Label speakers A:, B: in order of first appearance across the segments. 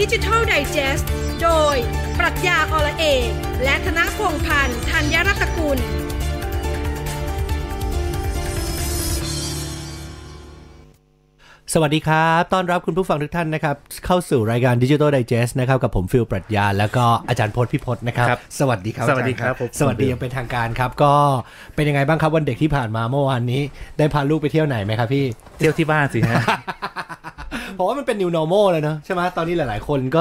A: ดิจิทัลไดจ e s t โดย ปรัชญาอละเอก และธนพงษ์พันธ์ธัญรัตนกุล
B: สวัสดีครับ ต้อนรับคุณผู้ฟังทุกท่านนะครับ เข้าสู่รายการ Digital Digest นะครับ กับผมฟิลปรัชญา แล้วก็อาจารย์พจน์พิพจน์นะครับ
C: ครับ
B: สวัสดีครับ
C: สวัสดี
B: อาจาย์
C: ครับผม
B: สวัสดี
C: ผม
B: อยังเป็นทางการครับ ก็เป็นยังไงบ้างครับวันเด็กที่ผ่านมาเมื่อวานนี้ ได้พาลูกไปเที่ยวไหนไหมครับพี่
C: เที่ยวที่บ้านสิ ฮะ
B: เพราะว่ามันเป็น new normal แล้วเนอะใช่ไหมตอนนี้หลาย ๆ คนก็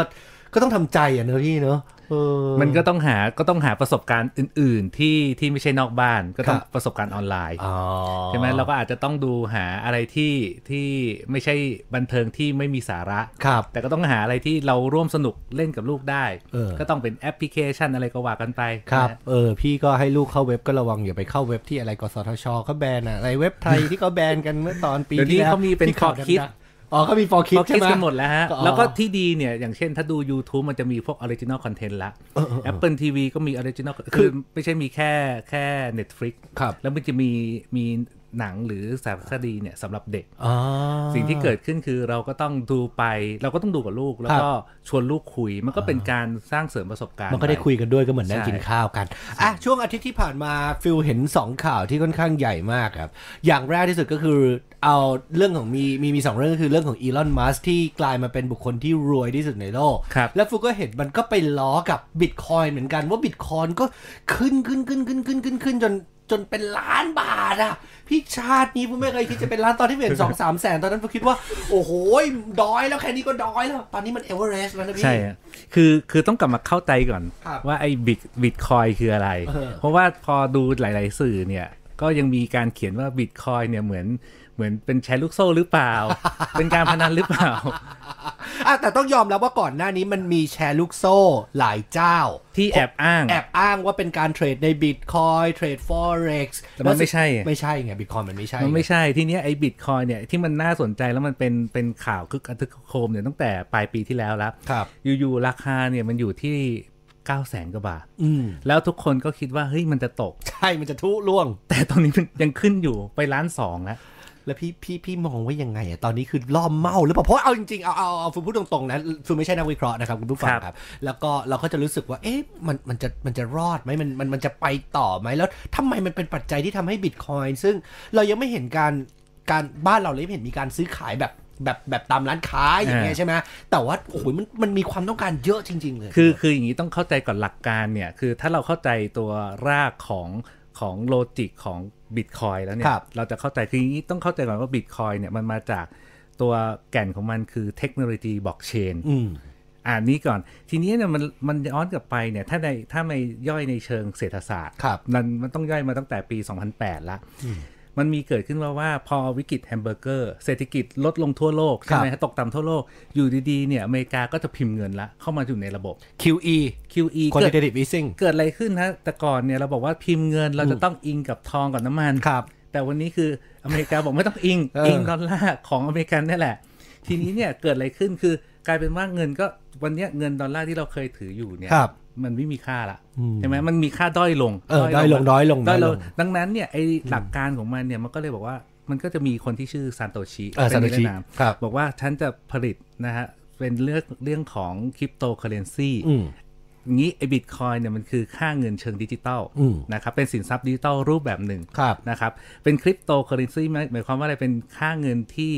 B: ก็ต้องทำใจอ่ะเนอะพี่เนอะเออ
C: มันก็ต้องหาก็ต้องหาประสบการณ์อื่น ๆ ที่ที่ไม่ใช่นอกบ้าน ก็ต้อง
B: ครับ
C: ประสบการณ์ออนไลน์
B: อ๋อ
C: ใช่ไหมเราก็อาจจะต้องดูหาอะไรที่ที่ไม่ใช่บันเทิงที่ไม่มีสาระ
B: ครับ
C: แต่ก็ต้องหาอะไรที่เราร่วมสนุกเล่นกับลูกได้
B: เออ
C: ก็ต้องเป็นแอปพลิเคชันอะไรก็ว่ากันไป
B: ครับ
C: นะ
B: เออ พี่ก็ให้ลูกเข้าเว็บก็ระวังอย่าไปเข้าเว็บที่อะไรกสทชเขาแบนอะอะไรเว็บไทยที่เขาแบนกันเมื่อตอนปี
C: เดี๋ยวนี้
B: ที่แล้ว
C: เขามีเป็น
B: ที่ข่าว
C: for kids
B: ดังๆอ๋อเขามี for kids
C: เขา
B: ใช่
C: คิด
B: ไหม
C: กันหมดแล้วฮะ
B: ก็อ๋อ
C: แล้วก็ที่ดีเนี่ย อย่างเช่นถ้าดู YouTube มันจะมีพวกออริจินอลคอนเทนต์ละ
B: เออเออเออ
C: Apple TV ก็มีออริจินอลคือไม่ใช่มีแค่แค่ Netflix
B: ครับ
C: แล้วมันจะมีมีหนังหรือสารคดีเนี่ยสำหรับเด็ก
B: อ๋อ
C: สิ่งที่เกิดขึ้นคือเราก็ต้องดูไป เราก็ต้องดูกับลูก แล้วก็ชวนลูกคุย มันก็เป็นการสร้างเสริมประสบการณ์
B: มันก็ได้
C: ป
B: คุยกันด้วยก็เหมือนนั่ง
C: ใช่
B: กินข้าวกัน อ่ะ ช่วงอาทิตย์ที่ผ่านมาฟิลเห็น 2 ข่าวที่ค่อนข้างใหญ่มากครับ อย่างแรกที่สุดก็คือเอาเรื่องของมีมีมีสองเรื่องก็คือเรื่องของอีลอนมัสที่กลายมาเป็นบุคคลที่รวยที่สุดในโลก
C: ครับ
B: แล้วฟิลก็เห็นมันก็ไปล้อกับบิตคอยเหมือนกันว่าบิตคอยก็ขึ้นขึ้นขึ้นขึ้นขึ้นขึ้นขึ้นจนจนเป็นล้านบาทอ่ะ พี่ชาตินี้ผมไม่เคยคิดจะเป็นล้านตอนที่เห็นสองสามแสนตอนนั้นผมคิดว่าโอ้โหดอยแล้วแค่นี้ก็ดอยแล้ว ตอนนี้มันเอเวอเรสต์แล้วนะพี่
C: ใช่อะคือคือต้องกลับมาเข้าใจก่อน
B: ครับ
C: ว่าไอ้บิตบิตคอยคืออะไร
B: เออ
C: เพราะว่าพอดูหลาย ๆ สื่อเนี่ย ก็ยังมีการเขียนว่าบิตคอยเนี่ยเหมือนเหมือนเป็นแชร์ลูกโซ่หรือเป ล่า เป็นการพนันหรือเปล่า
B: อ่ะแต่ต้องยอมรับว่าก่อนหน้านี้มันมีแชร์ลูกโซ่หลายเจ้า
C: ที่แอบอ้าง
B: แอบอ้างว่าเป็นการเทรดในบิตคอยเทรด forex
C: แต่มันไม่ใช่
B: ไม่ใช่ไงบิตคอยมันไม่ใช่
C: มันไม่ใช่ที่เนี้ยไอ้บิตคอยเนี่ยที่มันน่าสนใจแล้วมันเป็นเป็นข่าวคึกคึกโครมเนี่ยตั้งแต่ปลายปีที่แล้วแล้ว
B: ครับ
C: อยู่ๆราคาเนี่ยมันอยู่ที่ 9 0 0แสนกว่าบาท
B: อืม
C: แล้วทุกคนก็คิดว่าเฮ้ยมันจะตก
B: ใช่มันจะทุล่วง
C: แต่ตอนนี้มันยังขึ้นอยู่ไปล้านสองแล้ว
B: แล้วพี่พี่พี่มองว่ายังไงอะตอนนี้คือล่อมเมาหรือเปล่าเพราะเอาจริงๆเอาเอาเอาฟูพูดตรงๆนะฟูไม่ใช่นักวิเคราะห์นะครับคุณผู้ฟัง
C: ครับ
B: ครับ แล้วก็เราก็จะรู้สึกว่าเอ๊ะมันมันจะมันจะรอดไหมมันมันมันจะไปต่อไหมแล้วทำไมมันเป็นปัจจัยที่ทำให้บิตคอยซึ่งเรายังไม่เห็นการการบ้านเราเลยไม่เห็นมีการซื้อขายแบบแบบแบบตามร้านค้าอย่างเงี้ย
C: อ่า
B: ใช่ไหมแต่ว่าโอ้โหมันมันมีความต้องการเยอะจริง ๆ เลย
C: คือคืออย่างนี้ต้องเข้าใจก่อนหลักการเนี่ยคือถ้าเราเข้าใจตัวรากของของโลจิกของบิตคอยแล้วเนี่
B: ค
C: ย
B: รับ
C: เราจะเข้าใจคืออย่างนี้ต้องเข้าใจก่อนว่าบิตคอยเนี่ยมันมาจากตัวแก่นของมันคือเทคโนโลยีบล็อกเชน
B: อืม
C: อ่านนี้ก่อนทีนี้เนี่ยมันมันย้อนกลับไปเนี่ยถ้าในถ้าไม่ย่อยในเชิงเศรษฐศาสตร์
B: ครับ
C: มันมันต้องย่อยมาตั้งแต่ปี 2008 ละ มันมีเกิดขึ้นว่าว่าพอวิกฤตแฮมเบอร์เกอร์ เศรษฐกิจลดลงทั่วโลก ใช่ไหม
B: ครับ
C: ฮะตกต่ำทั่วโลก อยู่ดีๆ เนี่ยอเมริกาก็จะพิมพ์เงินละ เข้ามาอยู่ในระบบ
B: QE
C: QE เกิด
B: quantitative easing
C: เกิดอะไรขึ้นฮะ แต่ก่อนเนี่ยเราบอกว่าพิมพ์เงินเราจะต้องอิงกับทองกับน้ำมัน
B: ครับ
C: แต่วันนี้คืออเมริกาบอกไม่ต้องอิง
B: เอออิ
C: อิงดอลลาร์ของอเมริกันนี่แหละ ทีนี้เนี่ยเกิดอะไรขึ้นคือกลายเป็นว่าเงินก็วันเนี้ยเงินดอลลาร์ที่เราเคยถืออยู่เนี่ย
B: ครับ
C: มันไม่มีค่าละใช่ไหมมันมีค่าด้อยลง
B: เออด้อยลงน้
C: ด้
B: อ
C: อยย
B: ล
C: ล
B: ง
C: ง ดังนั้นเนี่ยไอหลักการของมันเนี่ยมันก็เลยบอกว่ามันก็จะมีคนที่ชื่อซานโตชิ
B: เออ
C: ป็น
B: Satoshi
C: นาม
B: ครับ
C: บอกว่าฉันจะผลิตนะฮะเป็นเรื่องเรื่องของคริปโตเคอเรนซี
B: อืม
C: งี้ไอ้บิตคอยเนี่ยมันคือค่าเงินเชิงดิจิตอล
B: อืม
C: นะครับเป็นสินทรัพย์ดิจิตอลรูปแบบหนึ่ง
B: ครับ
C: นะครับเป็นคริปโตเคอเรนซีหมายความว่าอะไรเป็นค่าเงินที่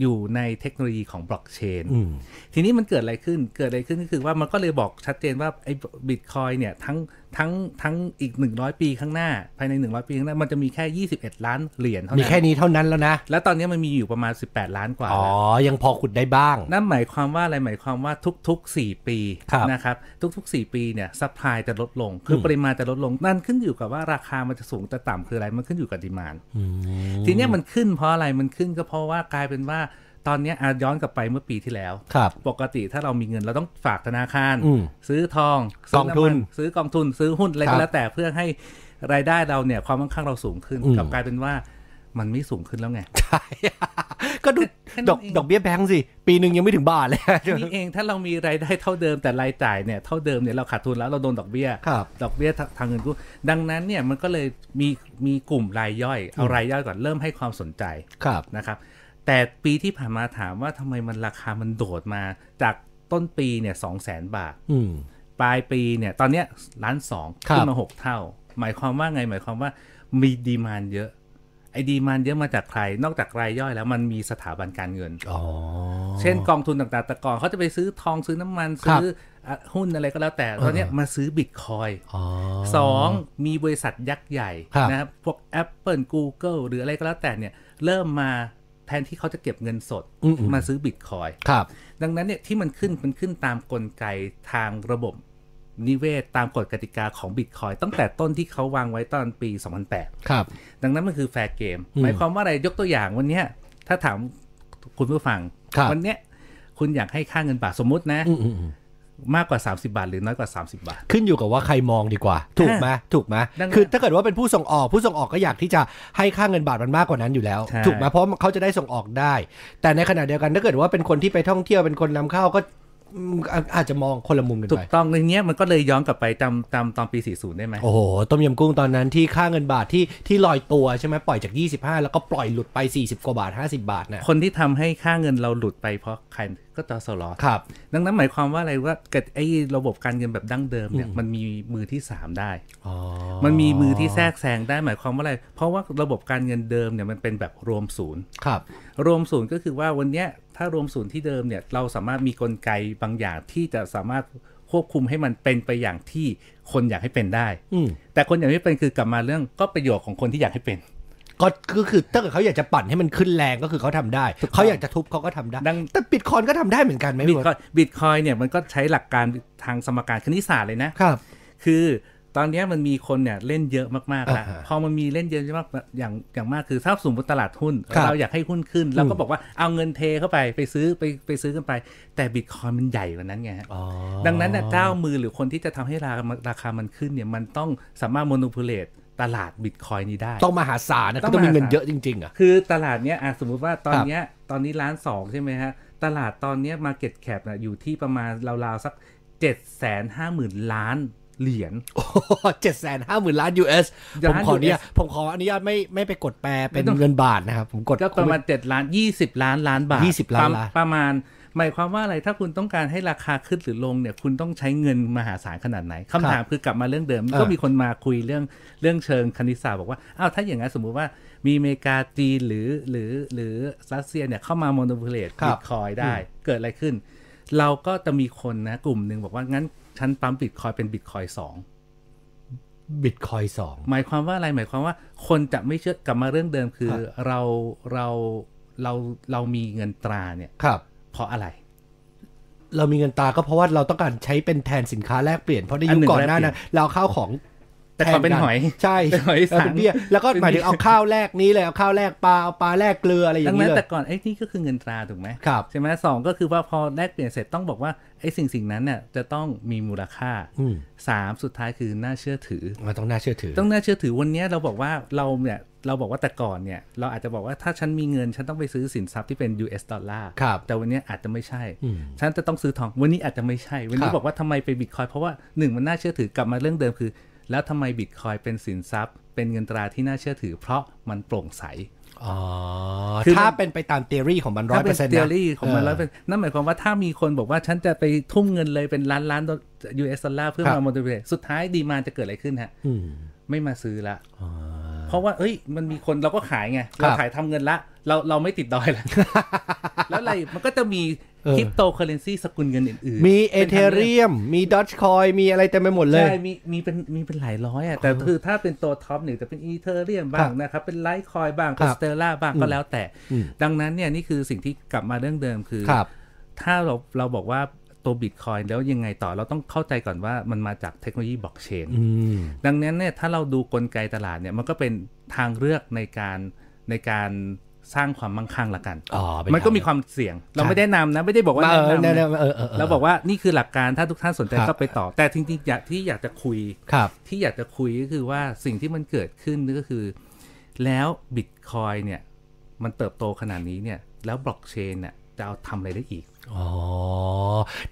C: อยู่ในเทคโนโลยีของบล็อกเชน
B: อืม
C: ทีนี้มันเกิดอะไรขึ้นเกิดอะไรขึ้นก็คือว่ามันก็เลยบอกชัดเจนว่าไอ้บิตคอยเนี่ยทั้งทั้งทั้งอีก 100 ปีข้างหน้า ภายใน 100 ปีข้างหน้ามันจะมีแค่ 21 ล้านเหรียญเท่า
B: มี
C: นั้
B: แค่
C: น
B: นี้เท่านั้นแล้วนะ
C: แล้วตอนนี้มันมีอยู่ประมาณ 18 ล้านกว่า
B: อ๋อ
C: แล้ว
B: ยังพอขุดได้บ้าง
C: นั่นหมายความว่าอะไรหมายความว่าทุกๆ 4 ปี
B: ครับ
C: นะครับทุกๆ 4 ปีเนี่ยซัพพลายจะลดลง คือปริมาณจะลดลง นั่นขึ้นอยู่กับว่าราคามันจะสูงจะต่ำคืออะไรมันขึ้นอยู่กับดีมานทีเนี้ยมันขึ้นเพราะอะไรมันขึ้นก็เพราะว่ากลายเป็นว่าตอนเนี้ยอาย้อนกลับไปเมื่อปีที่แล้ว
B: ครับ
C: ปกติถ้าเรามีเงินเราต้องฝากธนาคาร
B: อืม
C: ซื้อทองซื้
B: กองทุน
C: ำมัซื้อกองทุนซื้อหุ้นอะไร
B: ครั
C: ก็
B: บ
C: แล้วแต่เพื่อให้รายได้เราเนี่ยความมั่งคั่งเราสูงขึ้น
B: อืม
C: กลับกลายเป็นว่ามันไม่สูงขึ้นแล้วไง
B: ใช่ ก็ดู
C: แค่นั้น
B: ดอก
C: เอง
B: ดอกเบี้ยแบงก์สิ ปีหนึ่งยังไม่ถึงบาทเลย
C: นี่เองถ้าเรามีรายได้เท่าเดิมแต่รายจ่ายเนี่ยเท่าเดิมเนี่ยเราขาดทุนแล้วเราโดนดอกเบี้ย
B: ครับ
C: ดอกเบี้ยทาทางเงินกู้ดังนั้นเนี่ยมันก็เลยมีมีกลุ่มรายย่อยเอารายย่อยก่อนเริ่มให้ความสนใจ
B: ครับ
C: นะครับ แต่ปีที่ผ่านมาถามว่าทำไมมันราคามันโดดมาจาก ต้นปีเนี่ยสองแสนบาท
B: อืม
C: ปลายปีเนี่ยตอนเนี้ยล้านสอง
B: ครับ
C: ขึ้นมาหกเท่า หมายความว่าไงหมายความว่ามีดีมานเยอะ ไอ้ดีมานเยอะมาจากใคร นอกจากรายย่อยแล้วมันมีสถาบันการเงิน
B: อ๋อ
C: เช่นกองทุนต่างๆแต่ก่อนเขาจะไปซื้อทองซื้อน้ำมัน
B: ครับ
C: ซื้ออ่ะหุ้นอะไรก็แล้วแต่ตอนเนี้ย
B: เออ
C: มาซื้อบิตคอยน์
B: อ๋อ
C: สองมีบริษัทยักษ์ใหญ่
B: ครับ
C: นะครับพวก Apple Google หรืออะไรก็แล้วแต่เนี่ยเริ่มมาแทนที่เขาจะเก็บเงินสด
B: อืมๆ
C: มาซื้อบิตคอย
B: ครับ
C: ดังนั้นเนี่ยที่มันขึ้นมันขึ้นตามกลไกทางระบบนิเวศตามกฎกติกาของบิตคอยตั้งแต่ต้นที่เขาวางไว้ตอนปี 2008
B: ครับ
C: ดังนั้นมันคือแฟร์เกม
B: อืม
C: หมายความว่าอะไรยกตัวอย่างวันเนี้ยถ้าถามคุณผู้ฟัง
B: ครับ
C: วันเนี้ยคุณอยากให้ค่าเงินบาทสมมุตินะ
B: อืมอืมอืม
C: มากกว่า 30 บาท หรือน้อยกว่า 30 บาท
B: ขึ้นอยู่กับว่าใครมองดีกว่า ถูกไหมถูกไหม
C: ดังนั้น
B: คือถ้าเกิดว่าเป็นผู้ส่งออก ผู้ส่งออกก็อยากที่จะให้ค่าเงินบาทมันมากกว่านั้นอยู่แล้ว
C: ใช่
B: ถูกไหมเพราะเขาจะได้ส่งออกได้ แต่ในขณะเดียวกันถ้าเกิดว่าเป็นคนที่ไปท่องเที่ยวเป็นคนนำเข้าก็อืมอาจจะมองคนละมุมกัน
C: ถู
B: ไป
C: กต้องในเนี้ยมันก็เลยย้อนกลับไปจำจำตอนปี 40 ได้ไหม
B: โอ้โห ต้มยำกุ้งตอนนั้นที่ค่าเงินบาทที่ที่ลอยตัวใช่ไหมปล่อยจาก 25 แล้วก็ปล่อยหลุดไป 40 กว่าบาท 50 บาทนะ
C: คนที่ทำให้ค่าเงินเราหลุดไปเพราะใครก็จอสลอ
B: ครับ
C: ดังนั้นหมายความว่าอะไรว่าเกิดไอ้ระบบการเงินแบบดั้งเดิมเนี่ยมันมีมือที่ 3 ได้
B: อ๋อ
C: มันมีมือที่แทรกแซงได้หมายความว่าอะไร เพราะว่าระบบการเงินเดิมเนี่ยมันเป็นแบบรวมศูนย์
B: ครับ
C: รวมศูนย์ก็คือว่าวันเนี้ยถ้ารวมศูนย์ที่เดิมเนี่ยเราสามารถมีกลไกบางอย่างที่จะสามารถควบคุมให้มันเป็นไปอย่างที่คนอยากให้เป็นได้
B: อืม
C: แต่คนอยากให้เป็นคือกลับมาเรื่องก็ประโยชน์ของคนที่อยากให้เป็น
B: ก็ก็คือถ้าเกิดเขาอยากจะปั่นให้มันขึ้นแรงก็คือเขาทำได้
C: ถูกต้อง
B: เขาอยากจะทุบเขาก็ทำได้
C: ดัง
B: แต่บิตคอยน์ก็ทำได้เหมือนกันไหม
C: บิ
B: พี่
C: ต
B: บอล
C: คอยบิตคอยเนี่ยมันก็ใช้หลักการทางสมการคณิตศาสตร์เลยนะ
B: ครับ
C: คือตอนเนี้ยมันมีคนเนี่ยเล่นเยอะมากๆแล้ว
B: อ่าฮะ
C: พอมันมีเล่นเยอะมากๆอย่างอย่างมากคือถ้าสมมติตลาดหุ้น
B: ครับ
C: เราอยากให้หุ้นขึ้นเราก็บอกว่าเอาเงินเทเข้าไปไปซื้อไปไปซื้อกันไป แต่บิตคอยมันใหญ่กว่านั้นไงฮะ
B: อ๋อ
C: ดังนั้นน่ะเจ้ามือหรือคนที่จะทำให้ราคาราคามันขึ้นเนี่ยมันต้องสามารถ o n o p o l a t e ตลาดบิตคอยนี้ได้
B: ต้องมหาศาลนะ
C: ต้
B: ก็
C: อง
B: ต้องมีเงิน
C: มหาศาล
B: เยอะจริง ๆ อ่ะ
C: คือตลาดเนี้ยอ่ะสมมุติว่าตอน
B: ครับ
C: เนี้ยตอนนี้ล้านสองใช่ไหมฮะ ตลาดตอนเนี้ย Market Cap นะอยู่ที่ประมาณราวๆ สัก 7 5 0 0 0 0 ล้านเหรียญ
B: เจ็ดแสนห้าหมื่นล้าน US
C: ล้าน
B: ผมขออนุญาต
C: US
B: ผมขออนุญาตไม่ไม่ไปกดแปลเป็น
C: ไม่ต้อง
B: เงินบาทนะครับ ผมกด
C: ก็ประมาณ 7 ล้าน 20 ล้านล้านบาท
B: 20ล้าน
C: ประม
B: ล้าน
C: ประมาณ หมายความว่าอะไรถ้าคุณต้องการให้ราคาขึ้นหรือลงเนี่ย คุณต้องใช้เงินมหาศาลขนาดไหนคำถามคือกลับมาเรื่องเดิม ก็มีคนมาคุยเรื่องเรื่องเชิงคณิตศาสตร์บอกว่าอ้าวถ้าอย่างนั้นสมมุติว่ามีอเมริกาจีนหรือหรือหรือรัสเซียเนี่ยเข้ามาโมโนโพเลต
B: ครับ
C: บิตคอยได้เกิดอะไรขึ้น เราก็จะมีคนนะกลุ่มหนึ่งบอกว่างั้นฉันปั๊มบิตคอยเป็นบิตคอยสอง
B: บิตคอยสอง
C: หมายความว่าอะไรหมายความว่าคนจะไม่เชื่อกลับมาเรื่องเดิมคือ
B: ครับ
C: เราเราเราเรามีเงินตราเนี่ย
B: ครับ
C: เพราะอะไร
B: เรามีเงินตราก็เพราะว่าเราต้องการใช้เป็นแทนสินค้าแลกเปลี่ยน เพราะใน
C: อั
B: ยุค
C: นหนึ่ง
B: ก่อนหน้านั้นเราเอาข้าวของ
C: แต่ก่อนเป็นหอย
B: ใช่
C: เป็นหอยสัง
B: เเป็นเบี้ยแล้วก็หมายถึงเอาข้าวแลกนี้เลยเอาข้าวแลกปลาเอาปลาแลกเกลืออะไรอ
C: ดั
B: ย่าง ง
C: นั้
B: นี้
C: น
B: เล
C: แต่
B: ย
C: ก่อนไอ้นี่ก็คือเงินตราถูกไหม
B: ครับ
C: ใช่ไหมสองก็คือว่าพอแลกเปลี่ยนเสร็จต้องบอกว่าไอ้สิ่งสิ่งนั้นเนี่ยจะต้องมีมูลค่า
B: อืม
C: สามสุดท้ายคือน่าเชื่อถือ
B: มันต้องน่าเชื่อถือ
C: ต้องน่าเชื่อถือวันเนี้ยเราบอกว่าเราเนี่ยเราบอกว่าแต่ก่อนเนี่ยเราอาจจะบอกว่าถ้าฉันมีเงินฉันต้องไปซื้อสินทรัพย์ที่เป็น US ดอลลาร์
B: ครับ
C: แต่วันเนี้ยอาจจะไม่ใช่
B: อืม
C: ฉันจะต้องซื้อทองวันนี้อาจจะไม่ใช่ วัน
B: ค
C: นี้
B: รับ
C: บอกว่าทำไมไปบิตคอยเพราะว่าหนึ่งมันน่าเชื่อถือกลับมาเรื่องเดิมคือ แล้วทำไมบิตคอยเป็นสินทรัพย์ เป็นเงินตราที่น่าเชื่อถือ เพราะมันโปร่งใส
B: ๋อ
C: คือมัน
B: ถ้าเป็นไปตามเทอรี่ของมันร้อยเปอร์เซ็นต์
C: เท
B: นะ
C: อรี่ของมัน
B: เ
C: ร้อยเป็นนั่นหมายความว่าถ้ามีคนบอกว่าฉันจะไปทุ่มเงินเลยเป็นล้านล้านยูเอสดอลลาร์เพื่อ
B: ครั
C: มา
B: บ
C: โมเดลสุดท้ายดีมานจะเกิดอะไรขึ้นฮะ
B: อืม
C: ไม่มาซื้อละ
B: อ๋อ
C: เพราะว่า เอ้ย มันมีคนเราก็ขายไง
B: ครับ
C: เราขายทำเงินละ เรา เราไม่ติดดอย แล้ว แล้วอะไร มันก็จะมี
B: เออ
C: คริปโตเคอเรนซีสกุลเงินอื่น
B: มีเอ
C: ป็น
B: เท
C: ทาง
B: เรียมมีดอ g คอยมีอะไรเต็มไปหมดเล
C: เลือ
B: ย
C: กใช่ มี มีเป็น มีเป็นหลายร้อยอ่ะ แต่คือถ้าเป็นตัวท็อปหนึ่งจะเป็นอีเทเรียมบ้างนะครับ เป็นไลท์คอยบ้าง เป็น
B: ครั
C: ส
B: บ
C: เตลล่าบ้างก็แล้วแต่
B: อืม
C: ดังนั้นเนี่ย นี่คือสิ่งที่กลับมาเรื่องเดิมคือ
B: ครับ
C: ถ้าเราเราบอกว่าตัวบิตคอยแล้วยังไงต่อเราต้องเข้าใจก่อนว่ามันมาจากเทคโนโลยีบล็อกเชน
B: อืม
C: ดังนั้นเนี่ยถ้าเราดูกลไกตลาดเนี่ยมันก็เป็นทางเลือกในการในการสร้างความมั่งคั่งละกัน
B: อ๋อเป็น
C: มันก็มี
B: ทางเลือก
C: ความเสี่ยง เราไม่ได้นำนะ ไม่ได้บอกว่า
B: มาเออ
C: แนะนำ
B: เนี่ย
C: นะ
B: เนี่ยเออเออ
C: เราบอกว่านี่คือหลักการถ้าทุกท่านสนใจ
B: ครับ
C: ก็ไปต่อ แต่จริงๆอยากที่อยากจะคุย
B: ครับ
C: ที่อยากจะคุยก็คือว่าสิ่งที่มันเกิดขึ้นก็คือ แล้วบิตคอยเนี่ยมันเติบโตขนาดนี้เนี่ยแล้วบล็อกเชนเนี่ยจะเอาทำอะไรได้อีก
B: อ๋อ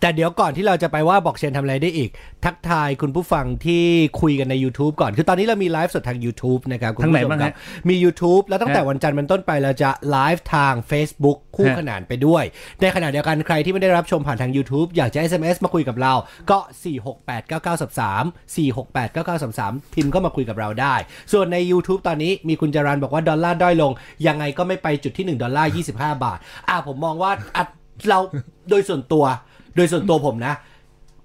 B: แต่เดี๋ยวก่อนที่เราจะไปว่าบอกเชนทำอะไรได้อีก ทักทายคุณผู้ฟังที่คุยกันใน YouTube ก่อน คือตอนนี้เรามีไลฟ์สดทาง YouTube นะครับคุณ
C: ทางไหน
B: ผู้ชม
C: บ้าง
B: ค
C: ฮะ
B: รับมี YouTube แล้วตั้งแต่
C: ฮะ
B: วันจันทร์เป็นต้นไปเราจะไลฟ์ทาง Facebook คู่
C: ฮะ
B: ขนานไปด้วย ในขณะเดียวกันใครที่ไม่ได้รับชมผ่านทาง YouTube อยากจะ SMS มาคุยกับเราก็ 4689933 4689933 พิมพ์เข้ามาคุยกับเราได้ ส่วนใน YouTube ตอนนี้มีคุณจรันบอกว่าดอลลาร์ด้อยลง ยังไงก็ไม่ไปจุดที่ 1 ดอลลาร์ 25 บาท อ่ะผมมองว่าอ่ะเราโดยส่วนตัว โดยส่วนตัวผมนะ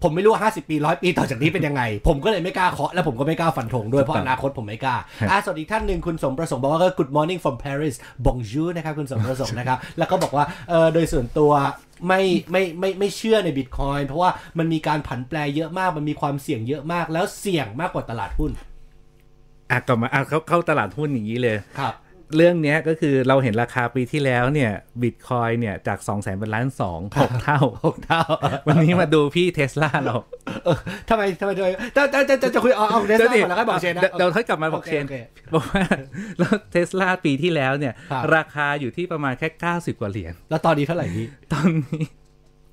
B: ผมไม่รู้ว่า 50 ปี 100 ปีต่อจากนี้เป็นยังไง ผมก็เลยไม่กล้าเคาะและผมก็ไม่กล้าฟันธงด้วย เพราะอนาคตผมไม่กล้า อ่ะสวัสดีท่านหนึ่งคุณสมประสงค์บอกว่าก็ Good morning from Paris Bonjour นะครับ คุณสมประสงค์นะครับ แล้วก็บอกว่าเออโดยส่วนตัวไม่ไม่ไม่ไม่เชื่อในบิตคอยเพราะว่ามันมีการผันแปรเยอะมาก มันมีความเสี่ยงเยอะมาก แล้วเสี่ยงมากกว่าตลาดหุ้น
C: อ่ะกลับมาอ่ะเขาเข้าตลาดหุ้นอย่างนี้เลย
B: ครับ
C: เรื่องเนี้ยก็คือเราเห็นราคาปีที่แล้วเนี่ยบิตคอยเนี่ยจาก 2 0 0แสนเป็นล้านสองหกเท่า
B: หกเท่า
C: วันนี้มาดูพี่เทสลาเรา
B: เออทำไมทำไมทำไมจะจะจะจะจะคุยเอาเอาเดสก่อนแล้วก็บอกเชนนะ
C: เดี๋ยวค่อยกลับมาบอกเชน
B: โอเคโอเค
C: บอกว่าแล้วเทสลาปีที่แล้วเนี่ย
B: ครับ
C: ราคาอยู่ที่ประมาณแค่ 90 กว่าเหรียญ
B: แล้วตอนนี้เท่าไหร่พี่
C: ตอนนี้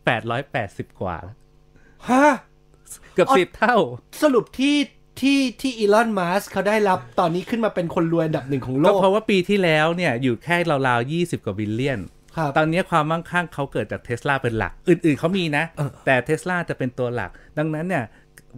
C: 880 กว่าแล้ว
B: ฮะ
C: เกือบ
B: อ๋อ
C: สิบเท่า
B: สรุปที่ที่ที่อีลอนมัสเขาได้รับตอนนี้ขึ้นมาเป็นคนรวยอันดับหนึ่งของโล
C: ก็
B: ก
C: เพราะว่าปีที่แล้วเนี่ย อยู่แค่ราวๆ20 กว่าบิลเลียน
B: ครับ
C: ตอนนี้ความมั่งคั่งเขาเกิดจากเทสลาเป็นหลัก อื่นๆเขามีนะ
B: เออ
C: แต่เทสลาจะเป็นตัวหลัก ดังนั้นเนี่ย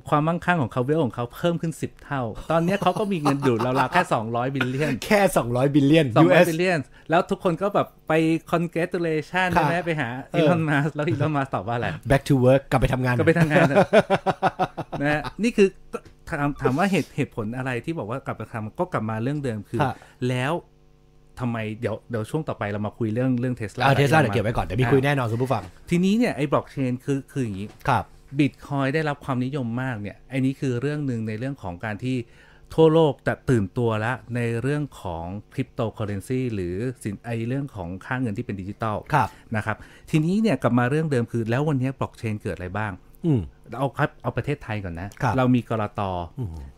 C: ความมั่งคั่งของเขาเวลของเขาเพิ่มขึ้น 10 เท่า ตอนนี้เขาก็มีเงินอยู่ราวๆแค่ 200 บิล เลียน
B: แค่ 200 บิลเลียน
C: สองร้อย
B: US
C: บิลเลียนแล้วทุกคนก็แบบไป congratulation
B: ค่ะ
C: ใช่ไหมไปหา
B: เอ
C: อี
B: อ
C: ลอนมัสแล้วอีลอนมัสตอบ ว่าอะไร
B: back to work กลับไปทำงาน
C: ก็ไปทำงานเถอะ นะฮะนี่คือก็ถามถามว่าเหตุเหตุผลอะไรที่บอกว่ากลับมาทำก็กลับมาเรื่องเดิมคือ
B: ค่ะ
C: แล้วทำไมเดี๋ยวเดี๋ยวช่วงต่อไปเรามาคุยเรื่องเรื่องเทสลา
B: เอาเทสลาเดี๋ยวเก็บไว้ก่อนเดี๋ยวมีคุยแน่นอนคุณผู้ฟัง
C: ทีนี้เนี่ยไอ้บล็อกเชนคือคืออย่างนี้
B: ครับ
C: บิตคอยได้รับความนิยมมากเนี่ยไอ้นี้คือเรื่องหนึ่งในเรื่องของการที่ทั่วโลกจะตื่นตัวละในเรื่องของคริปโตเคอเรนซีหรือสินไอเรื่องของค่าเงินที่เป็นดิจิตอล
B: ครับ
C: นะครับทีนี้เนี่ยกลับมาเรื่องเดิมคือ แล้ววันนี้บล็อกเชนเกิดอะไรบ้าง
B: อืม
C: เอาครับเอาประเทศไทยก่อนนะ
B: ครับ
C: เรามีกรต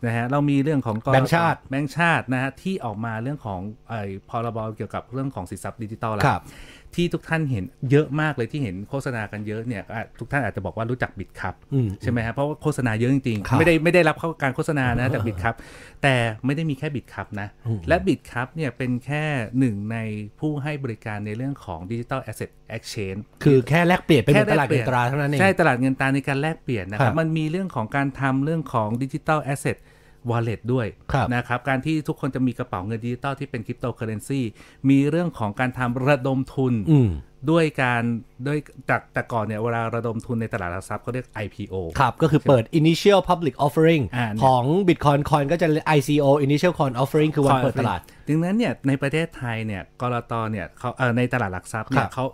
C: นะฮะเรามีเรื่องของกรต
B: แบงค์ชาติ
C: แบงค์ชาตินะฮะที่ออกมาเรื่องของไอ้พรบเกี่ยวกับเรื่องของสินทรัพย์ดิจิตอลแล้ว
B: ครับ
C: ที่ทุกท่านเห็นเยอะมากเลยที่เห็นโฆษณากันเยอะเนี่ยอ่ะทุกท่านอาจจะบอกว่ารู้จักบิตครับ
B: อืม
C: ใช่ไหมฮะเพราะว่าโฆษณาเยอะจริง
B: ครับ
C: ๆ ไม่ได้ไม่ได้รับเข้าการโฆษณานะ จากบิตครับแต่ไม่ได้มีแค่บิตครับนะและบิตครับเนี่ยเป็นแค่หนึ่งในผู้ให้บริการในเรื่องของดิจิตอลแอสเซทแอคชแน
B: คือแค่แลกเปลี่ยนเป็นเหมือนตลาด
C: แค่
B: เงินตราเท่านั้นเอง
C: ใช่ตลาดเงินตราในการแลกเปลี่ยนนะค
B: ครั
C: รั
B: บบ
C: มันมีเรื่องของการทำเรื่องของดิจิ t a ลแอสเซทวอลเล็ตด้วย
B: ครับ
C: นะครับ การที่ทุกคนจะมีกระเป๋าเงินดิจิตอลที่เป็นคริปโตเคอเรนซีมีเรื่องของการทำระดมทุน
B: อืม
C: ด้วยการด้วยจากแต่ก่อนเนี่ยเวลาระดมทุนในตลาดหลักทรัพย์เขาเรียก IPO
B: ครับ ก็คือเปิด initial public offering
C: อ่าเนี่ย
B: ของ bitcoin coin ก็จะ ICO initial coin offering คือวันเปิดตลาด
C: ดังนั้นเนี่ยในประเทศไทยเนี่ยกรตเนี่ยเขาเอ่อในตลาดหลักทรัพย์เนี่
B: ครั
C: ย
B: บ
C: เขา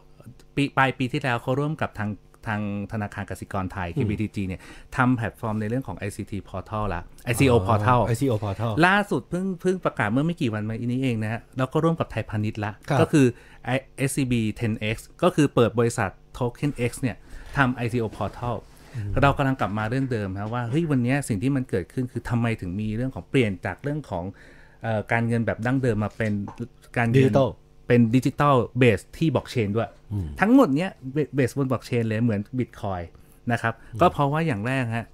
C: ปีปลายปีที่แล้วเขาร่วมกับทางทางธนาคารกสิกรไทย KBTG เนี่ยทำแพลตฟอร์มในเรื่องของ ICT Portal ละ ICO Portal
B: ICO portal
C: ล่าสุดเพิ่งเพิ่งประกาศเมื่อไม่กี่วันมานี้เองนะฮะแล้วก็ร่วมกับไทยพาณิชย์ละ
B: ครับ
C: ก็คือ I- SCB 10X ก็คือเปิดบริษัท Token X เนี่ยทำ ICO Portal เรากำลังกลับมาเรื่องเดิมนะว่าเฮ้ยวันเนี้ยสิ่งที่มันเกิดขึ้นคือทำไมถึงมีเรื่องของเปลี่ยนจากเรื่องของเออการเงินแบบดั้งเดิมมาเป็นการเงิน
B: Digital
C: เป็นดิจิตอลเบสที่บล็อกเชนด้วย ทั้งหมดเนี้ยเบสบนบล็อกเชนเลยเหมือนบิตคอยนะครับ ก็เพราะว่าอย่างแรกฮะ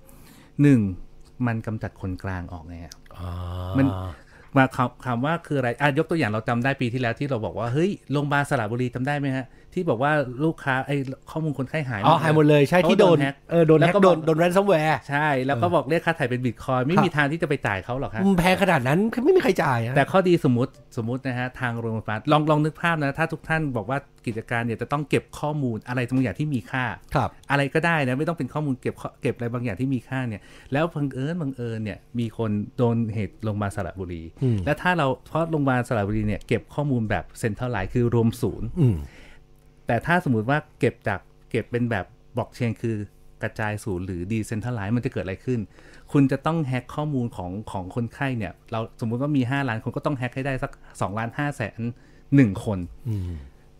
C: หนึ่งมันกำจัดคนกลางออกไงฮะ มันมาคำคำว่าคืออะไรอ่ะยกตัวอย่างเราจำได้ปีที่แล้วที่เราบอกว่า เฮ้ยโรงพยาบาลสระบุรีจำได้ไหมฮะ ที่บอกว่าลูกค้าไอ้ข้อมูลคนไข้หาย
B: อ๋อหายหมดเลยใช่ที่โดน
C: ขาแฮ็ก
B: เออโดน
C: ล้ว
B: แฮก
C: ก็
B: โด
C: บอก
B: นโดน ransomware
C: ใช่ แล้วก็บอกเรียกค่าถ่ายเป็นบิตคอยน์ไม่
B: ครับ
C: มีทางที่จะไปจ่ายเขาหรอกฮะ
B: มันแพงขนาดนั้นคือไม่มีใครจ่ายอะ
C: แต่ข้อดีสมมติสมมตินะฮะ ทางโรงพยาบาลลองลองนึกภาพนะ ถ้าทุกท่านบอกว่ากิจการเนี่ยจะต้องเก็บข้อมูลอะไรบางอย่างที่มีค่า
B: ครับ
C: อะไรก็ได้นะ ไม่ต้องเป็นข้อมูลเก็บข้อเก็บอะไรบางอย่างที่มีค่าเนี่ย แล้วบังเอิญบังเอิญเนี่ยมีคนโดนเหตุโรงพยาบาลสระบุรี และถ้าเราเพราะโรงพยาบาลสระบุรีเนี่ยเก็บข้อมูลแบบเซ็นทรัลไลน์คือรวมศูนย์
B: อืม
C: แต่ถ้าสมมติว่าเก็บจากเก็บเป็นแบบบล็อกเชนคือกระจายศูนย์หรือดีเซนท r a l ไล e ์มันจะเกิดอะไรขึ้น คุณจะต้องแฮ็กข้อมูลของของคนไข้เนี่ย เราสมมุติว่ามี 5 ล้านคนก็ต้องแฮ็กให้ได้สัก2ล้าน5แสนหนึ่งคน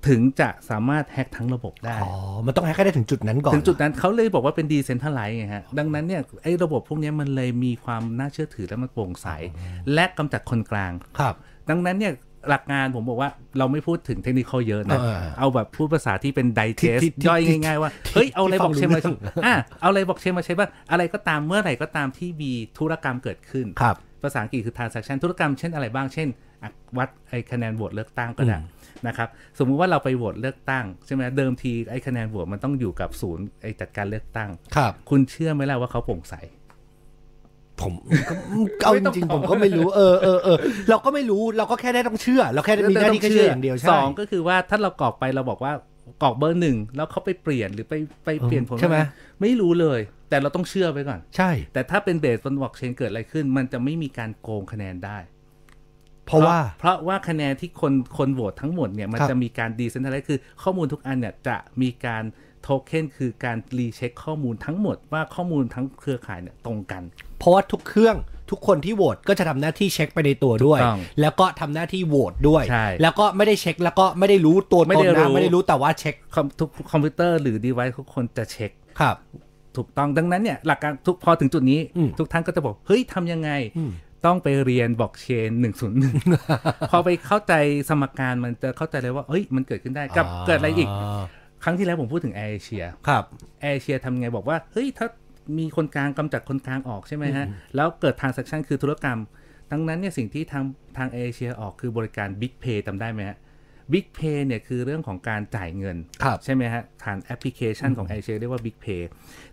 C: ถึงจะสามารถแฮ็กทั้งระบบได้
B: อ๋อ มันต้องแฮกให้ได้ถึงจุดนั้นก่อน
C: ถึงจุดนั้นเขาเลยบอกว่าเป็นดีเซนทัลไล z ์ไงฮะ ดังนั้นเนี่ยไอ้ระบบพวกเนี้ยมันเลยมีความน่าเชื่อถือและมันโปร่งใส และกำจัดคนกลาง
B: ครับ
C: ดังนั้นเนี่ย หลักงานผมบอกว่าเราไม่พูดถึงเทคนิคเยอะนะ
B: เออ
C: เอาแบบพูดภาษาที่เป็นไดเจส
B: ที่ที่
C: ย่อยง่ายๆว่า เฮ้ย เอาอะไรบอกเชนมา
B: ที่ฟังรู้เรื่อง
C: อ่ะเอาอะไรบอกเชนมาใช้บ้างอะไรก็ตามเมื่อไหร่ก็ตามที่มีธุรกรรมเกิดขึ้น
B: ครับ
C: ภาษาอังกฤษคือ transaction ธุรกรรมเช่นอะไรบ้าง เช่นอ่ะวัดไอ้คะแนนโหวตเลือกตั้งก็ได้
B: อืม
C: นะครับ สมมุติว่าเราไปโหวตเลือกตั้งใช่ไหมเดิมทีไอ้คะแนนโหวตมันต้องอยู่กับศูนย์ไอ้จัดการเลือกตั้ง
B: ครับ
C: คุณเชื่อไหมล่ะว่าเขาโปร่งใส
B: ผมก็เอาจริงๆผมก็ไม่รู้ เออเออเออเราก็ไม่รู้เราก็แค่ได้ต้องเชื่อ เราแค่ได้มีหน้าที่แค่เชื่ออย่างเดียวใช่
C: สองก็คือว่าถ้าเรากรอกไปเราบอกว่ากรอกเบอร์หนึ่งแล้วเขาไปเปลี่ยนหรือไปไปเปลี่ยนผล
B: ใช่ไหม
C: ไม่รู้เลย แต่เราต้องเชื่อไปก่อน
B: ใช่
C: แต่ถ้าเป็นเบสบนบล็อกเชนเกิดอะไรขึ้น มันจะไม่มีการโกงคะแนนได้
B: เพราะว่า
C: เพราะว่าคะแนนที่คนคนโหวตทั้งหมดเนี่ยมัน
B: ครับ
C: จะมีการดีเซนทัลไลซ์คือข้อมูลทุกอันเนี่ยจะมีการโทเค็นคือการรีเช็คข้อมูลทั้งหมดว่าข้อมูลทั้งเครือข่ายเนี่ยตรงกัน
B: เพราะว่าทุกเครื่องทุกคนที่โหวตก็จะทำหน้าที่เช็คไปในตัวด้วย
C: ถูกต้อง
B: แล้วก็ทำหน้าที่โหวตด้วย
C: ใช่
B: แล้วก็ไม่ได้เช็คแล้วก็ไม่ได้รู้ตัว
C: ไม่
B: ตน
C: ได้รู้
B: นะไม่ได้รู้แต่ว่าเช็ค
C: คอมทุกคอมพิวเตอร์หรือดีไวซ์ทุกคนจะเช็ค
B: ครับ
C: ถูกต้องดังนั้นเนี่ยหลักการทุกพอถึงจุดนี้
B: อืม
C: ทุกท่านก็จะบอก เฮ้ยทำยังไง
B: อืม
C: ต้องไปเรียนบล็อกเชน 101 พอไปเข้าใจสมการมันจะเข้าใจเลยว่า เอ้ยมันเกิดขึ้นได้กับเกิดอะไรอีก ครั้งที่แล้วผมพูดถึงแอร์เอเชีย
B: ครับ
C: แอร์เอเชียทำไงบอกว่า เฮ้ย ถ้ามีคนกลางกำจัดคนกลางออกใช่ไหมฮะ แล้วเกิดทางเซ็กชันคือธุรกรรม ดังนั้นเนี่ยสิ่งที่ทางทางแอร์เอเชียออกคือบริการ Big Pay จำได้ไหมฮะ Big Pay เนี่ยคือเรื่องของการจ่ายเงิน
B: ครับ
C: ใช่ไหมฮะผ่านแอปพลิเคชันของไอเชเรียกว่า Big Pay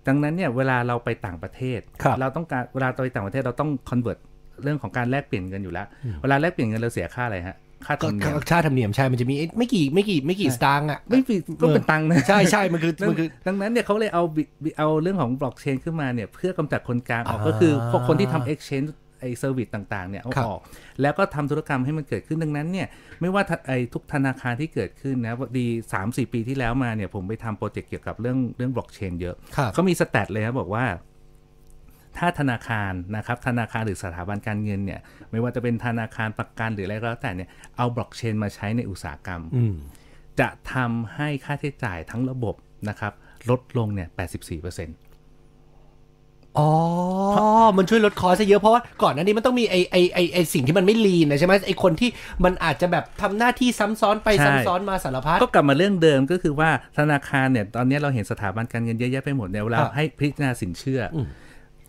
C: ดังนั้นเนี่ยเวลาเราไปต่างประเทศ
B: ครับ
C: เราต้องการเวลาเราไปต่างประเทศเราต้อง convert เรื่องของการแลกเปลี่ยนเงินอยู่แล้ว เวลาแลกเปลี่ยนเงินเราเสียค่าอะไรฮะ ค่าธร
B: ก็
C: รมเนียม
B: ค่าธรรมเนียมใช่มันจะมีไม่กี่ไม่กี่ไม่กี่สตางค์อ่ะ
C: ไม่ผิดก็เป็นตังค์นะ
B: ใช่ใช่มันคือ
C: ดัง
B: มันคือ
C: ดังนั้นเนี่ยเขาเลยเอา Big- Big- เอาเรื่องของบล็อกเชนขึ้นมาเนี่ยเพื่อกำจัดคนกลางออก
B: อ่า
C: ก็คือพวกคนที่ทำ exchange ไอ้เซอร์วิสต่างๆเนี่ยเอา
B: ครับ
C: ออก แล้วก็ทำธุรกรรมให้มันเกิดขึ้นดังนั้นเนี่ยไม่ว่าทะไอ้ทุกธนาคารที่เกิดขึ้นนะดี3 4 ปีที่แล้วมาเนี่ยผมไปทำโปรเจกต์เกี่ยวกับเรื่องเรื่องบล็อกเชนเยอะ
B: ครับ
C: เขามีสแตทเลยครับบอกว่า ถ้าธนาคารนะครับ ธนาคารหรือสถาบันการเงินเนี่ย ไม่ว่าจะเป็นธนาคารประกันหรืออะไรก็แล้วแต่เนี่ยเอาบล็อกเชนมาใช้ในอุตสาหกรรม
B: อืม
C: จะทำให้ค่าใช้จ่ายทั้งระบบนะครับ ลดลงเนี่ย 84%เ
B: อ๋อ มันช่วยลดคอสได้เยอะเพราะว่าก่อนหน้านี้มันต้องมีไอไอไอไอสิ่งที่มันไม่ลีนนะใช่ไหมไอคนที่มันอาจจะแบบทำหน้าที่ซ้ำซ้อนไป
C: ใช่
B: ซ้ำซ้อนมาสารพัด
C: ก็กลับมาเรื่องเดิมก็คือว่าธนาคารเนี่ย ตอนนี้เราเห็นสถาบันการเงินเยอะแยะไปหมดเนี่ยเวลา
B: ครับ
C: ให้พิจารณาสินเชื่ออ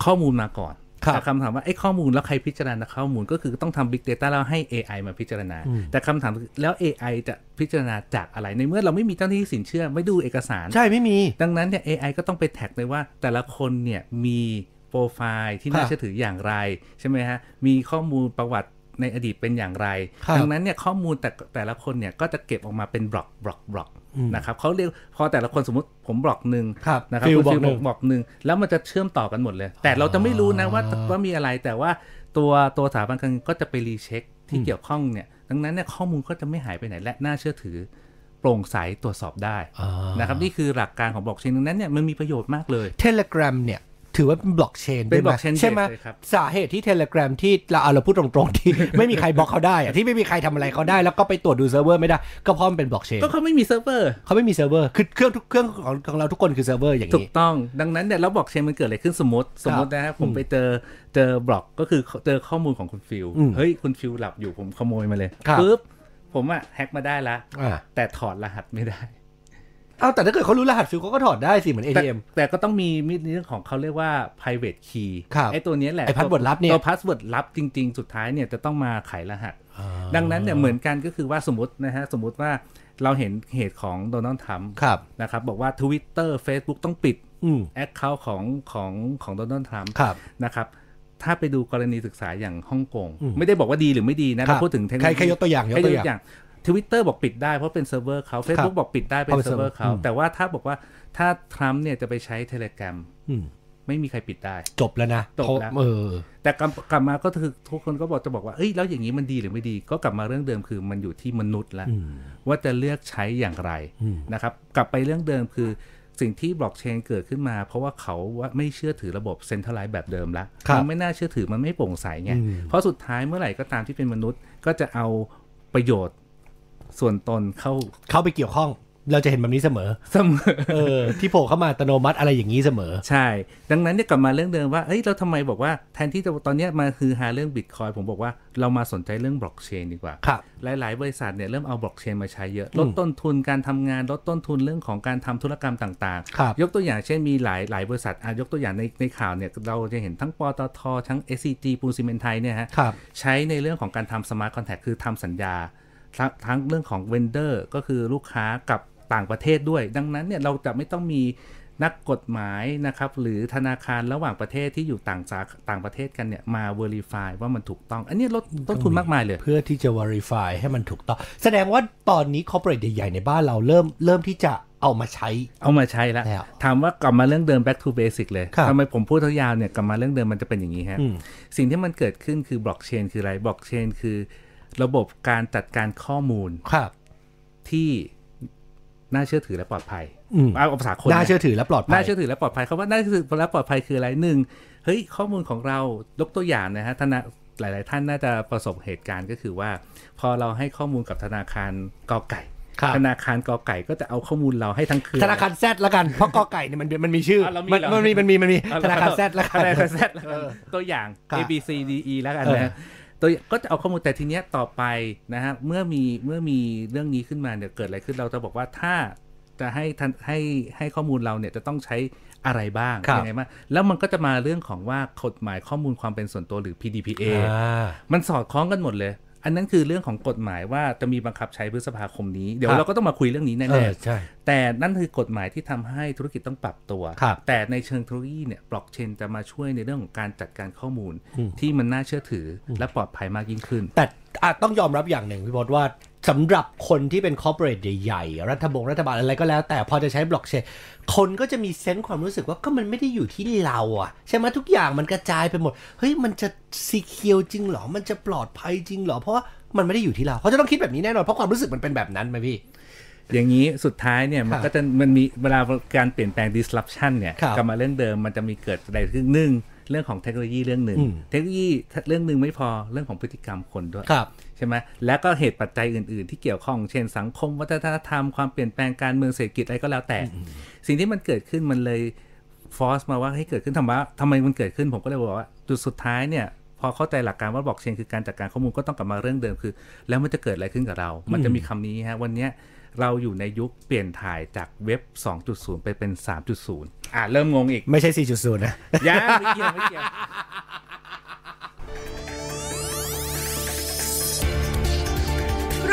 C: ข้อมูลมาก่อน
B: ครับ
C: แต่คำถามว่าไอ้ข้อมูลแล้วใครพิจารณาข้อมูลก็คือต้องทำ Big Data แล้วให้ AI มาพิจารณา แต่คำถามคือแล้ว AI จะพิจารณาจากอะไรในเมื่อเราไม่มีเจ้าหน้าที่สินเชื่อไม่ดูเอกสาร
B: ใช่ไม่มี
C: ดังนั้นเนี่ย AI ก็ต้องไปแท็กเลยว่าแต่ละคนเนี่ยมีโปรไฟล์ที่
B: ครั
C: น่า
B: บ
C: เชื่อถืออย่างไร ใช่ไหมฮะ มีข้อมูลประวัติในอดีตเป็นอย่างไร
B: ครับ
C: ดังนั้นเนี่ยข้อมูลแต่แต่ละคนเนี่ยก็จะเก็บออกมาเป็นบล็อกบล็อกบล็อกนะครับเขาเรียกพอแต่ละคนสมมติผมบล็อกหนึ่ง
B: ครับ
C: นะครับ
B: ฟิล
C: คุณ
B: บล็อกห
C: ฟิล
B: นึ่ง
C: บล็อกหนึ่งแล้วมันจะเชื่อมต่อกันหมดเลย แต่เราจะไม่รู้นะว่าว่ามีอะไรแต่ว่าตัวตัวสถาบันการเงินก็จะไปรีเช็คที่เกี่ยวข้องเนี่ยดังนั้นเนี่ยข้อมูลก็จะไม่หายไปไหนและน่าเชื่อถือ โปร่งใสตรวจสอบได้
B: อ่าน
C: นะครับนี่คือหลักการของบล็อกเชนดังนั้นเนี่ยมันมีประโยชน์มากเลย
B: เทเลกรา m เนี่ยถือว่าเป็นบล็อกเชน
C: เป็น blockchain
B: ใช่ไหม
C: base เลยครับ
B: สาเหตุที่เทเลกรา m ที่เราเอาเราพูดตรงๆ ที่ ไม่มีใครบล็อกเขาได้ อะที่ไม่มีใครทำอะไรเขาได้ แล้วก็ไปตรวจดูเซิร์ฟเวอร์ไม่ได้ ก็เพราะมันเป็นบล็อกเชน
C: ก็เขาไม่มีเซิร์ฟเวอร์
B: เขาไม่มีเซิร์ฟเวอร์คือเครื่องทุกเครื่องของของเราทุกคนคือเซิร์ฟเวอร์อย่าง
C: ถู
B: นี้
C: กต้องดังนั้นเนี่ยแล้วบล็อกเชนมันเกิดอะไรขึ้นสมมติสมมตินะครับผมไปเจอเจอบล็อกก็คือเจอข้อมูลของคุณฟิล
B: อืม
C: เฮ้ยคุณฟิลหลับอยู่ผมขโมยมาเลย
B: ครับ
C: ปุ๊บผมอะแฮ็กมาได้ละ
B: อ่า
C: แต่ถอดรหัสไม่ได้
B: เอาแต่ถ้าเกิดเขารู้รหัสฟิลเขาก็ถอดได้สิเหมือน
C: แต่
B: ATM
C: แต่ก็ต้องมีมิเรื่องของเขาเรียกว่า private key
B: ครับ
C: ไอ้ตัวเนี้ยแหละ
B: ไอ้ password ลับเนี่ย
C: ตัว password ลับจริง ๆ สุดท้ายเนี่ยจะต้องมาไขรหัส ดังนั้นเนี่ยเหมือนกันก็คือว่าสมมตินะฮะสมมติว่าเราเห็นเหตุของโดนัลด์ทรัมป์
B: ครับ
C: นะครับบอกว่า Twitter Facebook ต้องปิด
B: อืม
C: แอคเคาท์ของของของโดนัลด์ทรัมป์
B: ครับ
C: นะครับถ้าไปดูกรณีศึกษาอย่างฮ่องกง
B: อืม
C: ไม่ได้บอกว่าดีหรือไม่ดีนะ
B: ครั
C: เรา
B: บ
C: พูดถึงเทคโน
B: ใคร
C: โลยี
B: ใครยกตัวอย่างยกตัวอย่าง
C: ทวิตเตอร์บอกปิดได้เพราะเป็นเซิร์ฟเวอร์เขาเฟซบุ๊กบอกปิดได้เป็
B: เพ
C: น
B: ราะเป็น
C: เซิร์ฟเวอร์เขา
B: เซิร์ฟเวอร์
C: แต่ว่าถ้าบอกว่าถ้าทรัมป์เนี่ยจะไปใช้เทเลกรม
B: อืม
C: ไม่มีใครปิดได้
B: จบแล้วนะ
C: จบแล้ว
B: เออ
C: แต่กลับกลับมาก็คือทุกคนก็บอกจะบอกว่าเอ้ยแล้วอย่างนี้มันดีหรือไม่ดี ก็กลับมาเรื่องเดิมคือมันอยู่ที่มนุษย์ละว่าจะเลือกใช้อย่างไร
B: อืม
C: นะครับ กลับไปเรื่องเดิมคือสิ่งที่บล็อกเชนเกิดขึ้นมา เพราะว่าเขาว่าไม่เชื่อถือระบบเซ็นทรัลไลซ์แบบเดิมละ
B: ครับ
C: มันไม่น่าเชื่อถือมันไม่โปร่งใสไงเพราะสุดท้ายเมื่อไหร่ก็ตามที่เป็นมนุษย์ก็จะเอาประโยชน์ส่วนตนเข้า
B: เขาไปเกี่ยวข้อง เราจะเห็นแบบนี้เสมอ
C: เสมอ
B: เอ อ ที่โผล่เข้ามาอัตโนมัติอะไรอย่างนี้เสมอ
C: ใช่ ดังนั้นเนี่ยกลับมาเรื่องเดิมว่า เอ้ย เราทำไมบอกว่าแทนที่จะตอนเนี้ยมาคือหาเรื่องบิตคอยผมบอกว่าเรามาสนใจเรื่องบล็อกเชนดีกว่า
B: ครับ
C: หลาย ๆ บริษัทเนี่ยเริ่มเอาบล็อกเชนมาใช้เยอะ
B: อืม
C: ลดต้นทุนการทำงาน ลดต้นทุนเรื่องของการทำธุรกรรมต่าง
B: ครับ
C: ๆ ยกตัวอย่างเช่นมีหลายหลายบริษัทอ่ะยกตัวอย่างในในข่าวเนี่ยเราจะเห็นทั้งปตททั้ง SCG ปูนซีเมนไทยเนี่ยฮะ
B: ครับ
C: ใช้ในเรื่องของการทำสมาร์ทคอนแทคคือทำสัญญาทั้งทั้งเรื่องของเวนเดอร์ก็คือลูกค้ากับต่างประเทศด้วย ดังนั้นเนี่ยเราจะไม่ต้องมีนักกฎหมายนะครับหรือธนาคารระหว่างประเทศที่อยู่ต่างสาต่างประเทศกันเนี่ยมา Verify ว่ามันถูกต้อง อันนี้ลดต้นทุนมากมายเลย
B: เพื่อที่จะ verify ให้มันถูกต้อง แสดงว่าตอนนี้ corporate ใหญ่ๆในบ้านเราเริ่มเริ่มที่จะเอามาใช้
C: เอามาใช้แล้ว
B: แล้ว
C: ถามว่ากลับมาเรื่องเดิม back to basic เลย
B: ครับ
C: ทำไมผมพูดทยาวเนี่ยกลับมาเรื่องเดิมมันจะเป็นอย่างนี้ฮะ
B: อืม
C: สิ่งที่มันเกิดขึ้นคือบล็อกเชนคืออะไรบล็อกเชนคือ ระบบการจัดการข้อมูล
B: ครับ
C: ที่น่าเชื่อถือและปลอดภัย
B: อืม
C: เอาภาษาคน
B: น่าเชื่อ
C: นะ
B: ถือและปลอดภัย
C: น่าเชื่อถือและปลอดภัยคำว่าน่าเชื่อถือและปลอดภัยคืออะไรหนึ่งเฮ้ยข้อมูลของเรายกตัวอย่างนะฮะธนาหลาย ๆ ท่านน่าจะประสบเหตุการณ์ก็คือว่า พอเราให้ข้อมูลกับธนาคารกอไก่
B: ครับ
C: ธนาคารกอไก่ก็จะเอาข้อมูลเราให้ทั้งเครือ
B: ธนาคารแซดละกัน เพราะกอไก่เนี่ยมันมันมีชื่อ
C: อ่ะเรามี
B: มัน
C: เหรอ
B: มันมีมันมีมันมี
C: เอ
B: ธนาคารแซดละกัน
C: ธนาคารแซดละกันตัวอย่าง
B: ครับ
C: A B C D E แล้วกัน
B: เออ
C: นะตัวก็จะเอาข้อมูลแต่ทีเนี้ยต่อไปนะฮะเมื่อมีเมื่อมีเรื่องนี้ขึ้นมาเนี่ยเกิดอะไรขึ้นเราจะบอกว่าถ้าจะให้ทันให้ให้ข้อมูลเราเนี่ยจะต้องใช้อะไรบ้าง
B: ครับ
C: ยัไงบ้างแล้วมันก็จะมาเรื่องของว่ากฎหมายข้อมูลความเป็นส่วนตัวหรือ PDPA
B: อ่า
C: มันสอดคล้องกันหมดเลย อันนั้นคือเรื่องของกฎหมายว่าจะมีบังคับใช้พฤษภาคมนี้เดี๋ย
B: ครั
C: ว
B: บ
C: เราก็ต้องมาคุยเรื่องนี้
B: เอ
C: แน่
B: อ
C: ๆ
B: ใช่
C: แต่นั่นคือกฎหมายที่ทำให้ธุรกิจต้องปรับตัว
B: ครับ
C: แต่ในเชิงเทคโนโลยีเนี่ยบล็อกเชนจะมาช่วยในเรื่องของการจัดการข้อมูล
B: อืม
C: ที่มันน่าเชื่อถืออและปลอดภัยมากยิ่งขึ้น
B: แต่อาจต้องยอมรับอย่างหนึ่งพี่บอสว่าสำหรับคนที่เป็นคอร์เปอเรทใหญ่ๆ รัฐบงรัฐบาลอะไรก็แล้ว แต่พอจะใช้บล็อกเชนคนก็จะมีเซนส์ความรู้สึกว่าก็มันไม่ได้อยู่ที่เราอะใช่ไหมทุกอย่างมันกระจายไปหมด เฮ้ย มันจะซีเคียวจริงเหรอ มันจะปลอดภัยจริงเหรอ เพราะว่ามันไม่ได้อยู่ที่เราเขาจะต้องคิดแบบนี้แน่นอนเพราะความรู้สึกมันเป็นแบบนั้นไหมพี่
C: อย่างนี้สุดท้ายเนี่ยมัน
B: ครับ
C: ก็จะมันมีเวลาการเปลี่ยนแปลง disruption เนี่ย
B: ครับ
C: กลับมาเรื่องเดิมมันจะมีเกิดอะไรขึ้นหนึ่งเรื่องของเทคโนโลยีเรื่องหนึ่ง
B: อืม
C: เทคโนโลยีเรื่องหนึ่งไม่พอเรื่องของพฤติกรรมคนด้วย
B: ครับ
C: ใช่ไหมแล้วก็เหตุปัจจัยอื่น ๆ ที่เกี่ยวข้อง เช่นสังคม วัฒนธรรม ความเปลี่ยนแปลงการเมืองเศรษฐกิจอะไรก็แล้วแต่ สิ่งที่มันเกิดขึ้นมันเลยฟอสมาว่าให้เกิดขึ้นทำไมทำไมมันเกิดขึ้นผมก็เลยบอกว่าจุดสุดท้ายเนี่ย พอเข้าใจหลักการว่าบอกเชนคือการจัดการข้อมูลก็ต้องกลับมาเรื่องเดิมคือ แล้วมันจะเกิดอะไรขึ้นกับเรา มันจะมีคำนี้ฮะวันเนี้ยเราอยู่ในยุคเปลี่ยนถ่ายจากเว็บ 2.0 ไปเป็น 3.0 อ่ะเริ่มงง อีก
B: ไม่ใช่ 4.0 นะ
C: ยังไม่เกี่ยวไม่เกี่ยว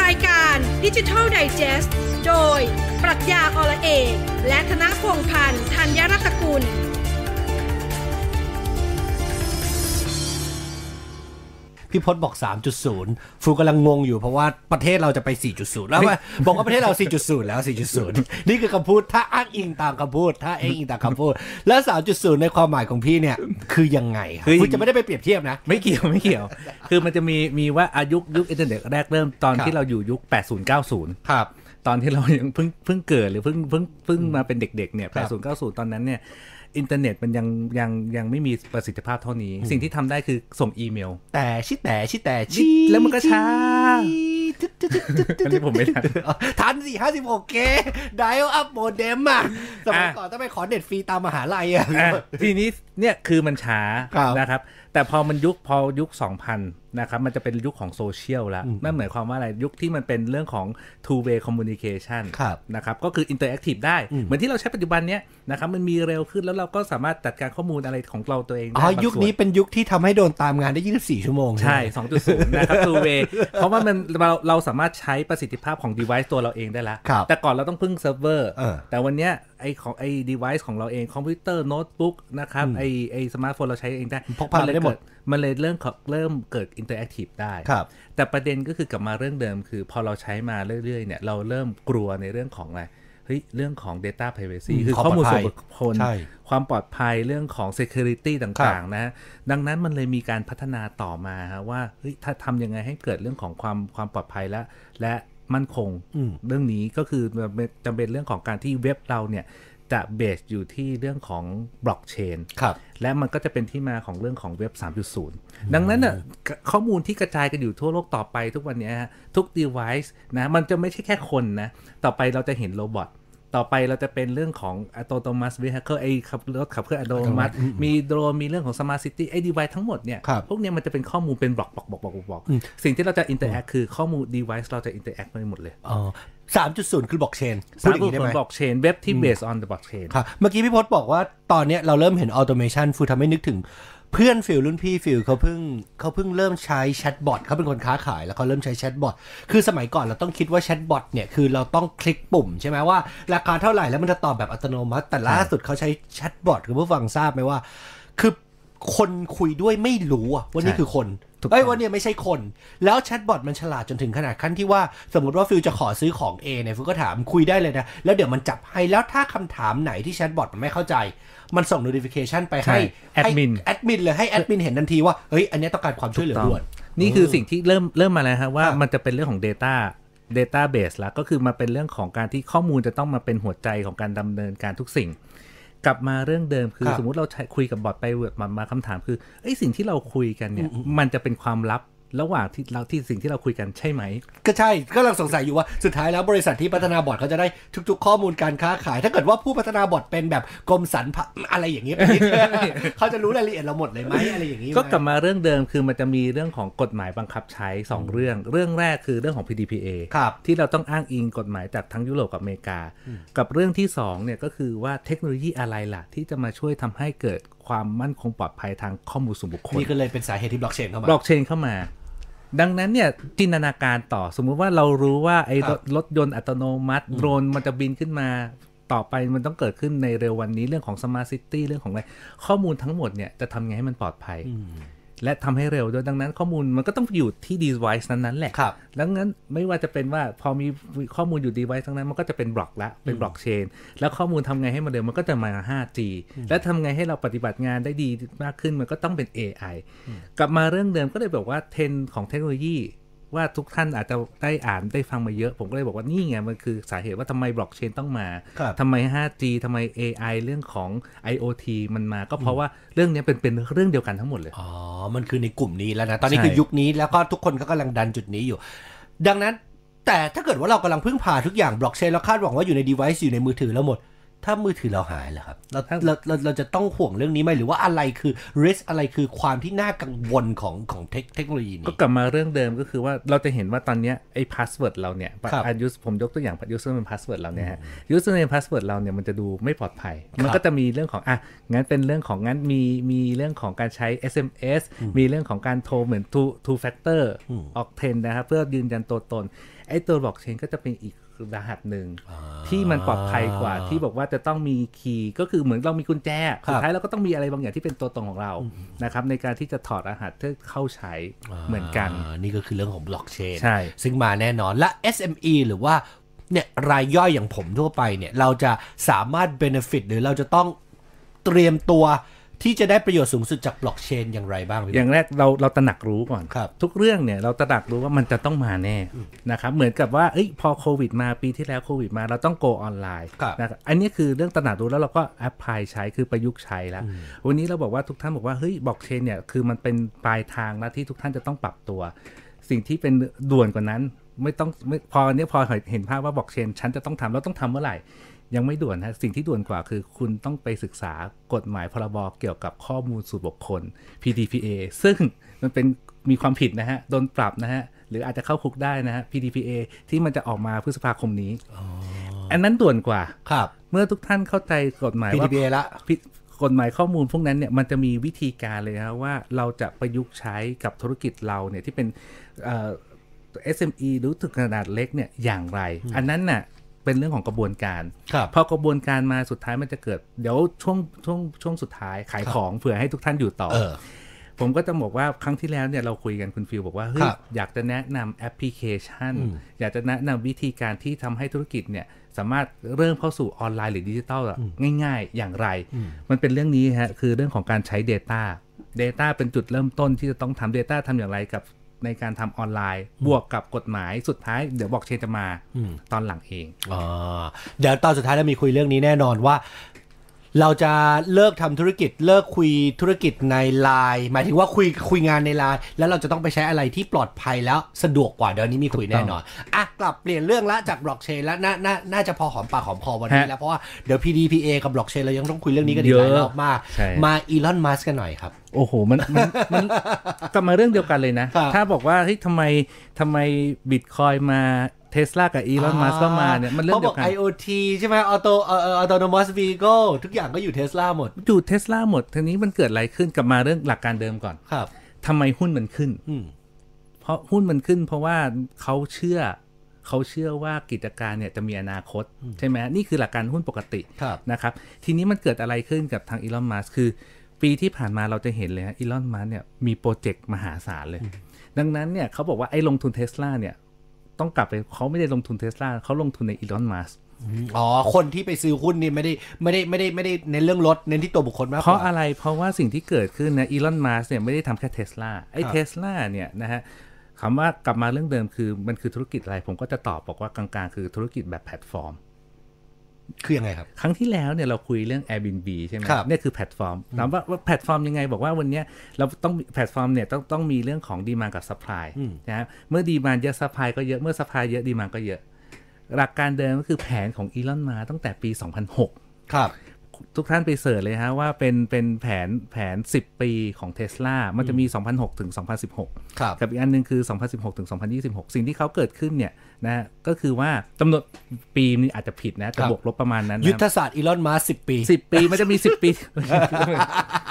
A: รายการดิจิทัลไดจ e s t โดย ปรัชญาอละเอกและธนพงษ์พันธ์ธัญรัตนกุล
B: พี่พศบอก 3.0 ฟูกำลังงงอยู่เพราะว่าประเทศเราจะไป 4.0 แล้วว่าบอกว่าประเทศเรา 4.0 แล้ว 4.0 นี่คือคำพูดถ้าอ้างอิงตามคำพูด ถ้าอ้างอิงตามคำพูด แล้ว 3.0 ในความหมายของพี่เนี่ย คือยังไงครับคุณจะไม่ได้ไปเปรียบเทียบนะ
C: ไม่เกี่ยว ไม่เกี่ยว คือมันจะมีมีว่าอายุยุคอินเทอร์เน็ตแรกเริ่มตอน
B: ครับ
C: ที่เราอยู่ยุค 8090
B: ครับ
C: ตอนที่เรายังเพิ่งเพิ่งเกิดหรือเพิ่งเพิ่งเพิ่งมาเป็นเด็กๆเนี่ย
B: ครับ
C: 80 90 ตอนนั้นเนี่ยอินเทอร์เน็ตมันยังยังยังไม่มีประสิทธิภาพเท่านี้ สิ่งที่ทำได้คือส่งอีเมล
B: แต่ชิแต่ชิแต่ชี
C: แล้วมันก็ช้า
B: จิ๊ดจิ๊ดจิ๊ดจิ๊ดจิ๊ด
C: อันนี้ผมไม่ทัน
B: ทันสี่ห้าสิบหกเกไดลอัพโมเด็มอ่ะสมัย
C: อ่ะ
B: ก่อนต้องไปขอเน็ตฟรีตามมหาลัยอ่ะ
C: อ่ะทีนี้เนี่ยคือมันช้า
B: ครับ
C: นะครับ แต่พอมันยุคพอยุค 2000 นะครับ มันจะเป็นยุคของโซเชียลแล้ว
B: อืม
C: นั่นหมายความว่าอะไรยุคที่มันเป็นเรื่องของ two way communication
B: ครับ
C: นะครับ ก็คือ interactive ได้
B: อืม
C: เหมือนที่เราใช้ปัจจุบันเนี้ยนะครับมันมีเร็วขึ้นแล้วเราก็สามารถจัดการข้อมูลอะไรของเราตัวเอง
B: อ๋อบ
C: ได้างส่ว
B: ยุคนี้เป็นยุคที่ทำให้โดนตามงานได้ 24 ชั่วโมง
C: ใช่
B: ไหม
C: 2.0 นะครับ two way เพราะว่ามันเราเราสามารถใช้ประสิทธิภาพของ device ตัวเราเองได้แล้ว
B: ครับ
C: แต่ก่อนเราต้องพึ่งเซิร์ฟเวอร์
B: เออ
C: แต่วันเนี้ยไอของไอ device ของเราเองคอมพิวเตอร์โน้ตบุ๊กนะครับไอไอสมาร์ทโฟนเราใช้เองได้
B: พกพาไปได้หมด
C: มันเลยเริ่มเขาเริ่มเกิด interactive ได้
B: ครับ
C: แต่ประเด็นก็คือกลับมาเรื่องเดิมคือ พอเราใช้มาเรื่อยๆเนี่ยเราเริ่มกลัวในเรื่องของอะไรเฮ้ยเรื่องของ Data Privacy
B: อืม
C: คือ
B: ความ
C: ข้อมู
B: ป
C: ล
B: ลอดภั
C: ส่วย นบุคคล
B: ใช่
C: ความปลอดภัยเรื่องของ Security ต
B: ครั่
C: าง
B: บ
C: ๆนะดังนั้นมันเลยมีการพัฒนาต่อมาฮะว่าเฮ้ยถ้าทำยังไงให้เกิดเรื่องของความความปลอดภัยและและมั่นคง เรื่องนี้ก็คือจำเป็นเรื่องของการที่เว็บเราเนี่ย จะเบสอยู่ที่เรื่องของบล็อกเชน
B: ครับ
C: และมันก็จะเป็นที่มาของเรื่องของเว็บ 3.0 ดังนั้นน่ะกะข้อมูลที่กระจายกันอยู่ทั่วโลกต่อไปทุกวันเนี้ยฮะทุก device นะมันจะไม่ใช่แค่คนนะ ต่อไปเราจะเห็นโรบอทต่อไปเราจะเป็นเรื่องของ autonomous vehicle ไอ้ขับรถขับเคลื่อนอัตโนมัติ มีโดรนมีเรื่องของ smart city ไอ้ device ทั้งหมดเนี่ย
B: ครับ
C: พวกเนี้ยมันจะเป็นข้อมูลเป็นบล็อกบล็อกบล็อกบล็อกบล็อกสิ่งที่เราจะ interact คือข้อมูล device เราจะ interact ไปหมดเลย
B: อ๋อสามจุดศูนย์คือบล็อกเชนพูดอย่างนี้ได้ไหม
C: บล็อกเชนเว็บที่ based on the blockchain
B: ครับเมื่อกี้พี่พศบอกว่าตอนเนี้ยเราเริ่มเห็นออโตเมชันฟูทำให้นึกถึง เพื่อนฟิลรุ่นพี่ฟิลเขาเพิ่งเขาเพิ่งเริ่มใช้แชทบอทเขาเป็นคนค้าขายแล้วเขาเริ่มใช้แชทบอทคือสมัยก่อนเราต้องคิดว่าแชทบอทเนี่ยคือเราต้องคลิกปุ่มใช่ไหมว่าราคาเท่าไหร่แล้วมันจะตอบแบบอัตโนมัติ แต่ล่าสุดเขาใช้แชทบอทคุณผู้ฟังทราบไหมว่า คือคนคุยด้วยไม่รู้อะว่านี่คือคน
C: ถูกต้อง
B: เอ้ยวันนี้ไม่ใช่คน แล้วแชทบอทมันฉลาดจนถึงขนาดขั้นที่ว่า สมมติว่าฟิลจะขอซื้อของ A เนี่ยฟิลก็ถามคุยได้เลยนะ แล้วเดี๋ยวมันจับให้แล้วถ้าคำถามไหนที่แชทบอทมันไม่เข้าใจ มันส่ง notification ไปให้
C: ใช่ admin
B: ให้แอดมินเลยให้แอดมินเห็นทันทีว่า เฮ้ย อันเนี้ยต้องการความช่วยเหลือ
C: ถู
B: ด่
C: กต้
B: ว
C: อน งนี่คือสิ่งที่เริ่มเริ่มมาแล้วฮะว่ามันจะเป็นเรื่องของ Data Database แล้วก็คือมาเป็นเรื่องของการที่ข้อมูลจะต้องมาเป็นหัวใจของการดำเนินการทุกสิ่ง กลับมาเรื่องเดิมคือ
B: ครับ
C: สมมุติเราใช้คุยกับบอทไปเวิร์ดมามาคำถามคือไอ้ยสิ่งที่เราคุยกันเนี่ยมันจะเป็นความลับระหว่างที่เราที่สิ่งที่เราคุยกันใช่ไหม
B: ก็ใช่ก็ลังสงสัยอยู่ว่าสุดท้ายแล้วบริษัทที่พัฒนาบอทเขาจะได้ทุก ๆ ข้อมูลการค้าขาย ถ้าเกิดว่าผู้พัฒนาบอทเป็นแบบกรมสรรพอะไรอย่างเงี้ ย เขาจะรู้รายละเอียดเราหมดเลยไหมอะไรอย่างงี้ไหม
C: ก็กลับมาเรื่องเดิมคือมันจะมีเรื่องของกฎหมายบังคับใช้ 2 เรื่อง เรื่องแรกคือเรื่องของ PDPA
B: ครับ
C: ที่เราต้องอ้างอิงกฎหมายจากทั้งยุโรปกับอเมริกา กับเรื่องที่2เนี่ยก็คือว่าเทคโนโลยีอะไรล่ะ ที่จะมาช่วยทำให้เกิดความมั่นคงปลอดภัยทางข้อมูลส่วนบุคคล
B: นี่ก็เลยเป็นสาเหตุที่บล็อกเชนเข้ามา
C: บล็อกเชนเข้ามา ดังนั้นเนี่ยจินตนาการต่อสมมุติว่าเรารู้ว่าไอ้
B: ครับ
C: รถยนต์อัตโนมัติ โดรนมันจะบินขึ้นมาต่อไปมันต้องเกิดขึ้นในเร็ววันนี้เรื่องของสมาร์ทซิตี้เรื่องของอะไร ข้อมูลทั้งหมดเนี่ยจะทำไงให้มันปลอดภัย และทำให้เร็วด้วยดังนั้นข้อมูลมันก็ต้องอยู่ที่ device นั้นๆแหละ
B: ครับ
C: ดังนั้นไม่ว่าจะเป็นว่าพอมีข้อมูลอยู่ดีไว้ทั้งนั้นมันก็จะเป็นบล็อกละเป็นบล็อกเชน แล้วข้อมูลทำไงให้มันเร็วมันก็จะมา 5G และทำไงให้เราปฏิบัติงานได้ดีมากขึ้นมันก็ต้องเป็น AI กลับมาเรื่องเดิมก็เลยบอกว่าเทรนด์ของเทคโนโลยี ว่าทุกท่านอาจจะได้อ่านได้ฟังมาเยอะ ผมก็เลยบอกว่านี่ไงมันคือสาเหตุว่าทำไมบล็อกเชนต้องมา
B: ครับ
C: ทำไม 5G ทำไม AI เรื่องของ IoT มันมา ก็เพราะว่าเรื่องเนี้ยเป็นเป็นเรื่องเดียวกันทั้งหมดเลย
B: อ๋อ มันคือในกลุ่มนี้แล้วนะ ตอนนี้คือ
C: ใช่
B: ยุคนี้แล้วก็ทุกคนก็กำลังดันจุดนี้อยู่ ดังนั้นแต่ถ้าเกิดว่าเรากำลังพึ่งพาทุกอย่างบล็อกเชนแล้วคาดหวังว่าอยู่ใน device อยู่ในมือถือเราหมด ถ้ามือถือเราหายเหรอครับ เราเราเราเราจะต้องห่วงเรื่องนี้ไหมหรือว่าอะไรคือ risk อะไรคือความที่น่ากังวลของของเทคเทคโนโลยี
C: ก็
B: นี้
C: กลับมาเรื่องเดิมก็คือว่าเราจะเห็นว่าตอนเนี้ยไอ้พาสเวิร์ดเราเนี่ย
B: ครับ
C: อายุผมยกตัวอย่างยูสเซอร์เนมพาสเวิร์ดเราเนี่ยฮะยูสเซอร์เนมพาสเวิร์ดเราเนี่ยมันจะดูไม่ปลอดภัย มันก็จะมีเรื่องของอ่ะงั้นเป็นเรื่องของงั้นมีมีเรื่องของการใช้ SMS มีเรื่องของการโทรเหมือน two two factor ออกเทนนะครับเพื่อยืนยันตัวตนไอ้ตัวบล็อกเชนก็จะเป็นอีกรหัสหนึ่งที่มันปลอดภัยกว่าที่บอกว่าจะต้องมีคีย์ก็คือเหมือนเรามีกุญแจ
B: ครับ
C: สุดท้ายเราก็ต้องมีอะไรบางอย่างที่เป็นตัวตนของเรานะครับในการที่จะถอดรหัสเพื่อเข้าใช้เหมือนกัน
B: อ่านี่ก็คือเรื่องของบล็อกเชน
C: ใช่
B: ซึ่งมาแน่นอนและ SME หรือว่าเนี่ยรายย่อยอย่างผมทั่วไปเนี่ยเราจะสามารถ benefit หรือเราจะต้องเตรียมตัวที่จะได้ประโยชน์สูงสุดจากบล็อกเชนอย่างไรบ้างพี่
C: อย่างแรกเราเราตระหนักรู้ก่อน
B: ครับ
C: ทุกเรื่องเนี่ยเราตระหนักรู้ว่ามันจะต้องมาแน่นะครับเหมือนกับว่าเอ้ยพอโควิดมาปีที่แล้วโควิดมาเราต้องโกออนไลน์
B: ครับ
C: นะครับอันนี้คือเรื่องตระหนักรู้แล้วเราก็แอพพลายใช้คือประยุกต์ใช้แล้ว วันนี้เราบอกว่าทุกท่านบอกว่าเฮ้ยบล็อกเชนเนี่ยคือมันเป็นปลายทางนะที่ทุกท่านจะต้องปรับตัว สิ่งที่เป็นด่วนกว่านั้นไม่ต้องไม่พอเนี้ยพอเห็นภาพว่าบล็อกเชนฉันจะต้องทำแล้วต้องทำเมื่อไหร่ ยังไม่ด่วนฮะสิ่งที่ด่วนกว่าคือคุณต้องไปศึกษากฎหมายพรบเกี่ยวกับข้อมูลส่วนบุคคล PDPA ซึ่งมันเป็นมีความผิดนะฮะ โดนปรับนะฮะ หรืออาจจะเข้าคุกได้นะฮะ PDPA ที่มันจะออกมาพฤษภาคมนี้ อันนั้นด่วนกว่า
B: ครับ
C: เมื่อทุกท่านเข้าใจกฎหมายว่า
B: PDPA ละ
C: พิกฎหมายข้อมูลพวกนั้นเนี่ยมันจะมีวิธีการเลยนะว่าเราจะประยุกต์ใช้กับธุรกิจเราเนี่ยที่เป็นเอ่อ SME หรือถึงขนาดเล็กเนี่ยอย่างไร อันนั้นน่ะเป็นเรื่องของกระบวนการ
B: ครับ
C: พอกระบวนการมาสุดท้ายมันจะเกิด เดี๋ยวช่วงช่วงช่วงสุดท้ายขายของเผื่อให้ทุกท่านอยู่ต่อ
B: เออ
C: ผมก็จะบอกว่าครั้งที่แล้วเนี่ยเราคุยกันคุณฟิลบอกว่าเฮ้
B: ค
C: ย
B: รับ
C: อยากจะแนะนำแอปพลิเคชัน อยากจะแนะนำวิธีการที่ทำให้ธุรกิจเนี่ยสามารถเริ่มเข้าสู่ออนไลน์หรือดิจิทัลอะง่ายๆ อย่างไร มันเป็นเรื่องนี้ฮะคือเรื่องของการใช้ Data Data เป็นจุดเริ่มต้นที่จะต้องทำ Data ทำอย่างไรกับ ในการทำออนไลน์ บวกกับกฎหมายสุดท้ายเดี๋ยวบอกเชนจะมาตอนหลังเอง
B: อ่าเดี๋ยวตอนสุดท้ายเรามีคุยเรื่องนี้แน่นอนว่า เราจะเลิกทำธุรกิจ เลิกคุยธุรกิจในไลน์หมายถึงว่าคุยคุยงานในไลน์แล้วเราจะต้องไปใช้อะไรที่ปลอดภัยแล้วสะดวกกว่าเดี๋ยวนี้มีคุยแน่นอนอ่ะกลับเปลี่ยนเรื่องละจากบล็อกเชนแล้วน่าน่าน่าจะพอหอมปากหอมคอวันนี้
C: ฮะ
B: แล้วเพราะว่าเดี๋ยว PDPA กับบล็อกเชนเรายังต้องคุยเรื่องนี้กันอีกหลาย
C: เยอะ
B: รอบมาก
C: ใช่
B: มาอีลอนมัสกันหน่อยครับ
C: โอ้โห มันมันมันกลับมาเรื่องเดียวกันเลยนะ
B: ครับ
C: ถ้าบอกว่าเฮ้ยทำไมทำไมบิตคอยมาเทสลากับอีลอนมัสก็มาเนี่ย มันเรื่อ
B: ขา
C: ง
B: บ
C: เดี
B: อย ก
C: วกัน
B: IoT ใช่ไหมออโตเอ่อออโตโนมัสวีโก้ทุกอย่างก็อยู่เทสลาหมด
C: อยู่เทสลาหมดทีนี้มันเกิดอะไรขึ้นกลับมาเรื่องหลักการเดิมก่อน
B: ครับ
C: ทำไมหุ้นมันขึ้น
B: อืม
C: เพราะหุ้นมันขึ้นเพราะว่าเขาเชื่อเขาเชื่อว่ากิจการเนี่ยจะมีอนาคต ใช่ไหมนี่คือหลักการหุ้นปกติ
B: ครับ
C: นะครับ ทีนี้มันเกิดอะไรขึ้นกับทางอีลอนมัสคือ ปีที่ผ่านมาเราจะเห็นเลยฮะอีลอนมัสเนี่ยมีโปรเจกต์มหาศาลเลย ดังนั้นเนี่ยเขาบอกว่าไอ้ลงทุนเทสลาเนี่ยต้องกลับไปเขาไม่ได้ลงทุนเทสลาเขาลงทุนในอีลอนมัส
B: อ๋อ คนที่ไปซื้อหุ้นนี่ไม่ได้ไม่ได้ไม่ได้ไม่ได้เน้นเรื่องรถเน้นที่ตัวบุคคลมาก
C: เพ
B: กว่า
C: ราะอะไรเพราะว่าสิ่งที่เกิดขึ้นนะอีลอนมัสเนี่ยไม่ได้ทำแค่เทสลาไอ้เทสลาเนี่ยนะฮะคำว่ากลับมาเรื่องเดิมคือมันคือธุรกิจอะไร ผมก็จะตอบบอกว่ากลางๆคือธุรกิจแบบแพลตฟอร์ม
B: คือยังไงครับ
C: ครั้งที่แล้วเนี่ยเราคุยเรื่อง Airbnb ใช่ไหม
B: ครับ
C: เนี่ยคือแพลตฟอร์มถามว่าว่าแพลตฟอร์มยังไง บอกว่าวันเนี้ยเราต้องแพลตฟอร์มเนี่ยต้องต้องมีเรื่องของดีมากับซัพพลาย
B: อืม
C: นะครับเมื่อดีมาเยอะซัพพลายก็เยอะเมื่อซัพพลายเยอะดีมาก็เยอะ หลักการเดิมก็คือแผนของอีลอนมาตั้งแต่ปี 2006
B: ครับ
C: ทุกท่านไปเสิร์ชเลยฮะว่าเป็นเป็นแผนแผน 10 ปีของเทสลามันจะมี 2006 ถึง 2016
B: ครับ
C: กับอีกอันหนึ่งคือ 2016 ถึง 2026 สิ่งที่เขาเกิดขึ้นเนี่ยนะก็คือว่าจำนวนปีนี้อาจจะผิดนะแต่
B: ครับ
C: บวกลบประมาณนั้นนะ
B: ยุทธศาสตร์อีลอนมัสสิบปี
C: สิบปีมันจะมีสิบ ปี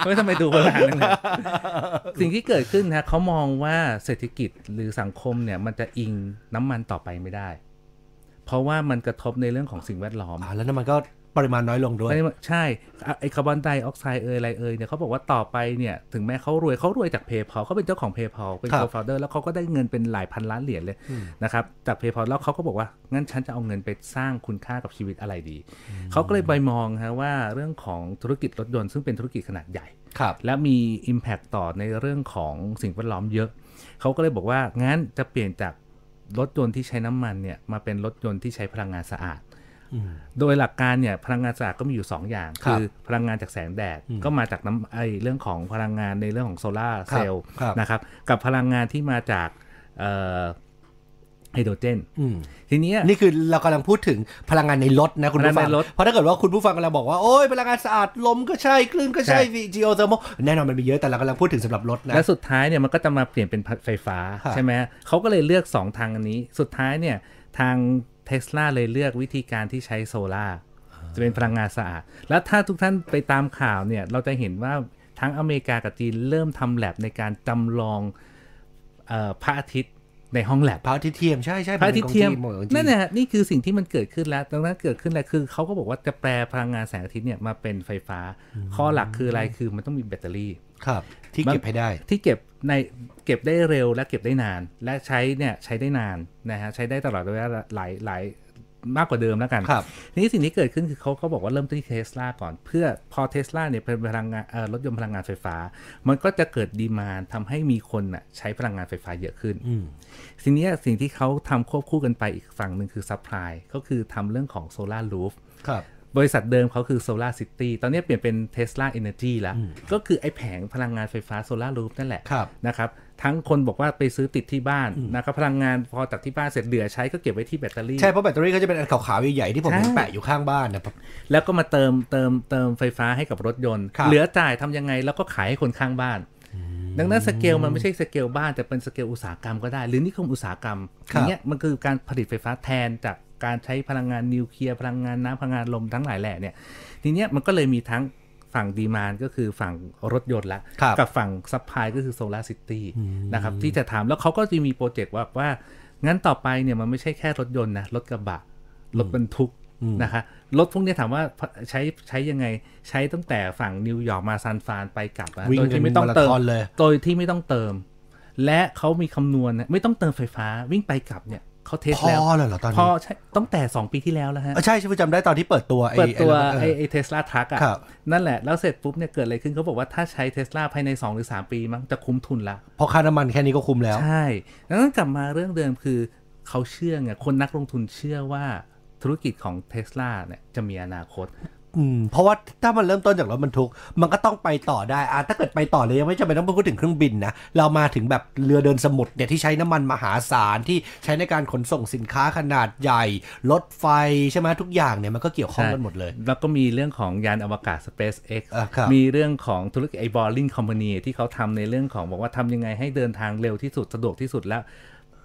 C: ไม่ทำไมดูโบราณนั่นนะสิ่งที่เกิดขึ้นนะเขามองว่าเศรษฐกิจหรือสังคมเนี่ย มันจะอิงน้ำมันต่อไปไม่ได้ เพราะว่ามันกระทบในเรื่องของสิ่งแวดล้อม
B: อ่า แล้วน้ำมันก็ปริมาณน้อยลงด้วย
C: ไม่ว่าใช่อ่ะไอคาร์บอนไดออกไซด์เอยอะไรเอยเนี่ยเขาบอกว่าต่อไปเนี่ยถึงแม้เขารวยเขารวยจากเพย์พ l เขาเป็นเจ้าของเพย์พ l เป็น
B: ครับ
C: โคฟาเดอร์แล้วเขาก็ได้เงินเป็นหลายพันล้านเหรียญเลยนะครับจากเพย์พ l แล้วเขาก็บอกว่างั้นฉันจะเอาเงินไปสร้างคุณค่ากับชีวิตอะไรดี เขาก็เลยไปมองฮะว่าเรื่องของธุรกิจรถยนต์ซึ่งเป็นธุรกิจขนาดใหญ่
B: ครับ
C: และมี Impact ต่อในเรื่องของสิ่งแวดล้อมเยอะ เขาก็เลยบอกว่า งั้นจะเปลี่ยนจากรถยนต์ที่ใช้น้ำมันเนี่ยมาเป็นรถยนต์ที่ใช้พลังงานสะอาด โดยหลักการเนี่ยพลังงานสะอาดก็มีอยู่ 2 อย่าง
B: ครับ
C: คือพลังงานจากแสงแดดก็มาจากน้ำไอเรื่องของพลังงานในเรื่องของโซลาร์เซลล์
B: ครับ
C: นะครับกับพลังงานที่มาจากเอ่อไฮโดรเจน
B: อืม
C: ทีเนี้ย
B: นี่คือเรากำลังพูดถึงพลังงานในรถนะคุณผู้ฟั
C: พลั
B: ง
C: งงานในรถ
B: เพราะถ้าเกิดว่าคุณผู้ฟังกำลังบอกว่า โอ้ยพลังงานสะอาดลมก็ใช่คลื่นก็ใช่
C: ใช่
B: จีโอเทอร์โมแน่นอนมันมีเยอะแต่เรากำลังพูดถึงสำหรับรถนะ
C: และสุดท้ายเนี่ยมันก็จะมาเปลี่ยนเป็นไฟฟ้า
B: ครับ
C: ใช่ไหมเขาก็เลยเลือก 2 ทางอันนี้ สุดท้ายเนี่ยทางเทสลาเลยเลือกวิธีการที่ใช้โซลา่าร์จะเป็นพลังงานสะอาด และถ้าทุกท่านไปตามข่าวเนี่ยเราจะเห็นว่าทั้งอเมริกากับจีนเริ่มทำแลบในการจำลองเออพระอาทิตย์ในห้องแลบ
B: พระอาทิตย์เทียมใช่ใช่
C: พระอาทิตย์เทียม
B: นั่
C: นั่
B: น
C: น
B: แหละ
C: แหละนี่คือสิ่งที่มันเกิดขึ้นแล้วดังนั้นเกิดขึ้นแล้วคือเขาก็บอกว่าจะแปลพลังงานแสงอาทิตย์เนี่ยมาเป็นไฟฟ้า ข้อหลักคืออะไรคือมันต้องมีแบตเตอรี่
B: ครับ ที่เก็บให้ได้
C: ที่เก็บในเก็บได้เร็วและเก็บได้นาน และใช้เนี่ยใช้ได้นานนะฮะใช้ได้ตลอดระยะหลายหลายมากกว่าเดิมแล้วกัน
B: ครับ
C: ทีนี้สิ่งที่เกิดขึ้นคือเขาก็บอกว่าเริ่มที่เทสลาก่อน เพื่อพอเทสลาเนี่ยเป็นพลังงานเอ่อรถยนต์พลังงานไฟฟ้า มันก็จะเกิดดีมานทำให้มีคนน่ะใช้พลังงานไฟฟ้าเยอะขึ้น
B: อืม
C: ทีเนี้ยสิ่งที่เขาทำควบคู่กันไปอีกฝั่งหนึ่งคือซัพพลายก็คือทำเรื่องของโซลารูฟ
B: ครับ
C: บริษัทเดิมเขาคือ Solar City ตอนนี้เปลี่ยนเป็น Tesla Energy แล้ว ก็คือไอ้แผงพลังงานไฟฟ้า Solar Roof นั่นแหละ
B: ครับ
C: นะครับ ทั้งคนบอกว่าไปซื้อติดที่บ้านนะครับพลังงานพอจากที่บ้านเสร็จเหลือใช้ก็เก็บไว้ที่แบตเตอรี่
B: ใช่เพราะแบตเตอรี่ก็จะเป็นอันขาวๆใหญ่ๆที่ผมเห็น
C: ใช่
B: แปะอยู่ข้างบ้านนะครับ
C: แล้วก็มาเติมเติมเติมไฟฟ้าให้กับรถยนต์
B: ครับ
C: เหลือจ่ายทำยังไงแล้วก็ขายให้คนข้างบ้าน ดังนั้นสเกลมันไม่ใช่สเกลบ้านแต่เป็นสเกลอุตสาหกรรมก็ได้ หรือนิคมอุตสาหกรรมอย่างเงี้ยมันคือการผลิตไฟฟ้าแทนจากการใช้พลังงานนิวเคลียร์พลังงานน้ำพลังงานลมทั้งหลายแหล่เนี่ยทีเนี้ยมันก็เลยมีทั้งฝั่งดีมานก็คือฝั่งรถยนต์ละ
B: ครับ
C: กับฝั่งซัพพลายก็คือโซลาร์ซิตี้นะครับที่จะถามแล้วเขาก็จะมีโปรเจกต์ว่าว่า งั้นต่อไปเนี่ยมันไม่ใช่แค่รถยนต์นะรถกระบะ รถบรรทุกนะคะรถพวกเนี้ยถามว่าใช้ใช้ยังไงใช้ตั้งแต่ฝั่งนิวยอร์กมาซานฟรานไปกลับอะ
B: วิ่ง
C: โดยที่ไม่ต้องเติ
B: เป็น
C: ม
B: มาราธอนเลย
C: โดยที่ไม่ต้องเติม และเขามีคำนวณนะไม่ต้องเติมไฟฟ้าวิ่งไปกลับเนี่ย เขาเทส
B: พอ
C: แล้ว
B: เลยเหรอตอน
C: พอ
B: นี้
C: ใช่ตั้งแต่สองปีที่แล้วแล้วฮะ
B: เออใช่ใช่ผมจำได้ตอนที่เปิดตัวไอ้
C: เปิดตัว
B: ไอ้รถเออ
C: ไอ้ไอ้เทสลาทรัคอะ
B: ครับ
C: นั่นแหละ แล้วเสร็จปุ๊บเนี่ยเกิดอะไรขึ้นเขาบอกว่าถ้าใช้เทสลาภายใน 2 หรือ 3 ปีมั้งจะคุ้มทุนละ
B: พอค่าน้ำมันแค่นี้ก็คุ้มแล้ว
C: ใช่ดังนั้นกลับมาเรื่องเดิมคือเขาเชื่อไงคนนักลงทุนเชื่อว่าธุรกิจของเทสลาเนี่ยจะมีอนาคต
B: อืมเพราะว่าถ้ามันเริ่มต้นจากรถบรรทุก มันก็ต้องไปต่อได้อ่ะถ้าเกิดไปต่อเลยยังไม่จำเป็นต้องพูดถึงเครื่องบินนะ เรามาถึงแบบเรือเดินสมุทรเนี่ยที่ใช้น้ำมันมหาศาลที่ใช้ในการขนส่งสินค้าขนาดใหญ่ รถไฟใช่ไหมทุกอย่างเนี่ยมันก็เกี่ยวข้องกันหมดเลย
C: แล้วก็มีเรื่องของยานอวกาศ SpaceX
B: อ่ะครับ
C: มีเรื่องของธุรกิจไอ้บอลลิงคอมพานีที่เขาทำในเรื่องของบอกว่าทำยังไงให้เดินทางเร็วที่สุดสะดวกที่สุดและ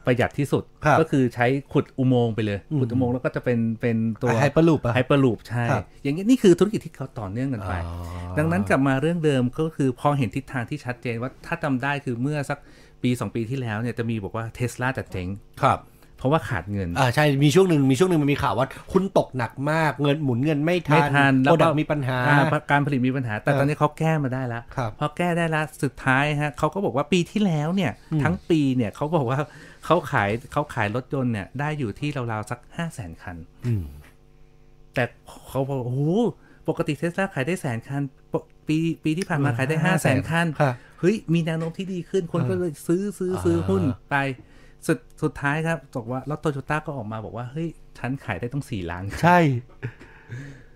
C: ประหยัดที่สุด
B: ครับ
C: ก็คือใช้ขุดอุโมงค์ไปเลย ขุดอุโมงค์แล้วก็จะเป็นเป็นตัว
B: Hyperloop อะ
C: ไฮเปอร์ลูปใช่
B: ครับ
C: อย่างนี้นี่คือธุรกิจที่เขาต่อเนื่องกันไป
B: อ๋อ
C: ดังนั้นกลับมาเรื่องเดิมก็คือพอเห็นทิศทางที่ชัดเจนว่าถ้าจำได้คือเมื่อสักปี 2 ปีที่แล้วเนี่ยจะมีบอกว่าเทสลาจะเจ๊ง
B: ครับ
C: เพราะว่าขาดเงิน
B: อ่าใช่มีช่วงหนึ่งมีช่วงหนึ่งมันมีข่าวว่าหุ้นตกหนักมากเงินหมุนเงินไม่ทั
C: ไม่ทัน
B: โปรดักมีปัญหา
C: อ่การผลิตมีปัญหา แต่ตอนนี้เขาแก้มาได้แล้ว
B: ครับ
C: พอแก้ได้แล้วสุดท้ายฮะเขาก็บอกว่าปีที่แล้วเนี่ยทั้งปีเนี่ยเขาบอกว่าเขาขายเขาขายรถยนต์เนี่ยได้อยู่ที่ราวๆสักห้าแสนคัน
B: อืม
C: แต่เขาบอกโอ้โหปกติเทสลาขายได้แสนคันปกปีปีที่ผ่านมาขายได้ห้าแสนคัน
B: ค่ะ
C: เฮ้ย มีแนวโน้มที่ดีขึ้น คนก็เลยซื้อซื้อ
B: อ่า
C: ซื้อหุ้นไป สุดสุดท้ายครับบอกว่าแล้วโตโยต้าก็ออกมาบอกว่าเฮ้ยฉันขายได้ต้องสี่ล้านคัน
B: ใช่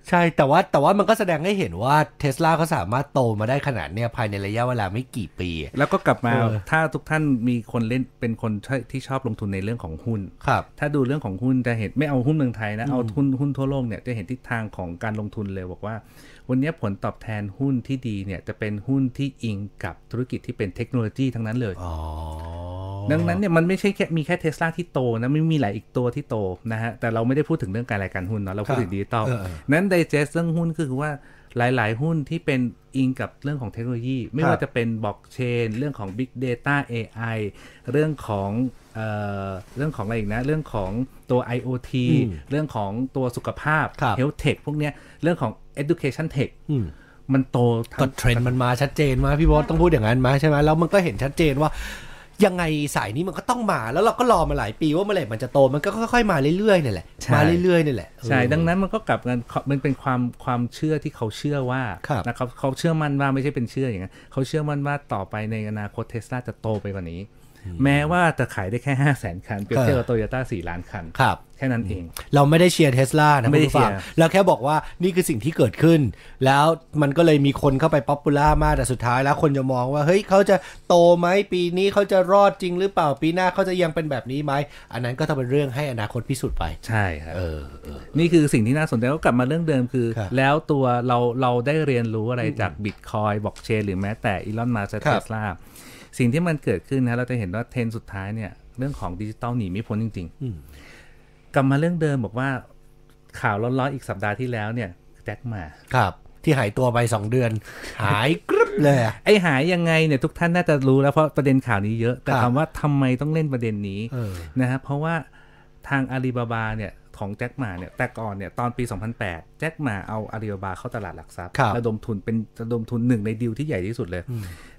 B: ใช่แต่ว่าแต่ว่ามันก็แสดงให้เห็นว่าเทสลาเขาสามารถโตมาได้ขนาดเนี้ยภายในระยะเวลาไม่กี่ปี
C: แล้วก็กลับมา
B: เออ
C: ถ้าทุกท่านมีคนเล่นเป็นคนที่ที่ชอบลงทุนในเรื่องของหุ้น
B: ครับ
C: ถ้าดูเรื่องของหุ้นจะเห็นไม่เอาหุ้นเมืองไทยนะเอาหุ้นหุ้นทั่วโลกเนี่ยจะเห็นทิศทางของการลงทุนเลยบอกว่า วันนี้ผลตอบแทนหุ้นที่ดีเนี่ยจะเป็นหุ้นที่อิงกับธุรกิจที่เป็นเทคโนโลยีทั้งนั้นเลย
B: อ๋อ
C: ดังนั้นเนี่ยมันไม่ใช่แค่มีแค่เทสลาที่โตนะไม่มีหลายอีกตัวที่โตนะฮะแต่เราไม่ได้พูดถึงเรื่องการรายการหุ้นเนาะเราพูดถึงดิจิตอล
B: เออเออ
C: นั้นไดเจสเรื่องหุ้นก็คือว่าหลาย ๆ หุ้นที่เป็นอิงกับเรื่องของเทคโนโลยี ไม่
B: ครั
C: ว่า
B: บ
C: จะเป็นบล็อกเชนเรื่องของ Big Data AI เรื่องของเอ่อเรื่องของอะไรอีกนะ เรื่องของตัว IoT
B: อืม
C: เรื่องของตัวสุขภาพ
B: ครับ
C: Health Tech พวกเนี้ยเรื่องของ Education Tech
B: อืม
C: มันโตทั้ง
B: ก็เทรนด์มันมาชัดเจนมาพี่บอสต้องพูดอย่างนั้นมาใช่ไหมแล้วมันก็เห็นชัดเจนว่า ยังไงสายนี้มันก็ต้องมาแล้วเราก็รอมาหลายปีว่าเมื่อไหร่มันจะโตมันก็ค่อยๆมาเรื่อยๆเนี่ยแหละ
C: ใช่
B: มาเรื่อยๆเนี่ยแหละ
C: ใช่ดังนั้นมันก็กลับกันขมันเป็นความความเชื่อที่เขาเชื่อว่า
B: ครับ
C: นะครับเขาเชื่อมั่นว่าไม่ใช่เป็นเชื่ออย่างนั้นเขาเชื่อมั่นว่าต่อไปในอนาคตเทสลาจะโตไปกว่านี้ แม้ว่าจะขายได้แค่ 5 0 0 0 0 0 คันเปรียบเทียบกับโตโยต้า4 ล้านคัน
B: ครับ
C: แค่นั้นเอง
B: เราไม่ได้เชียร์เทสลานะ
C: ไม่
B: คุณ
C: ได้
B: ผู้ฟัง
C: เชียร์
B: เราแค่บอกว่านี่คือสิ่งที่เกิดขึ้น แล้วมันก็เลยมีคนเข้าไปป๊อปปูล่ามากแต่สุดท้ายแล้วคนจะมองว่าเฮ้ยเขาจะโตไหมปีนี้เขาจะรอดจริงหรือเปล่าปีหน้าเขาจะยังเป็นแบบนี้ไหมอันนั้นก็ต้องเป็นเรื่องให้อนาคตพิสูจน์ไป
C: ใช่ครับ
B: เออเออ
C: นี่คือสิ่งที่น่าสนใจก็กลับมาเรื่องเดิมคือ
B: ครับ
C: แล้วตัวเราเราได้เรียนรู้อะไรจากบิตคอยบอกเชนหรือแม้แต่อีลอนมา
B: ค
C: ส
B: รั
C: เท
B: บ
C: สลาสิ่งที่มันเกิดขึ้นนะเราจะเห็นว่าเทรนด์สุดท้ายเนี่ยเรื่องของดิจิตอลหนีไม่พ้นจริง ๆ
B: อืม
C: กลับมาเรื่องเดิมบอกว่าข่าวร้อนๆอีกสัปดาห์ที่แล้วเนี่ยแจ็คหมา
B: ครับ ที่หายตัวไปสองเดือน หายกรึบเลยอะ
C: ไอหายยังไงเนี่ยทุกท่านน่าจะรู้แล้วเพราะประเด็นข่าวนี้เยอะ แต่
B: ครับ
C: ถามว่าทำไมต้องเล่นประเด็นนี้
B: เออ
C: นะฮะเพราะว่าทางอาลีบาบาเนี่ยของแจ็คหมาเนี่ยแต่ก่อนเนี่ยตอนปี 2008 แจ็คหมาเอาอาลีบาบาเข้าตลาดหลักทรัพย์
B: ครับ
C: ระดมทุนเป็นระดมทุนหนึ่งในดีลที่ใหญ่ที่สุดเลย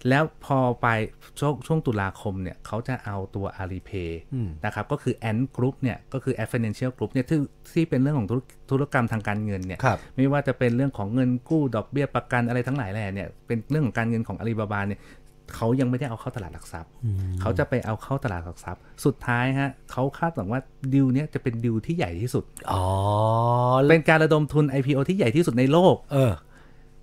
C: แล้วพอไปช่วงช่วงตุลาคมเนี่ยเขาจะเอาตัวอาลีเพย์นะครับก็คือแอนกรุ๊ปเนี่ยก็คือแอ f เฟนเชียลกรุ๊ปเนี่ยที่ที่เป็นเรื่องของธุรธุรกรรมทางการเงินเนี่ย
B: ครับ
C: ไม่ว่าจะเป็นเรื่องของเงินกู้ดอกเบี้ยประกันอะไรทั้งหลายแหล่เนี่ยเป็นเรื่องของการเงินของอาลีบาบาเนี่ยเขายังไม่ได้เอาเข้าตลาดหลักทรัพย์ เขาจะไปเอาเข้าตลาดหลักทรัพย์ สุดท้ายฮะเขาคาดหวังว่าดิวเนี้ยจะเป็นดิวที่ใหญ่ที่สุด
B: อ๋อ
C: เป็นการระดมทุน IPO ที่ใหญ่ที่สุดในโลก
B: เออ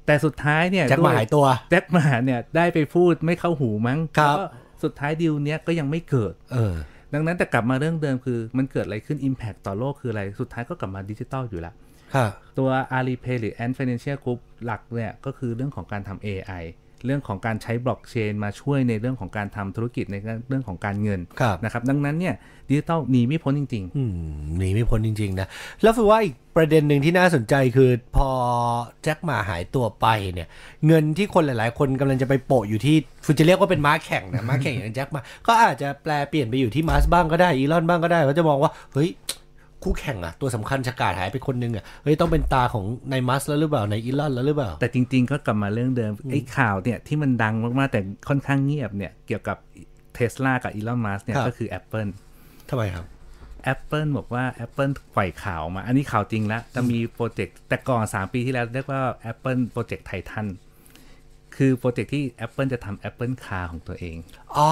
C: แต่สุดท้ายเนี่ย
B: แจ็คมา
C: ด้ว
B: หายตัว
C: แจ็คหมาเนี่ยได้ไปพูดไม่เข้าหูมั้ง
B: ครับ
C: แล้วก็สุดท้ายดิวเนี้ยก็ยังไม่เกิด
B: เออ
C: ดังนั้นแต่กลับมาเรื่องเดิมคือมันเกิดอะไรขึ้น Impact ต่อโลกคืออะไรสุดท้ายก็กลับมาดิจิตอลอยู่ละ
B: ค่ะ
C: ตัว Alipay หรือ Ant Financial Group หลักเนี่ยก็คือเรื่องของการทำ AI เรื่องของการใช้บล็อกเชนมาช่วยในเรื่องของการทำธุรกิจในเรื่องของการเงิน
B: ครับ
C: นะครับ ดังนั้นเนี่ยดิจิตอลหนีไม่พ้นจริง
B: อืมหนีไม่พ้นจริง ๆ นะ แล้วผมว่าอีกประเด็นหนึ่งที่น่าสนใจคือพอแจ็คหมาหายตัวไปเนี่ย เงินที่คนหลาย ๆ คนกำลังจะไปโปะอยู่ที่คุณจะเรียกว่าเป็นม้าแข่งนะม้าแข่งอย่างแจ็คหมา ก็อาจจะแปลเปลี่ยนไปอยู่ที่มาสบ้างก็ได้อีลอนบ้างก็ได้เขาจะมองว่า เฮ้ย คู่แข่งอะตัวสำคัญชะกาดหายไปคนนึงอะเฮ้ยต้องเป็นตาของนายมาสแล้วหรือเปล่านายอีลอนแล้วหรือเปล่า
C: ๆ แต่จริง ๆ ก็กลับมาเรื่องเดิมไอ้ข่าวเนี่ยที่มันดังมาก ๆ แต่ค่อนข้างเงียบเนี่ยเกี่ยวกับเทสลากับอีลอนมัสเนี่ย
B: ครับ
C: ก็คือ Apple
B: ทำไมครับ
C: Apple บอกว่า Apple ปล่อยข่าวมา อันนี้ข่าวจริงแล้วจะมีโปรเจกต์แต่ก่อน 3 ปีที่แล้วเรียกว่า Apple โปรเจกต์ไททันคือโปรเจกต์ที่ Apple จะทำ Apple Car ของตัวเอง
B: อ๋อ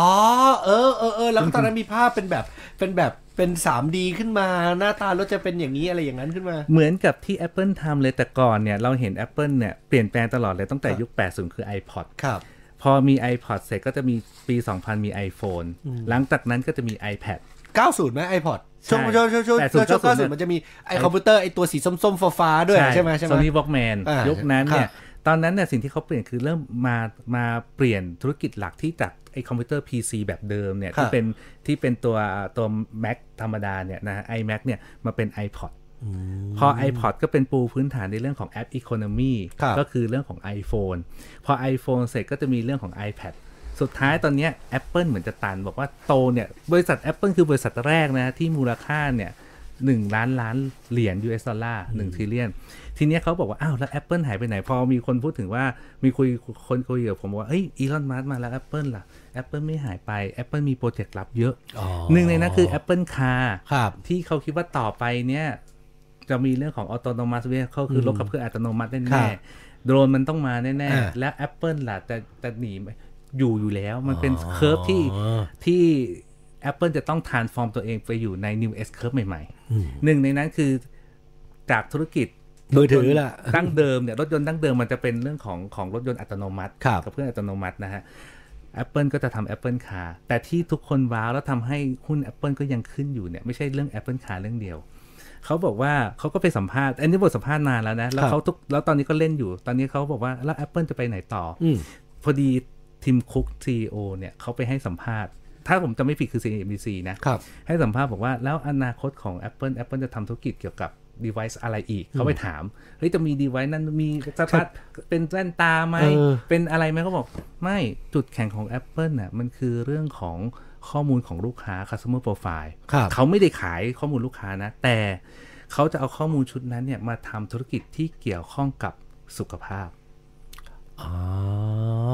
B: เออเออเออแล้วก็ตอนนั้นมีภาพเป็นแบบ เป็นแบบ เป็น 3D ขึ้นมา หน้าตารถจะเป็นอย่างนี้อะไรอย่างนั้นขึ้นมา
C: เหมือนกับที่ Apple ทำเลยแต่ก่อนเนี่ย เราเห็น Apple เนี่ย เปลี่ยนแปลงตลอดเลยตั้งแต่ยุค 80 คือ iPod
B: ครับ
C: พอมี iPod เสร็จก็จะมีปี 2000 มี iPhone หลังจากนั้นก็จะมี iPad
B: 90ไหม iPod ช่วง
C: ใช่
B: ช่วงช่วงช่วง
C: 80
B: ช่วง
C: 90
B: 90 มันจะมีไอคอมพิวเตอร์ไอตัวสีส้มๆฟ้าๆด้วยใช่ไหมใช่ไหม
C: โซนี่บ็อกแมน
B: อ่ายุ
C: ยุคนั้นเนี่ย
B: ค่ะ
C: ตอนนั้นเนี่ยสิ่งที่เขาเปลี่ยนคือเริ่มมามาเปลี่ยนธุรกิจหลักที่จากไอคอมพิวเตอร์ PC แบบเดิมเนี่ย ที่เป็นที่เป็นตัวตัว Mac ธรรมดาเนี่ยนะ iMac เนี่ยมาเป็น iPod พอ iPod ก็เป็นปูพื้นฐานในเรื่องของแอป Economy
B: ครับ
C: ก็คือเรื่องของ iPhone พอ iPhone เสร็จก็จะมีเรื่องของ iPad สุดท้ายตอนเนี้ย Apple เหมือนจะตัน บอกว่าโตเนี่ย บริษัท Apple คือบริษัทแรกนะ ที่มูลค่าเนี่ยหนึ่งล้านล้านเหรียญ US ดอลลาร์หนึ่งทริเลียน ทีเนี้ยเขาบอกว่า อ้าว แล้ว Apple หายไปไหน พอมีคนพูดถึงว่ามีคุยคนคุยกับผมว่าเฮ้ยอีลอนมัสมาแล้ว Apple ล่ะ Apple ไม่หายไป Apple มีโปรเจกต์ลับเยอะ
B: อ๋อ
C: หนึ่งในนั้นคือ Apple Car
B: ครับ
C: ที่เขาคิดว่าต่อไปเนี่ย จะมีเรื่องของออโตโนมัสเวเขาคือรถขับเคลื่อนอัตโนมัติ
B: ครั
C: แน่
B: บ
C: ๆโดรนมันต้องมาแน่
B: อ่า
C: ๆ แล้ว Apple ล่ะแต่แต่หนีไหมอยู่อยู่แล้วมันเป็นเคิร์ฟที่ที่ Apple จะต้อง transform ตัวเองไปอยู่ใน New S curve ใหม่ๆ หนึ่งในนั้นคือจากธุรกิจ
B: มือถือล่ะ
C: ดั้งเดิมเนี่ยรถยนต์ดั้งเดิมมันจะเป็นเรื่องของของรถยนต์อัตโนมัติ
B: ครับ
C: กับเครื่องอัตโนมัตินะฮะ Apple ก็จะทำ Apple Car แต่ที่ทุกคนว้าวแล้วทำให้หุ้น Apple ก็ยังขึ้นอยู่เนี่ย ไม่ใช่เรื่อง Apple Car เรื่องเดียว เขาบอกว่าเขาก็ไปสัมภาษณ์ อันนี้บทสัมภาษณ์นานแล้วนะ แล้วเขาทุกแล้วตอนนี้ก็เล่นอยู่ ตอนนี้เขาบอกว่าแล้ว Apple จะไปไหนต่ออพอดีทีมคุก CEO เนี่ยเขาไปให้สัมภาษณ์ ถ้าผมจะไม่ผิดคือ CNBC นะ
B: ครับ
C: ให้สัมภาษณ์บอกว่าแล้วอนาคตของ Apple Apple จะทำธุรกิจเกี่ยวกับ device อะไรอีก เขาไปถาม เฮ้ย จะมี device นั้นมีสตาร์ทเป็นแว่นตาไหม
B: เออ
C: เป็นอะไรไหมเขาบอก ไม่จุดแข็งของ Apple น่ะมันคือเรื่องของข้อมูลของลูกค้า customer profile
B: ครับ
C: เขาไม่ได้ขายข้อมูลลูกค้านะ แต่เขาจะเอาข้อมูลชุดนั้นเนี่ยมาทำธุรกิจที่เกี่ยวข้องกับสุขภาพ
B: อ๋อ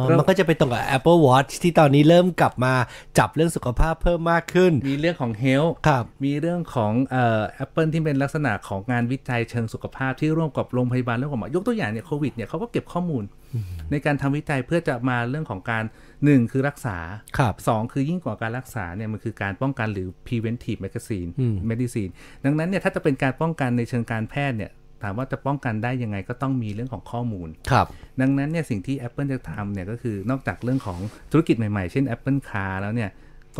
B: มันก็จะไปตรงกับ Apple Watch ที่ตอนนี้เริ่มกลับมาจับเรื่องสุขภาพเพิ่มมากขึ้น
C: มีเรื่องของ health
B: ครับ
C: มีเรื่องของเอ่อ Apple ที่เป็นลักษณะของงานวิจัยเชิงสุขภาพที่ร่วมกับโรงพยาบาลเรื่องของหมอยกตัวอย่างเนี่ยโควิดเนี่ยเขาก็เก็บข้อมูล ในการทำวิจัยเพื่อจะมาเรื่องของการหนึ่งคือรักษา
B: ครับ
C: สองคือยิ่งกว่าการรักษาเนี่ยมันคือการป้องกันหรือ preventive medicine medicine ดังนั้นเนี่ยถ้าจะเป็นการป้องกันในเชิงการแพทย์เนี่ยถามว่าจะป้องกันได้ยังไงก็ต้องมีเรื่องของข้อมูล
B: ครับ
C: ดังนั้นเนี่ยสิ่งที่ Apple จะทำเนี่ยก็คือนอกจากเรื่องของธุรกิจใหม่ๆ เช่น Apple Car แล้วเนี่ย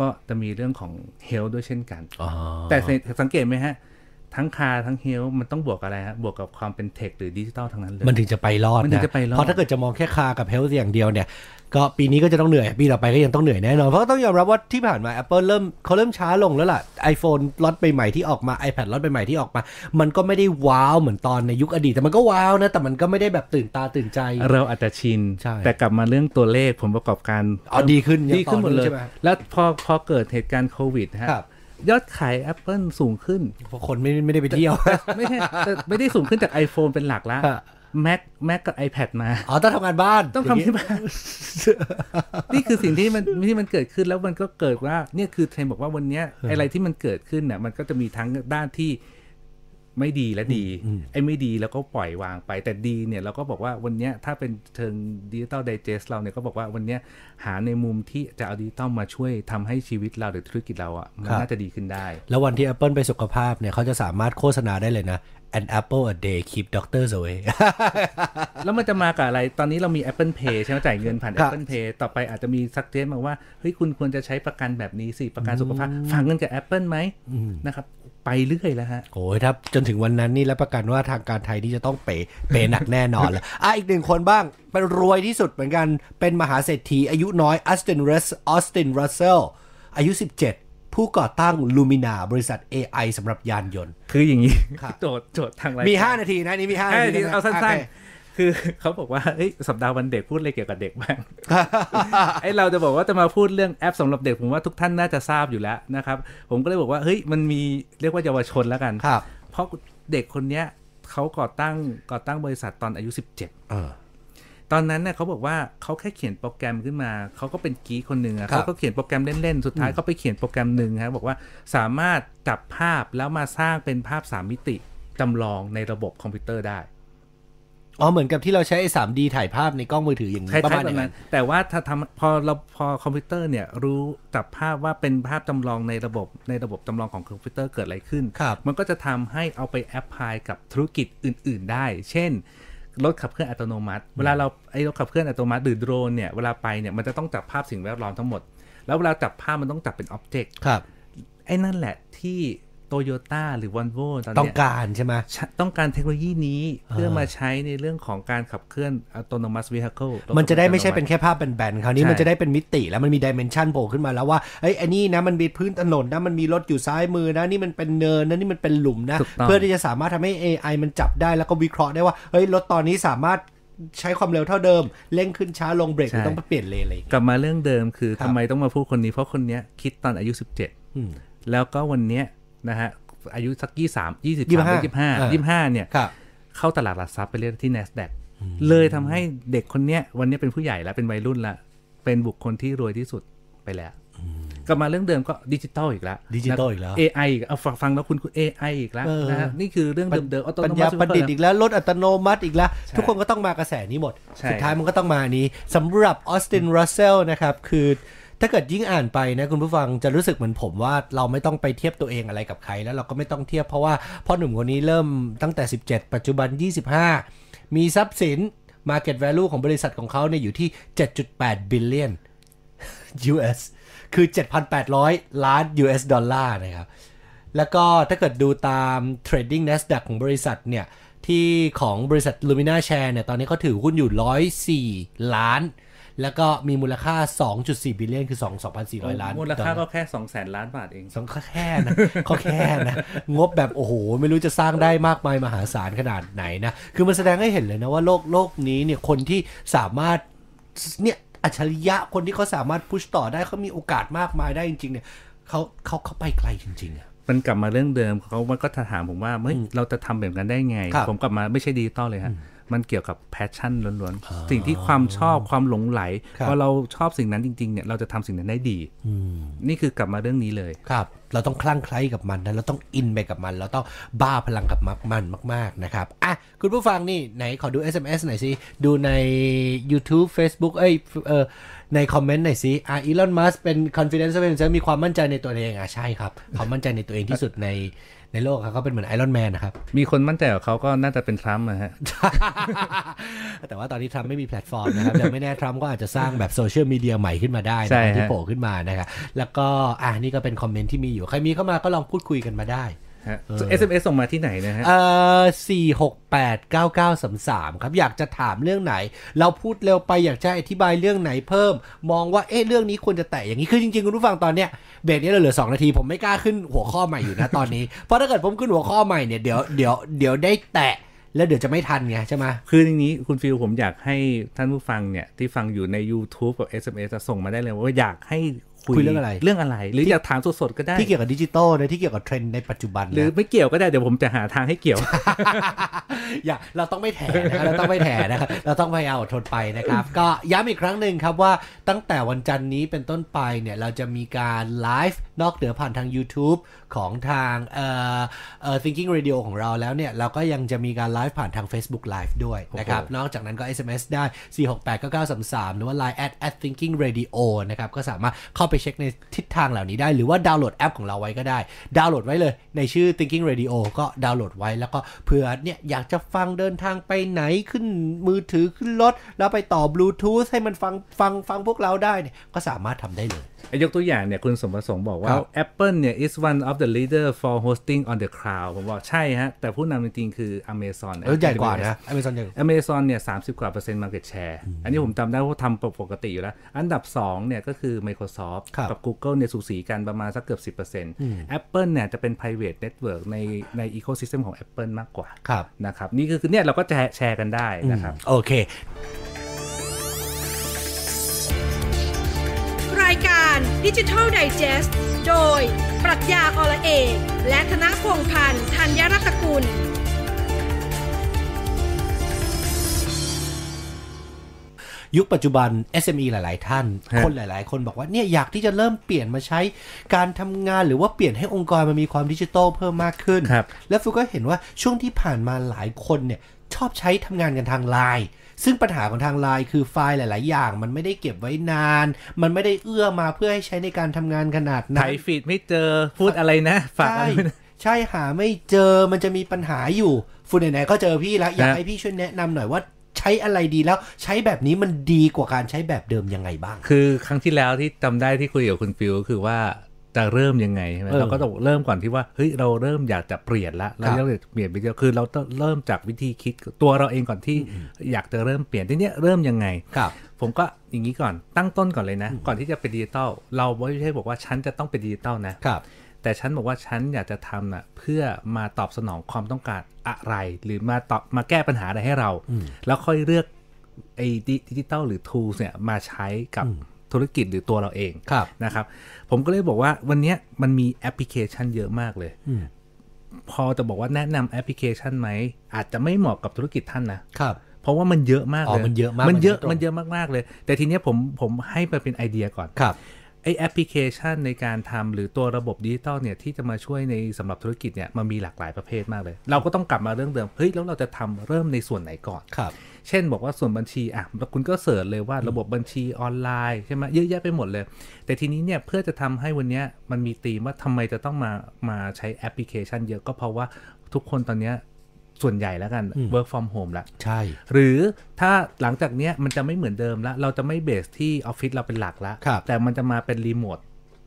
C: ก็จะมีเรื่องของ Health ด้วยเช่นกัน แต่สังเกตไหมฮะ ทั้ง Car ทั้ง Health มันต้องบวกอะไรฮะ บวกกับความเป็นเทคหรือดิจิตอลทั้งนั้นเลย
B: มันถึงจะไปรอด
C: มันถึงจะไปรอด
B: เพราะถ้าเกิดจะมองแค่คากับเฮลท์อย่างเดียวเนี่ย ก็ปีนี้ก็จะต้องเหนื่อย ปีต่อไปก็ยังต้องเหนื่อยแน่นอน เพราะก็ต้องยอมรับว่าที่ผ่านมา Apple เริ่มเขาเริ่มช้าลงแล้วล่ะ iPhone ล็อตใหม่ๆที่ออกมา iPad ล็อตใหม่ๆที่ออกมา มันก็ไม่ได้ว้าวเหมือนตอนในยุคอดีต แต่มันก็ว้าวนะ แต่มันก็ไม่ได้แบบตื่นตาตื่นใจ
C: เราอาจจะชิน
B: ใช่
C: แต่กลับมาเรื่องตัวเลขผลประกอบการ
B: อ๋อดีขึ้นยัง
C: ดีขึ้นหมดเลย
B: ต่อเนื่องใช่ไหม
C: แล้วพอพอเกิดเหตุการณ์โควิดฮะ
B: ครับ
C: ยอดขาย Apple สูงขึ้น
B: เพราะคนไม่ไม่ได้ไปเที่ยว
C: ไม่ใช่แต่ไม่ได้สูงขึ้นจาก iPhone เป็นหลักละ
B: ฮะ
C: แม็กแม็กกับ iPad มา
B: อ๋อต้องทำงานบ้าน
C: ต้องทำที่บ้าน นี่คือสิ่งที่มันที่มันเกิดขึ้นแล้วมันก็เกิดว่าเนี่ยคือเทรนบอกว่าวันเนี้ยอะไรที่มันเกิดขึ้นเนี่ยมันก็จะมีทั้งด้านที่ไม่ดีและดีไอ้ไม่ดีแล้วก็ปล่อยวางไป แต่ดีเนี่ยเราก็บอกว่าวันเนี้ยถ้าเป็นเชิงดิจิตอลไดเจสเราเนี่ยก็บอกว่าวันเนี้ยหาในมุมที่จะเอาดิจิตอลมาช่วยทำให้ชีวิตเราหรือธุรกิจเราอะ่ะมันน่าจะดีขึ้นได้
B: แล้ววันที่ Apple ไปสุขภาพเนี่ยเขาจะสามารถโฆษณาได้เลยนะ an apple a day keep doctors away
C: แล้วมันจะมากับอะไร ตอนนี้เรามี Apple Pay ใช่ไหมจ่ายเงินผ่าน
B: ครับ
C: Apple Pay ต่อไปอาจจะมีซักเจนมาว่า เฮ้ย คุณควรจะใช้ประกันแบบนี้สิ ประกันสุขภาพ ฝากเงินกับ Apple ไหมนะครับ ไปเรื่อยแล้วฮะ
B: โอ้ยถ้าจนถึงวันนั้นนี่รับประกันว่าทางการไทยนี่จะต้องเป๋เป๋หนักแน่นอนเลย อ่ะอีกหนึ่งคนบ้าง เป็นรวยที่สุดเหมือนกันเป็นมหาเศรษฐีอายุน้อยออสตินรัสออสตินรัสเซลอายุ 17 ผู้ก่อตั้งลูมินาบริษัท AI สำหรับยานยนต์
C: คืออย่างนี้
B: ครับ
C: โจทย์โจทย์ทางราย
B: มี
C: การ
B: 5 นาทีนะนี่มี 5
C: ห้า
B: นา
C: นาที
B: ทีะ
C: เอาสั้น
B: โอเค
C: ๆ คือเขาบอกว่าเอ้ยสัปดาห์วันเด็กพูดอะไรเกี่ยวกับเด็กบ้าง ไอ้เราจะบอกว่าจะมาพูดเรื่องแอปสำหรับเด็กผมว่าทุกท่านน่าจะทราบอยู่แล้วนะครับ ผมก็เลยบอกว่าเฮ้ยมันมีเรียกว่าเยาวชนแล้วกัน
B: ครับ
C: เพราะเด็กคนเนี้ยเขาก่อตั้งก่อตั้งบริษัทตอนอายุ 17
B: เออ
C: ตอนนั้นเนี่ยเขาบอกว่าเขาแค่เขียนโปรแกรมขึ้นมา เขาก็เป็นกีกคนหนึ่งอะ
B: ครับ
C: เขาก็เขียนโปรแกรมเล่น ๆ สุดท้ายเขาไปเขียนโปรแกรมหนึ่งฮะบอกว่าสามารถจับภาพแล้วมาสร้างเป็นภาพสามมิติจำลองในระบบคอมพิวเตอร์ได้
B: อ๋อเหมือนกับที่เราใช้ไอ้สามดีถ่ายภาพในกล้องมือถืออย่าง
C: ค
B: นี้
C: ล้าย
B: ประมาณอ
C: ๆแบบ
B: ย่างนั้
C: นั้น
B: น
C: แต่ว่าถ้าทำพอเราพอคอมพิวเตอร์เนี่ยรู้จับภาพว่าเป็นภาพจำลองในระบบในระบบจำลองของคอมพิวเตอร์เกิดอะไรขึ้น
B: ครับ
C: มันก็จะทำให้เอาไปแอพพลายกับธุรกิจอื่น ๆ ได้ เช่น รถขับเคลื่อนอัตโนมัติ เวลาเราไอ้รถขับเคลื่อนอัตโนมัติหรือโดรนเนี่ยเวลาไปเนี่ยมันจะต้องจับภาพสิ่งแวดล้อมทั้งหมด แล้วเวลาจับภาพมันต้องจับเป็นอ็อบเจกต์
B: ครับ
C: ไอ้นั่นแหละที่โตโยต้าหรือวอลโวตอน
B: ต้อ
C: เนี้
B: ง
C: ย
B: การใช่ไหม
C: ใช้ต้องการเทคโนโลยีนี้
B: อ่า
C: เพื่อมาใช้ในเรื่องของการขับเคลื่อน autonomous vehicle รถ
B: มันจะได้ไม่ใช่
C: ขับ
B: เป็น
C: เคลื่อ
B: แค่ภาพแบนๆคราวนี้
C: ใช่
B: มันจะได้เป็นมิติแล้วมันมีดิเมนชันโผล่ขึ้นมาแล้วว่าเอ้ยอันนี้นะมันมีพื้นถนนนะมันมีรถอยู่ซ้ายมือนะนี่มันเป็นเนินนะนี่มันเป็นหลุมนะ
C: ถูกต้อง
B: เพื่อที่จะสามารถทำให้ AI มันจับได้แล้วก็วิเคราะห์ได้ว่าเฮ้ยรถตอนนี้สามารถใช้ความเร็วเท่าเดิมเร่งขึ้นช้าลงเบรกหรือต้องเปลี่ยนเลนอะไรอย่าง
C: น
B: เงี้ย
C: กลับมาเรื่องเดิมคื
B: ค
C: อ
B: รับ
C: ทำไมต้องมาพูดคนนี้ เพราะคนเนี้ยคิดตอนอายุ
B: อืม
C: 17 แล้วก็วันเนี้ยนะฮะอายุสัก 23 23
B: อ่า
C: 25 25เนี่ย
B: ครับ
C: เข้าตลาดหลักทรัพย์ไปเรียนที่ NASDAQ เลยทำให้เด็กคนเนี้ยวันเนี้ยเป็นผู้ใหญ่แล้วเป็นวัยรุ่นละเป็นบุคคลที่รวยที่สุดไปแล้ว กลับมาเรื่องเดิมก็ดิจิตอลอีกแล้ว
B: digital อีกแล้ว
C: AI อีกเอาฟังฟังแล้วคุณคุณ AI อีกแล้ว
B: เออ
C: นะฮะนี่คือเรื่องเดิมๆ
B: ปัญ
C: autonomous
B: ญาประดิษฐ์
C: vehicle
B: อีกแล้วรถอัตโนมัติอีกแล้ว
C: ใช่
B: ทุกคนก็ต้องมากระแสนี้หมด
C: ใช่
B: สุดท้ายมันก็ต้องมาอันนี้สำหรับออสตินรัสเซลนะครับ คือถ้าเกิดยิ่งอ่านไปนะคุณผู้ฟังจะรู้สึกเหมือนผมว่าเราไม่ต้องไปเทียบตัวเองอะไรกับใคร แล้วเราก็ไม่ต้องเทียบเพราะว่าพ่อหนุ่มคนนี้เริ่มตั้งแต่ 17 ปัจจุบัน 25 มีทรัพย์สิน Market Value ของบริษัทของเขาเนี่ยอยู่ที่ 7.8 billion US คือ 7,800 ล้าน US ดอลลาร์นะครับ แล้วก็ถ้าเกิดดูตาม Trading NASDAQ ของบริษัทเนี่ย ที่ของบริษัท Lumina Share เนี่ย ตอนนี้เขาถือหุ้นอยู่ 104 ล้าน แล้วก็มีมูลค่า 2.4 บิลเลียนคือ 2 2,400 ล้าน
C: มูลค่า
B: ดอลล
C: ก็
B: ร์
C: แค่สองแสนล้านบาทเอง
B: สองก็แค่นะ ก็แค่นะ งบแบบโอ้โห ไม่รู้จะสร้างได้มากมายมหาศาลขนาดไหนนะ คือมันแสดงให้เห็นเลยนะว่าโลกโลกนี้เนี่ยคนที่สามารถเนี่ยอัจฉริยะคนที่เขาสามารถพุชต่อได้เขามีโอกาสมากมายได้จริงๆเนี่ยเขาเขาเขาไปไกลจริงๆอะ
C: มันกลับมาเรื่องเดิมเขามันก็ถามผมว่าเฮ้ยเราจะทำแบบนั้นได้ไง
B: ครับ
C: ผมกลับมาไม่ใช่ดิจิตอลเลยฮะ มันเกี่ยวกับแพชชั่นล้วนๆ สิ่งที่ความชอบความหลงไหลพอเราชอบสิ่งนั้นจริงๆเนี่ยเราจะทำสิ่งนั้นได้ดี นี่คือกลับมาเรื่องนี้เลย
B: ครับ เราต้องคลั่งไคล้กับมันนะ เราต้องอินไปกับมัน เราต้องบ้าพลังกับมันมาก ๆ นะครับ อ่ะ คุณผู้ฟังนี่ ไหนขอดู SMS หน่อยสิ ดูใน YouTube Facebook เอ้ยเออในคอมเมนต์หน่อยสิ อ่ะอีลอนมัสเป็น confidence of himself มีความมั่นใจในตัวเอง อ่ะ ใช่ครับ ความมั่นใจในตัวเองที่สุดในในโลกครับเขาเป็นเหมือนไอรอนแมนนะครับ
C: มีคนมั่นใจกับเขาก็น่าจะเป็นทรัมป์นะฮะ
B: แต่ว่าตอนนี้ทรัมป์ไม่มีแพลตฟอร์มนะครับ แต่ไม่แน่ทรัมป์ก็อาจจะสร้างแบบโซเชียลมีเดียใหม่ขึ้นมาได้
C: ใช่
B: นะครับ
C: ฮะ
B: ที่โผล่ขึ้นมานะครับแล้วก็อ่านี่ก็เป็นคอมเมนต์ที่มีอยู่ ใครมีเข้ามาก็ลองพูดคุยกันมาได้
C: ฮะ SMS ส่งมาที่ไหนนะฮะ
B: เอ่อสี่หกแปดเก้าเก้าสามสามครับ อยากจะถามเรื่องไหน เราพูดเร็วไปอยากจะอธิบายเรื่องไหนเพิ่ม มองว่าเอ๊ะเรื่องนี้ควรจะแตะอย่างนี้คือจริงๆ คุณผู้ฟังตอนเนี้ยเบรกเนี้ยเราเหลือสองนาที ผมไม่กล้าขึ้นหัวข้อใหม่อยู่นะตอนนี้ เพราะถ้าเกิดผมขึ้นหัวข้อใหม่เนี่ยเดี๋ยวเดี๋ยวเดี๋ยวได้แตะแล้วเดี๋ยวจะไม่ทันไงใช่ไหม
C: คืออย่างนี้คุณฟิลผมอยากให้ท่านผู้ฟังเนี่ยที่ฟังอยู่ใน YouTube กับ SMS จะส่งมาได้เลยว่าอยากให้คุ
B: คุยเรื่องอะไร
C: เรื่องอะไร หรืออยากถามสดๆก็ได้
B: ที่เกี่ยวกับดิจิตอลนะที่เกี่ยวกับเทรนด์ในปัจจุบันนะ
C: หรือไม่เกี่ยวก็ได้เดี๋ยวผมจะหาทางให้เกี่ยว
B: อย่าเราต้องไม่แถนะครับเราต้องไม่แถนะครับเราต้องพยายามอดทนไปนะครับ ก็ย้ำอีกครั้งหนึ่งครับว่าตั้งแต่วันจันทร์นี้เป็นต้นไปเนี่ยเราจะมีการไลฟ์นอกเหนือผ่านทาง YouTube ของทางเอ่อเอ่อ Thinking Radio ของเราแล้วเนี่ย เราก็ยังจะมีการไลฟ์ผ่านทาง Facebook Live ด้วยนะครับ
C: โอ้โห
B: นอกจากนั้นก็ SMS ได้ 4689933 หรือว่า Line at at thinking radio นะครับ ก็สามารถเข้าไปเช็คในทิศทางเหล่านี้ได้ หรือว่าดาวน์โหลดแอปของเราไว้ก็ได้ ดาวน์โหลดไว้เลย ในชื่อ thinking radio ก็ดาวน์โหลดไว้แล้วก็เผื่อเนี่ยอยากจะฟังเดินทางไปไหนขึ้นมือถือขึ้นรถ แล้วไปต่อบลูทูธให้มันฟังฟังฟังพวกเราได้เนี่ยก็สามารถทำได้เลย
C: ยกตัวอย่างเนี่ยคุณสมประสงค์บอกว่า
B: ครับ
C: Apple เนี่ย is one of the leader for hosting on the cloud ผมบอกใช่ฮะ แต่ผู้นำจริงๆคือ Amazon
B: เออใหญ่กว่านะ Amazon ใหญ่กว่า
C: อเมซอนเนี่ยสามสิบกว่าเปอร์เซ็นต์มาเก็ตแชร์อันนี้ผมจำได้ว่าทำปกติอยู่แล้ว อันดับ 2 เนี่ยก็คือ Microsoft
B: ครับ
C: กับ Google เนี่ยสูสีกันประมาณสักเกือบ 10% Apple เนี่ยจะเป็น private network ในใน ecosystem ของ Apple มากกว่า
B: ครับ
C: นะครับนี่คือเนี่ยเราก็แชร์แชร์กันได้นะครับ
B: โอเค
A: รายการดิจิทัลไดจ e s t โดย ปรัชญาอละเอกและธนพงษ์พันธ์ธัญรัตนกุล
B: ยุคปัจจุบัน SME หลาย ๆ ท่าน
C: ฮะ
B: คนหลาย ๆ คนบอกว่าเนี่ยอยากที่จะเริ่มเปลี่ยนมาใช้การทำงานหรือว่าเปลี่ยนให้องค์กรมันมีความดิจิทัลเพิ่มมากขึ้น
C: ครับ
B: แล้วฟูก็เห็นว่าช่วงที่ผ่านมาหลายคนเนี่ยชอบใช้ทำงานกันทางไลน์ซึ่งปัญหาของทางไลน์คือไฟล์หลาย ๆ อย่าง มันไม่ได้เก็บไว้นาน มันไม่ได้เอื้อมาเพื่อให้ใช้ในการทำงานขนาด
C: ไถ
B: นั้น
C: ฟีดไม่เจอพูดอะไรนะ ฝากอะ
B: ใช่
C: ไรไว้นะ
B: ใช่หาไม่เจอมันจะมีปัญหาอยู่ฟูไหน ๆ ก็เจอพี่แล้วอยาก
C: ครับ
B: ให้พี่ช่วยแนะนำหน่อยว่าใช้อะไรดีแล้วใช้แบบนี้มันดีกว่าการใช้แบบเดิมยังไงบ้าง
C: คือครั้งที่แล้วที่จำได้ที่คุยกับคุณฟิวก็คือว่าจะเริ่มยังไงใช่ไหม
B: เออ
C: เราก็ต้องเริ่มก่อนที่ว่าเฮ้ยเราเริ่มอยากจะเปลี่ยนละเรา
B: ครับ
C: เริ่มอยากจะเปลี่ยนไปเยอะคือเราต้องเริ่มจากวิธีคิดตัวเราเองก่อนที่อยากจะเริ่มเปลี่ยนทีเนี้ยเริ่มยังไง
B: ครับ
C: ผมก็อย่างนี้ก่อนตั้งต้นก่อนเลยนะ ก่อนที่จะเป็นดิจิตอลเราไม่ใช่บอกว่าฉันจะต้องเป็นดิจิตอลนะ
B: ครับ
C: แต่ฉันบอกว่าฉันอยากจะทำน่ะเพื่อมาตอบสนองความต้องการอะไร หรือมาตอบมาแก้ปัญหาอะไรให้เรา แล้วค่อยเลือกไอ้ดิจิตอลหรือ tools เนี่ยมาใช้กับธุรกิจหรือตัวเราเอง
B: ครับ
C: นะครับ ผมก็เลยบอกว่าวันเนี้ยมันมีแอปพลิเคชันเยอะมากเลย
B: อืม
C: พอจะบอกว่าแนะนำแอปพลิเคชันไหม อาจจะไม่เหมาะกับธุรกิจท่านนะ
B: ครับ
C: เพราะว่ามันเยอะมาก
B: อ๋อ
C: เลย
B: มันเยอะมาก
C: มันเยอะ
B: มันเยอะ
C: มันเยอะมากๆเลย แต่ทีเนี้ยผมผมให้มาเป็นไอเดียก่อน
B: ครับ
C: ไอแอปพลิเคชันในการทำหรือตัวระบบดิจิตอลเนี่ยที่จะมาช่วยในสำหรับธุรกิจเนี่ยมันมีหลากหลายประเภทมากเลย เราก็ต้องกลับมาเรื่องเดิมเฮ้ยแล้วเราจะทำเริ่มในส่วนไหนก่อน
B: ครับ
C: เช่นบอกว่าส่วนบัญชีอ่ะแล้วคุณก็เสิร์ชเลยว่าระบบบัญชีออนไลน์ใช่ไหมเยอะแยะไปหมดเลย แต่ทีนี้เนี่ยเพื่อจะทำให้วันเนี้ยมันมีธีมว่าทำไมจะต้องมามาใช้แอปพลิเคชันเยอะก็เพราะว่าทุกคนตอนเนี้ยส่วนใหญ่แล้วกัน
B: อืม
C: work from home ละ
B: ใช่
C: หรือถ้าหลังจากเนี้ยมันจะไม่เหมือนเดิมละเราจะไม่เบสที่ออฟฟิศเราเป็นหลักละ
B: ครับ
C: แต่มันจะมาเป็นรีโมท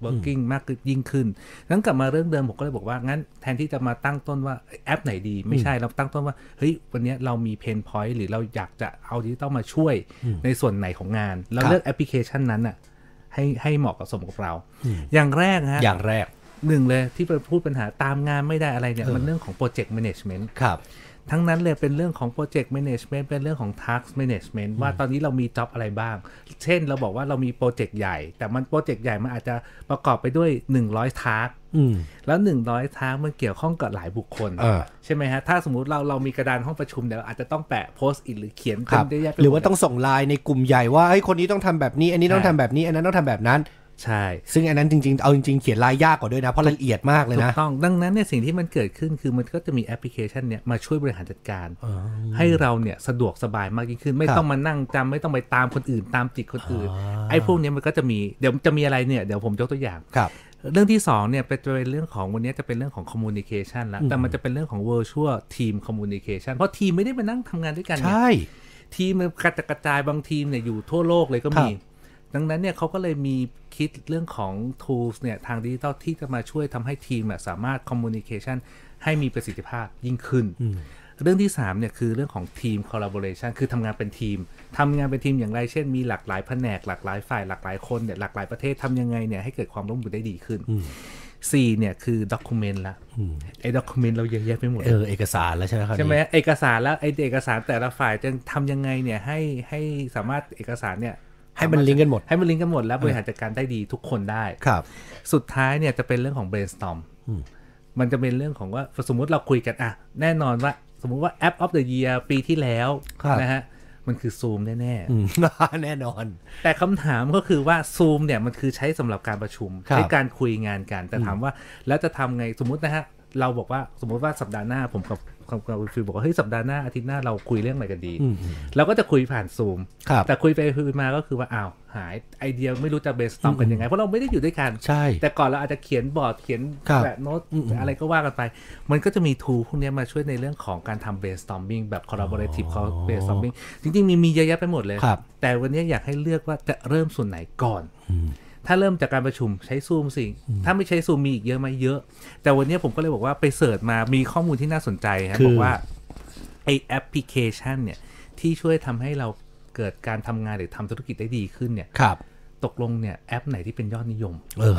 C: working มากขึ้นยิ่งขึ้นนั้นกลับมาเรื่องเดิมผมก็เลยบอกว่า งั้นแทนที่จะมาตั้งต้นว่าแอปไหนดี ไม่ใช่เราตั้งต้นว่า เฮ้ย วันเนี้ยเรามีเพนพอยต์หรือเราอยากจะเอาดิจิตอลมาช่วยในส่วนไหนของงาน แล้ว
B: ครับ
C: เลือกแอปพลิเคชันนั้นอ่ะให้ให้เหมาะกับสมกับเรา อย่างแรกฮะ
B: อย่างแรก
C: หนึ่งเลยที่พูดปัญหาตามงานไม่ได้อะไรเนี่ยมันเรื่องของโปรเจกต์แมネจเมนต์
B: ครับ
C: ทั้งนั้นเลยเป็นเรื่องของโปรเจกต์แมネจเมนต์เป็นเรื่องของ Task Management ว่าตอนนี้เรามีจ็อบอะไรบ้าง เช่นเราบอกว่าเรามีโปรเจกต์ใหญ่ แต่มันโปรเจกต์ใหญ่มันอาจจะประกอบไปด้วย 100 Task
B: อืม
C: แล้ว 100 Task มันเกี่ยวข้องกับหลายบุคคล
B: เออ
C: ใช่ไหมฮะ ถ้าสมมติเราเรามีกระดานห้องประชุมเดี๋ยวอาจจะต้องแปะโพสต์อิหรือเขียน
B: ค
C: เป็
B: รั
C: น
B: บ
C: เยอะแยะไป
B: หรือว่า
C: หมด
B: ต้องส่งไลน์ในกลุ่มใหญ่ว่าไอ้ยคนนี้ต้องทำแบบนี้ อันนี้ต้อง
C: ใช่
B: ทำแบบนี้ อันนั้นต้องทำแบบนั้น
C: ใช่
B: ซึ่งอันนั้นจริง ๆ เอาจริงๆ เขียนลายยากกว่าด้วยนะ เพราะละเอียดมากเลย
C: ถู
B: นะ
C: กต้องดังนั้นเนี่ยสิ่งที่มันเกิดขึ้นคือมันก็จะมีแอปพลิเคชันเนี่ยมาช่วยบริหารจัดการ ให้เราเนี่ยสะดวกสบายมากยิ่งขึ้น ไม่
B: ครับ
C: ต้องมานั่งจำไม่ต้องไปตามคนอื่นตามจิตคนอื่น
B: อ่า
C: ไอ้พวกเนี้ยมันก็จะมีเดี๋ยวจะมีอะไรเนี่ยเดี๋ยวผมยกตัวอย่าง
B: ครับ
C: เรื่องที่สองเนี่ยเป็นจะเป็นเรื่องของวันนี้จะเป็นเรื่องของ communication แล้วแต่มันจะเป็นเรื่องของ virtual team communication เพราะทีมไม่ได้มานั่งทำงานด้วยกันไง
B: ใช่
C: ทีมมันกระจัดกระจายบางทีมเนี่ยอยู่ทั่วโลกเลยก็มี
B: ครับ
C: ดังนั้นเนี่ยเขาก็เลยมีคิดเรื่องของ tools เนี่ยทางดิจิตอลที่จะมาช่วยทำให้ทีมอะสามารถ communication ให้มีประสิทธิภาพยิ่งขึ้น เรื่องที่3เนี่ยคือเรื่องของทีม collaboration คือทำงานเป็นทีมทำงานเป็นทีมอย่างไร เช่นมีหลากหลายแผนกหลากหลายฝ่ายหลากหลายคนเนี่ยหลากหลายประเทศทำยังไงเนี่ยให้เกิดความร่วมมือได้ดีขึ้นสี่เนี่ยคือ document ละไอ้ document เราเยอะแยะไปหมด
B: เออ เอกสารแล้วใช่ไหมครับ
C: ใช่ไหมเอกสารแล้วไอเอกสารแต่ละฝ่ายจะทำยังไงเนี่ยให้ให้สามารถเอกสารเนี่ย
B: ให้มันลิงก์กันหมด
C: ให้มันลิงก์กันหมดแล้วบริหารจัดการได้ดีทุกคนได้
B: ครับ
C: สุดท้ายเนี่ยจะเป็นเรื่องของ brainstorm มันจะเป็นเรื่องของว่าสมมุติเราคุยกันอ่ะแน่นอนว่าสมมุติว่าแอป of the year ปีที่แล้ว
B: ครับ
C: นะฮะมันคือ Zoom แน่
B: อืม แน่นอน
C: ๆ แต่คำถามก็คือว่า Zoom เนี่ยมันคือใช้สำหรับการประชุม
B: ครับ
C: ใช้การคุยงานกัน แต่ถามว่าแล้วจะทำไงสมมุตินะฮะเราบอกว่าสมมุติว่าสัปดาห์หน้าผมกับกับกับคุณฟิลบอกว่าเฮ้ยสัปดาห์หน้าอาทิตย์หน้าเราคุยเรื่องอะไรกันดี เราก็จะคุยผ่านซูม
B: ครับ
C: แต่คุยไปคุยมาก็คือว่าอ้าวหายไอเดียไม่รู้จะเบสตอมกันยังไง เพราะเราไม่ได้อยู่ด้วยกัน
B: ใช่
C: แต่ก่อนเราอาจจะเขียนบอร์ดเขียน
B: ครับ
C: แบบโน้ตอะไรก็ว่ากันไป มันก็จะมีทูพวกเนี้ยมาช่วยในเรื่องของการทำ brainstorming แบบ collaborative brainstorming จริงๆ มีมีเยอะแยะไปหมดเลย
B: ครับ
C: แต่วันนี้อยากให้เลือกว่าจะเริ่มส่วนไหนก่อน ถ้าเริ่มจากการประชุมใช้ซูมสิ ถ้าไม่ใช้ซูมมีอีกเยอะไหมเยอะ แต่วันนี้ผมก็เลยบอกว่าไปเสิร์ชมามีข้อมูลที่น่าสนใจครับ
B: คือ
C: บอกว่าไอแอปพลิเคชันเนี่ยที่ช่วยทำให้เราเกิดการทำงานหรือทำธุรกิจได้ดีขึ้นเนี่ย
B: ครับ
C: ตกลงเนี่ยแอปไหนที่เป็นยอดนิยม
B: เอ อ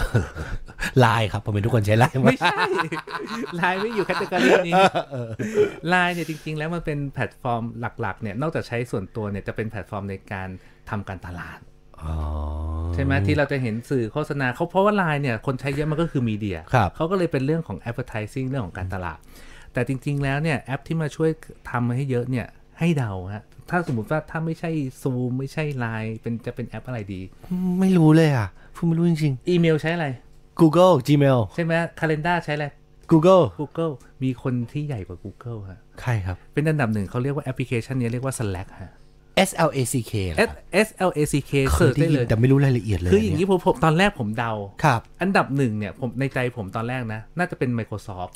B: ไลน์ครับผมเป็นทุกคนใช้ไลน์หมด
C: ไม่ใช่ ไลน์ไม่อยู่แคตตาล็อกนี้ไลน์เนี่ยจริง ๆ แล้วมันเป็นแพลตฟอร์มหลัก ๆ เนี่ย นอกจากใช้ส่วนตัวเนี่ยจะเป็นแพลตฟอร์มในการทำการตลาด
B: อ๋อ
C: ใช่ไหมที่เราจะเห็นสื่อโฆษณาเขาเพราะว่าไลน์เนี่ย คนใช้เยอะมันก็คือมีเดีย
B: ครับ
C: เขาก็เลยเป็นเรื่องของ advertising เรื่องของการตลาด แต่จริง ๆ แล้วเนี่ย แอปที่มาช่วยทำให้เยอะเนี่ยให้เดาฮะ ถ้าสมมติว่าถ้าไม่ใช่ซูมไม่ใช่ไลน์เป็นจะเป็นแอปอะไรดี
B: ไม่รู้เลยอ่ะพูดไม่รู้จริง
C: อีเมลใช้อะไร
B: ๆ Google Gmail
C: ใช่ไหมคาล endar ใช้อะไร
B: Google
C: Google มีคนที่ใหญ่กว่า Google ฮะ
B: ใครครับ
C: เป็นอันดับหนึ่งเขาเรียกว่าแอปพลิเคชันนี้เรียกว่า Slack ฮะ
B: S L A C K
C: S S L A C
B: เค
C: K เสิ
B: ย
C: ร์ช
B: ได้
C: ได้
B: ยิ
C: เล
B: น
C: ย
B: แต่ไม่รู้รายละเอียดเลย
C: คืออย่างนี้
B: นี้
C: ผมผมตอนแรกผมเดา
B: ครับ
C: อันดับหนึ่งเนี่ยผมในใจผมตอนแรกนะ น่าจะเป็น Microsoft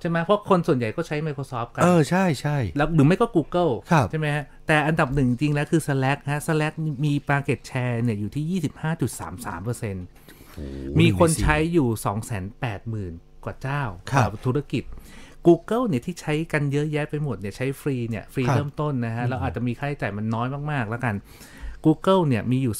C: ใช่ไหมเพราะคนส่วนใหญ่ก็ใช้ Microsoft กัน
B: เออ ใช่ใช่
C: แล้วหรือไม่ก็ Google
B: ครับ
C: ใช่ไหมฮะ แต่อันดับหนึ่งจริงๆแล้วคือ Slack ฮะ Slack มี market share เนี่ยอยู่ที่ 25.33%มีคนใช้อยู่ 280,000 กว่าเจ้า
B: ครับ
C: ต่อธุรกิจ Google เนี่ยที่ใช้กันเยอะแยะไปหมดเนี่ยใช้ฟรีเนี่ยฟรี
B: ครับ
C: เริ่มต้นนะฮะ แล้วอาจจะมีค่าใช้จ่ายมันน้อยมากๆ แล้วกัน Google เนี่ยมีอยู่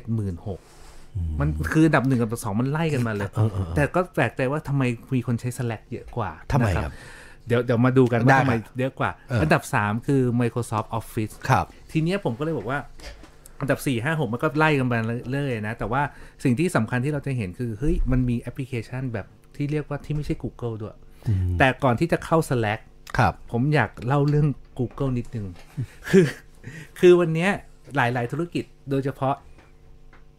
C: 276,000มันคืออันดับหนึ่งกับอันดับสองมันไล่กันมาเลย แต่ก็แปลกใจว่าทำไมมีคนใช้ Slack เยอะกว่า
B: ทำไม
C: นะครับ เดี๋ยวเดี๋ยวมาดูกันว่า
B: ได้
C: ทำไม
B: ครับ
C: เยอะกว่า
B: เอออั
C: อันดับ 3 คือ Microsoft Office
B: ครับ
C: ทีเนี้ยผมก็เลยบอกว่า อันดับ 4 5 6 มันก็ไล่กันไปเรื่อยๆนะ แต่ว่าสิ่งที่สำคัญที่เราจะเห็นคือ เฮ้ย มันมีแอปพลิเคชันแบบที่เรียกว่าที่ไม่ใช่ Google ด้วย แต่ก่อนที่จะเข้า Slack
B: ครับ
C: ผมอยากเล่าเรื่อง Google นิดนึง คือ คือวันเนี้ยหลายๆ ธุรกิจโดยเฉพาะ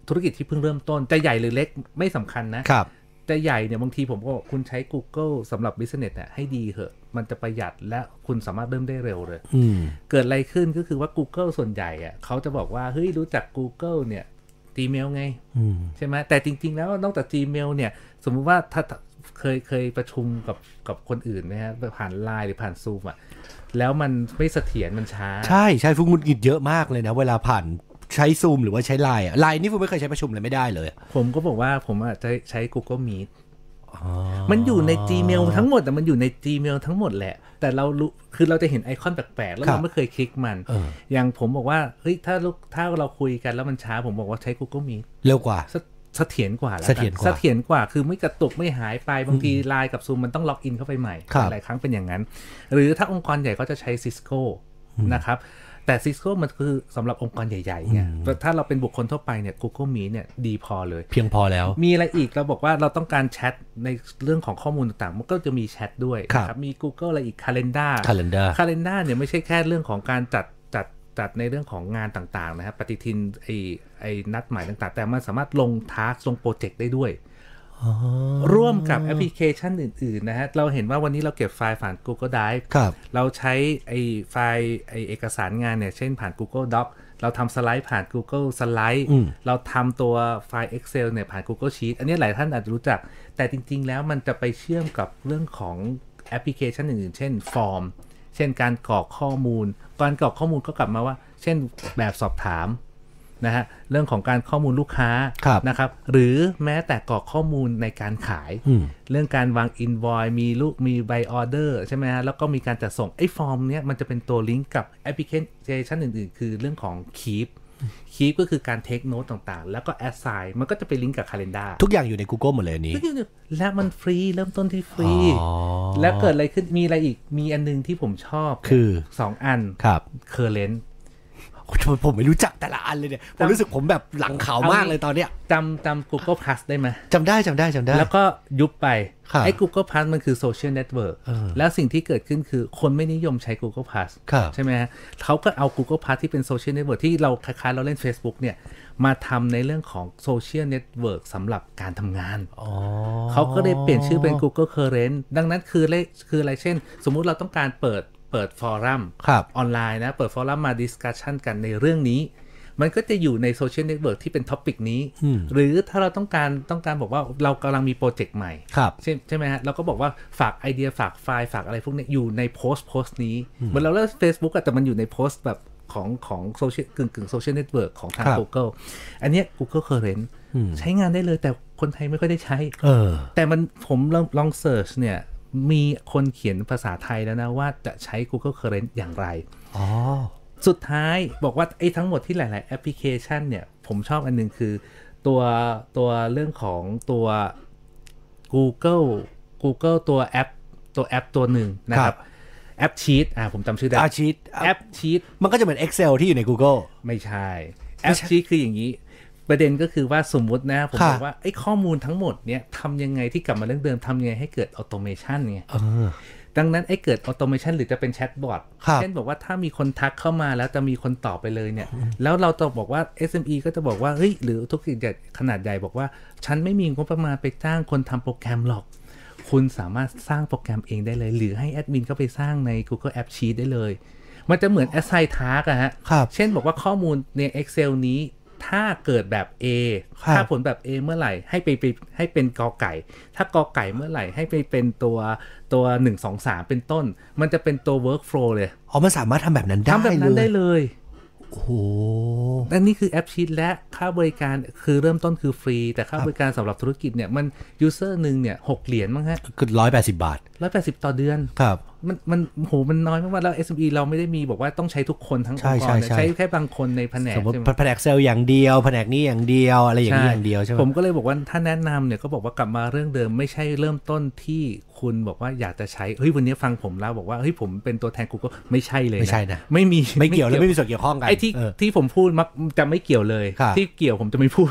C: ธุรกิจที่เพิ่งเริ่มต้นจะใหญ่หรือเล็กไม่สำคัญนะ
B: ครับ
C: แต่ใหญ่เนี่ยบางทีผมก็บอกคุณใช้ Google สำหรับ Business เนี่ยให้ดีเหอะ มันจะประหยัดและคุณสามารถเริ่มได้เร็วเลย
B: อืม
C: เกิดอะไรขึ้นก็คือว่า Google ส่วนใหญ่อะเขาจะบอกว่า เฮ้ย รู้จัก Google เนี่ย Gmail ไง
B: อืม
C: ใช่ไหมแต่จริง ๆ แล้วนอกจาก Gmail เนี่ย สมมุติว่าถ้าถ้าเคยเคยประชุมกับกับคนอื่นนะฮะผ่านไลน์หรือผ่านซูมอะแล้วมันไม่เสถียรมันช้า
B: ใช่ใช่ฟุ้งหงุดหงิดเยอะมากเลยนะ เวลาผ่านใช้ซูมหรือว่าใช้ไลน์อะไลน์นี่ฟุ้งไม่เคยใช้ประชุมเลยไม่ได้เลยอะ
C: ผมก็บอกว่าผมอะจะใช้ Google Meet มันอยู่ใน Gmail ทั้งหมดแต่มันอยู่ใน Gmail ทั้งหมดแหละ แต่เรารู้คือเราจะเห็นไอคอนแปลกๆ แล้วเราไม่เคยคลิกมัน อย่างผมบอกว่าเฮ้ยถ้าลูกถ้าเราคุยกันแล้วมันช้า ผมบอกว่าใช้ Google Meet
B: เร็วกว่า
C: เสเสถียรกว่าแล้ว
B: เสถียรกว่า
C: เสถียรกว่าคือไม่กระตุกไม่หายไปบางทีไลน์กับซูมมันต้องล็อกอินเข้าไปใหม่
B: ครับ
C: หลายครั้งเป็นอย่างนั้น หรือถ้าองค์กรใหญ่ก็จะใช้ Cisco นะครับ แต่ Cisco มันคือสำหรับองค์กรใหญ่ๆเนี่ยถ้าเราเป็นบุคคลทั่วไปเนี่ย Google Meet เนี่ยดีพอเลย
B: เพียงพอแล้ว
C: มีอะไรอีกเราบอกว่าเราต้องการแชทในเรื่องของข้อมูลต่างๆ มันก็จะมีแชทด้วย
B: ครับ
C: นะมี Google อะไรอีก Calendar
B: Calendar
C: คาเลนด้าเนี่ยไม่ใช่แค่เรื่องของการจัดจัดจัดในเรื่องของงานต่างๆนะครับปฏิทินไอไอนัดหมายต่างๆ แต่มันสามารถลงทาร์กลงโปรเจกต์ได้ด้วย ร่วมกับแอปพลิเคชันอื่นๆนะฮะเราเห็นว่าวันนี้เราเก็บไฟล์ผ่าน Google Drive
B: ครับ
C: เราใช้ไอไฟล์ไอเอกสารงานเนี่ย เช่นผ่าน Google Doc เราทำสไลด์ผ่าน Google Slide เราทำตัวไฟล์ Excel เนี่ยผ่าน Google Sheet อันนี้หลายท่านอาจจะรู้จัก แต่จริง ๆ แล้วมันจะไปเชื่อมกับเรื่องของแอปพลิเคชันอื่นๆ เช่นฟอร์ม เช่นการกรอกข้อมูล การกรอกข้อมูลก็กลับมาว่า เช่นแบบสอบถามนะฮะเรื่องของการข้อมูลลูกค้า
B: ครับ
C: นะครับ หรือแม้แต่กรอกข้อมูลในการขาย เรื่องการวางอิน o i อยมีลูกมีใบออเดอร์ใช่ไหมฮะ แล้วก็มีการจัดส่งไอ้ฟอร์มเนี้ยมันจะเป็นตัวลิงก์กับแอปพลิเคชันอื่นๆ คือเรื่องของ Keep Keep ก็คือการเทคโน t e ต่างๆ แล้วก็ Assign มันก็จะไปลิงก์กับ Calendar
B: ทุกอย่างอยู่ใน Google หมดเลยอันนี้
C: และมันฟรีเริ่มต้นที่ฟรี
B: อ๋อ
C: แล้วเกิดอะไรขึ้นมีอะไรอีกมีอันหนึงที่ผมชอบ
B: คือ
C: สองอัน
B: ครับ
C: Current
B: ผมผมไม่รู้จักแต่ละอันเลยเนี่ยผมรู้สึกผมแบบหลังเขามากเลยตอนเนี้ย
C: จำจำ Google Plus ได้ไหม
B: จำได้จำได้จำได้
C: แล้วก็ยุบไป
B: ครับ
C: ไอ้ Google Plus มันคือโซเชียลเน็ตเวิร์กแล้วสิ่งที่เกิดขึ้นคือคนไม่นิยมใช้ Google Plus
B: ครับ
C: ใช่ไหมฮะเขาก็เอา Google Plus ที่เป็นโซเชียลเน็ตเวิร์กที่เราคล้ายๆ เราเล่น Facebook เนี่ย มาทำในเรื่องของโซเชียลเน็ตเวิร์กสำหรับการทำงาน เขาก็เลยเปลี่ยนชื่อเป็น Google Current ดังนั้นคือเลคืออะไรเช่น สมมุติเราต้องการเปิดเปิดฟอรัม
B: ครับ
C: ออนไลน์นะ เปิดฟอรัมมาดิสคัชชันกันในเรื่องนี้ มันก็จะอยู่ในโซเชียลเน็ตเวิร์กที่เป็นท็อปิกนี้ หรือถ้าเราต้องการต้องการบอกว่าเรากำลังมีโปรเจกต์ใหม่
B: ครับ
C: ใช่ใช่ไหมฮะ เราก็บอกว่าฝากไอเดียฝากไฟล์ฝากอะไรพวกเนี้ยอยู่ในโพสต์โพสต์นี้ เหมือนเราเล่น Facebook อะแต่มันอยู่ในโพสต์แบบของของโซเชียลกึ่งกึ่งโซเชียลเน็ตเวิร์กของทาง
B: ครับ
C: Google อันเนี้ย Google Current ใช้งานได้เลยแต่คนไทยไม่ค่อยได้ใช้
B: เออ
C: แต่มันผมลองลองเสิร์ชเนี่ย มีคนเขียนภาษาไทยแล้วนะ ว่าจะใช้ Google Current อย่างไร
B: อ๋อ
C: สุดท้ายบอกว่า ไอ้ทั้งหมดที่หลาย ๆ แอปพลิเคชันเนี่ย ผมชอบอันหนึงคือ ตัวตัวเรื่องของตัว Google Google ตัวแอป ตัวแอปตัวหนึ่งนะค
B: ครั
C: รับ
B: บ
C: แอปชีตอ่าผมจำชื่อได้
B: อาชีต
C: แอปชีต
B: มันก็จะเหมือน Excel ที่อยู่ใน Google
C: ไม่ใช่ แอปชี้คืออย่างนี้ ประเด็นก็คือว่าสมมุตินะ ผม
B: ค่ะ
C: บอกว่าไอ้ข้อมูลทั้งหมดเนี่ยทำยังไงที่กลับมาเรื่องเดิมทำยังไงให้เกิดออโตเมชันไง ดังนั้นไอ้เกิดออโตเมชันหรือจะเป็นแชทบอท
B: ครับ
C: เช่นบอกว่าถ้ามีคนทักเข้ามาแล้วจะมีคนตอบไปเลยเนี่ย แล้วเราจะบอกว่า SME ก็จะบอกว่าเฮ้ยหรือธุรกิจใหญ่ขนาดใหญ่บอกว่า ฉันไม่มีงบประมาณไปจ้างคนทำโปรแกรมหรอก คุณสามารถสร้างโปรแกรมเองได้เลย หรือให้แอดมินเข้าไปสร้างใน Google App Sheet ได้เลย มันจะเหมือน assign task อะฮะ
B: ครับ
C: เช่นบอกว่าข้อมูลใน Excel นี้ถ้าเกิดแบบ A
B: ครับ
C: ถ้าผลแบบ A เมื่อไหร่ให้ไปไปให้เป็นกอไก่ ถ้ากอไก่เมื่อไหร่ให้ไปเป็นตัวตัว 1 2 3 เป็นต้น มันจะเป็นตัว workflow เลย
B: อ๋อมันสามารถทำแบบนั้นได้
C: ทำแบบนั้นได้เลย
B: โอ้โห
C: อันนี้คือแอปชีตและค่าบริการคือเริ่มต้นคือฟรี แต่ค่าบริการสำหรับธุรกิจเนี่ย มันยูเซอร์หนึ่งเนี่ยหกเหรียญมั้งฮะ
B: คือร้อยแปดสิบบาท
C: ร้อยแปดสิบต่อเดือน
B: ครับ
C: มันมันโหมันน้อยมากๆแล้ว SME เราไม่ได้มีบอกว่าต้องใช้ทุกคนทั้งองค์ก
B: ใช่
C: ร
B: ใช่
C: นะ
B: ใช่
C: ใช้แค่บางคนในแผนก
B: สมมติ
C: ใช่ไหม
B: แผนกเซลล์อย่างเดียวแผนกนี้อย่างเดียวอะไรอย่างนี้อย่างเดียวใช่ไหม
C: ผมก็เลยบอกว่าถ้าแนะนำเนี่ยก็บอกว่ากลับมาเรื่องเดิมไม่ใช่เริ่มต้นที่คุณบอกว่าอยากจะใช้เฮ้ยวันนี้ฟังผมแล้วบอกว่าเฮ้ยผมเป็นตัวแทน Google ไม่ใช่เลย
B: ไม่ใช่นะ
C: ไม่มี
B: ไม่เกี่ยวและไม่มีส่วนเกี่ยวข้องกัน
C: ไอ้ที่
B: เอ อ
C: ที่ผมพูดมักจะไม่เกี่ยวเลย
B: ครับ
C: ที่เกี่ยวผมจะไม่พูด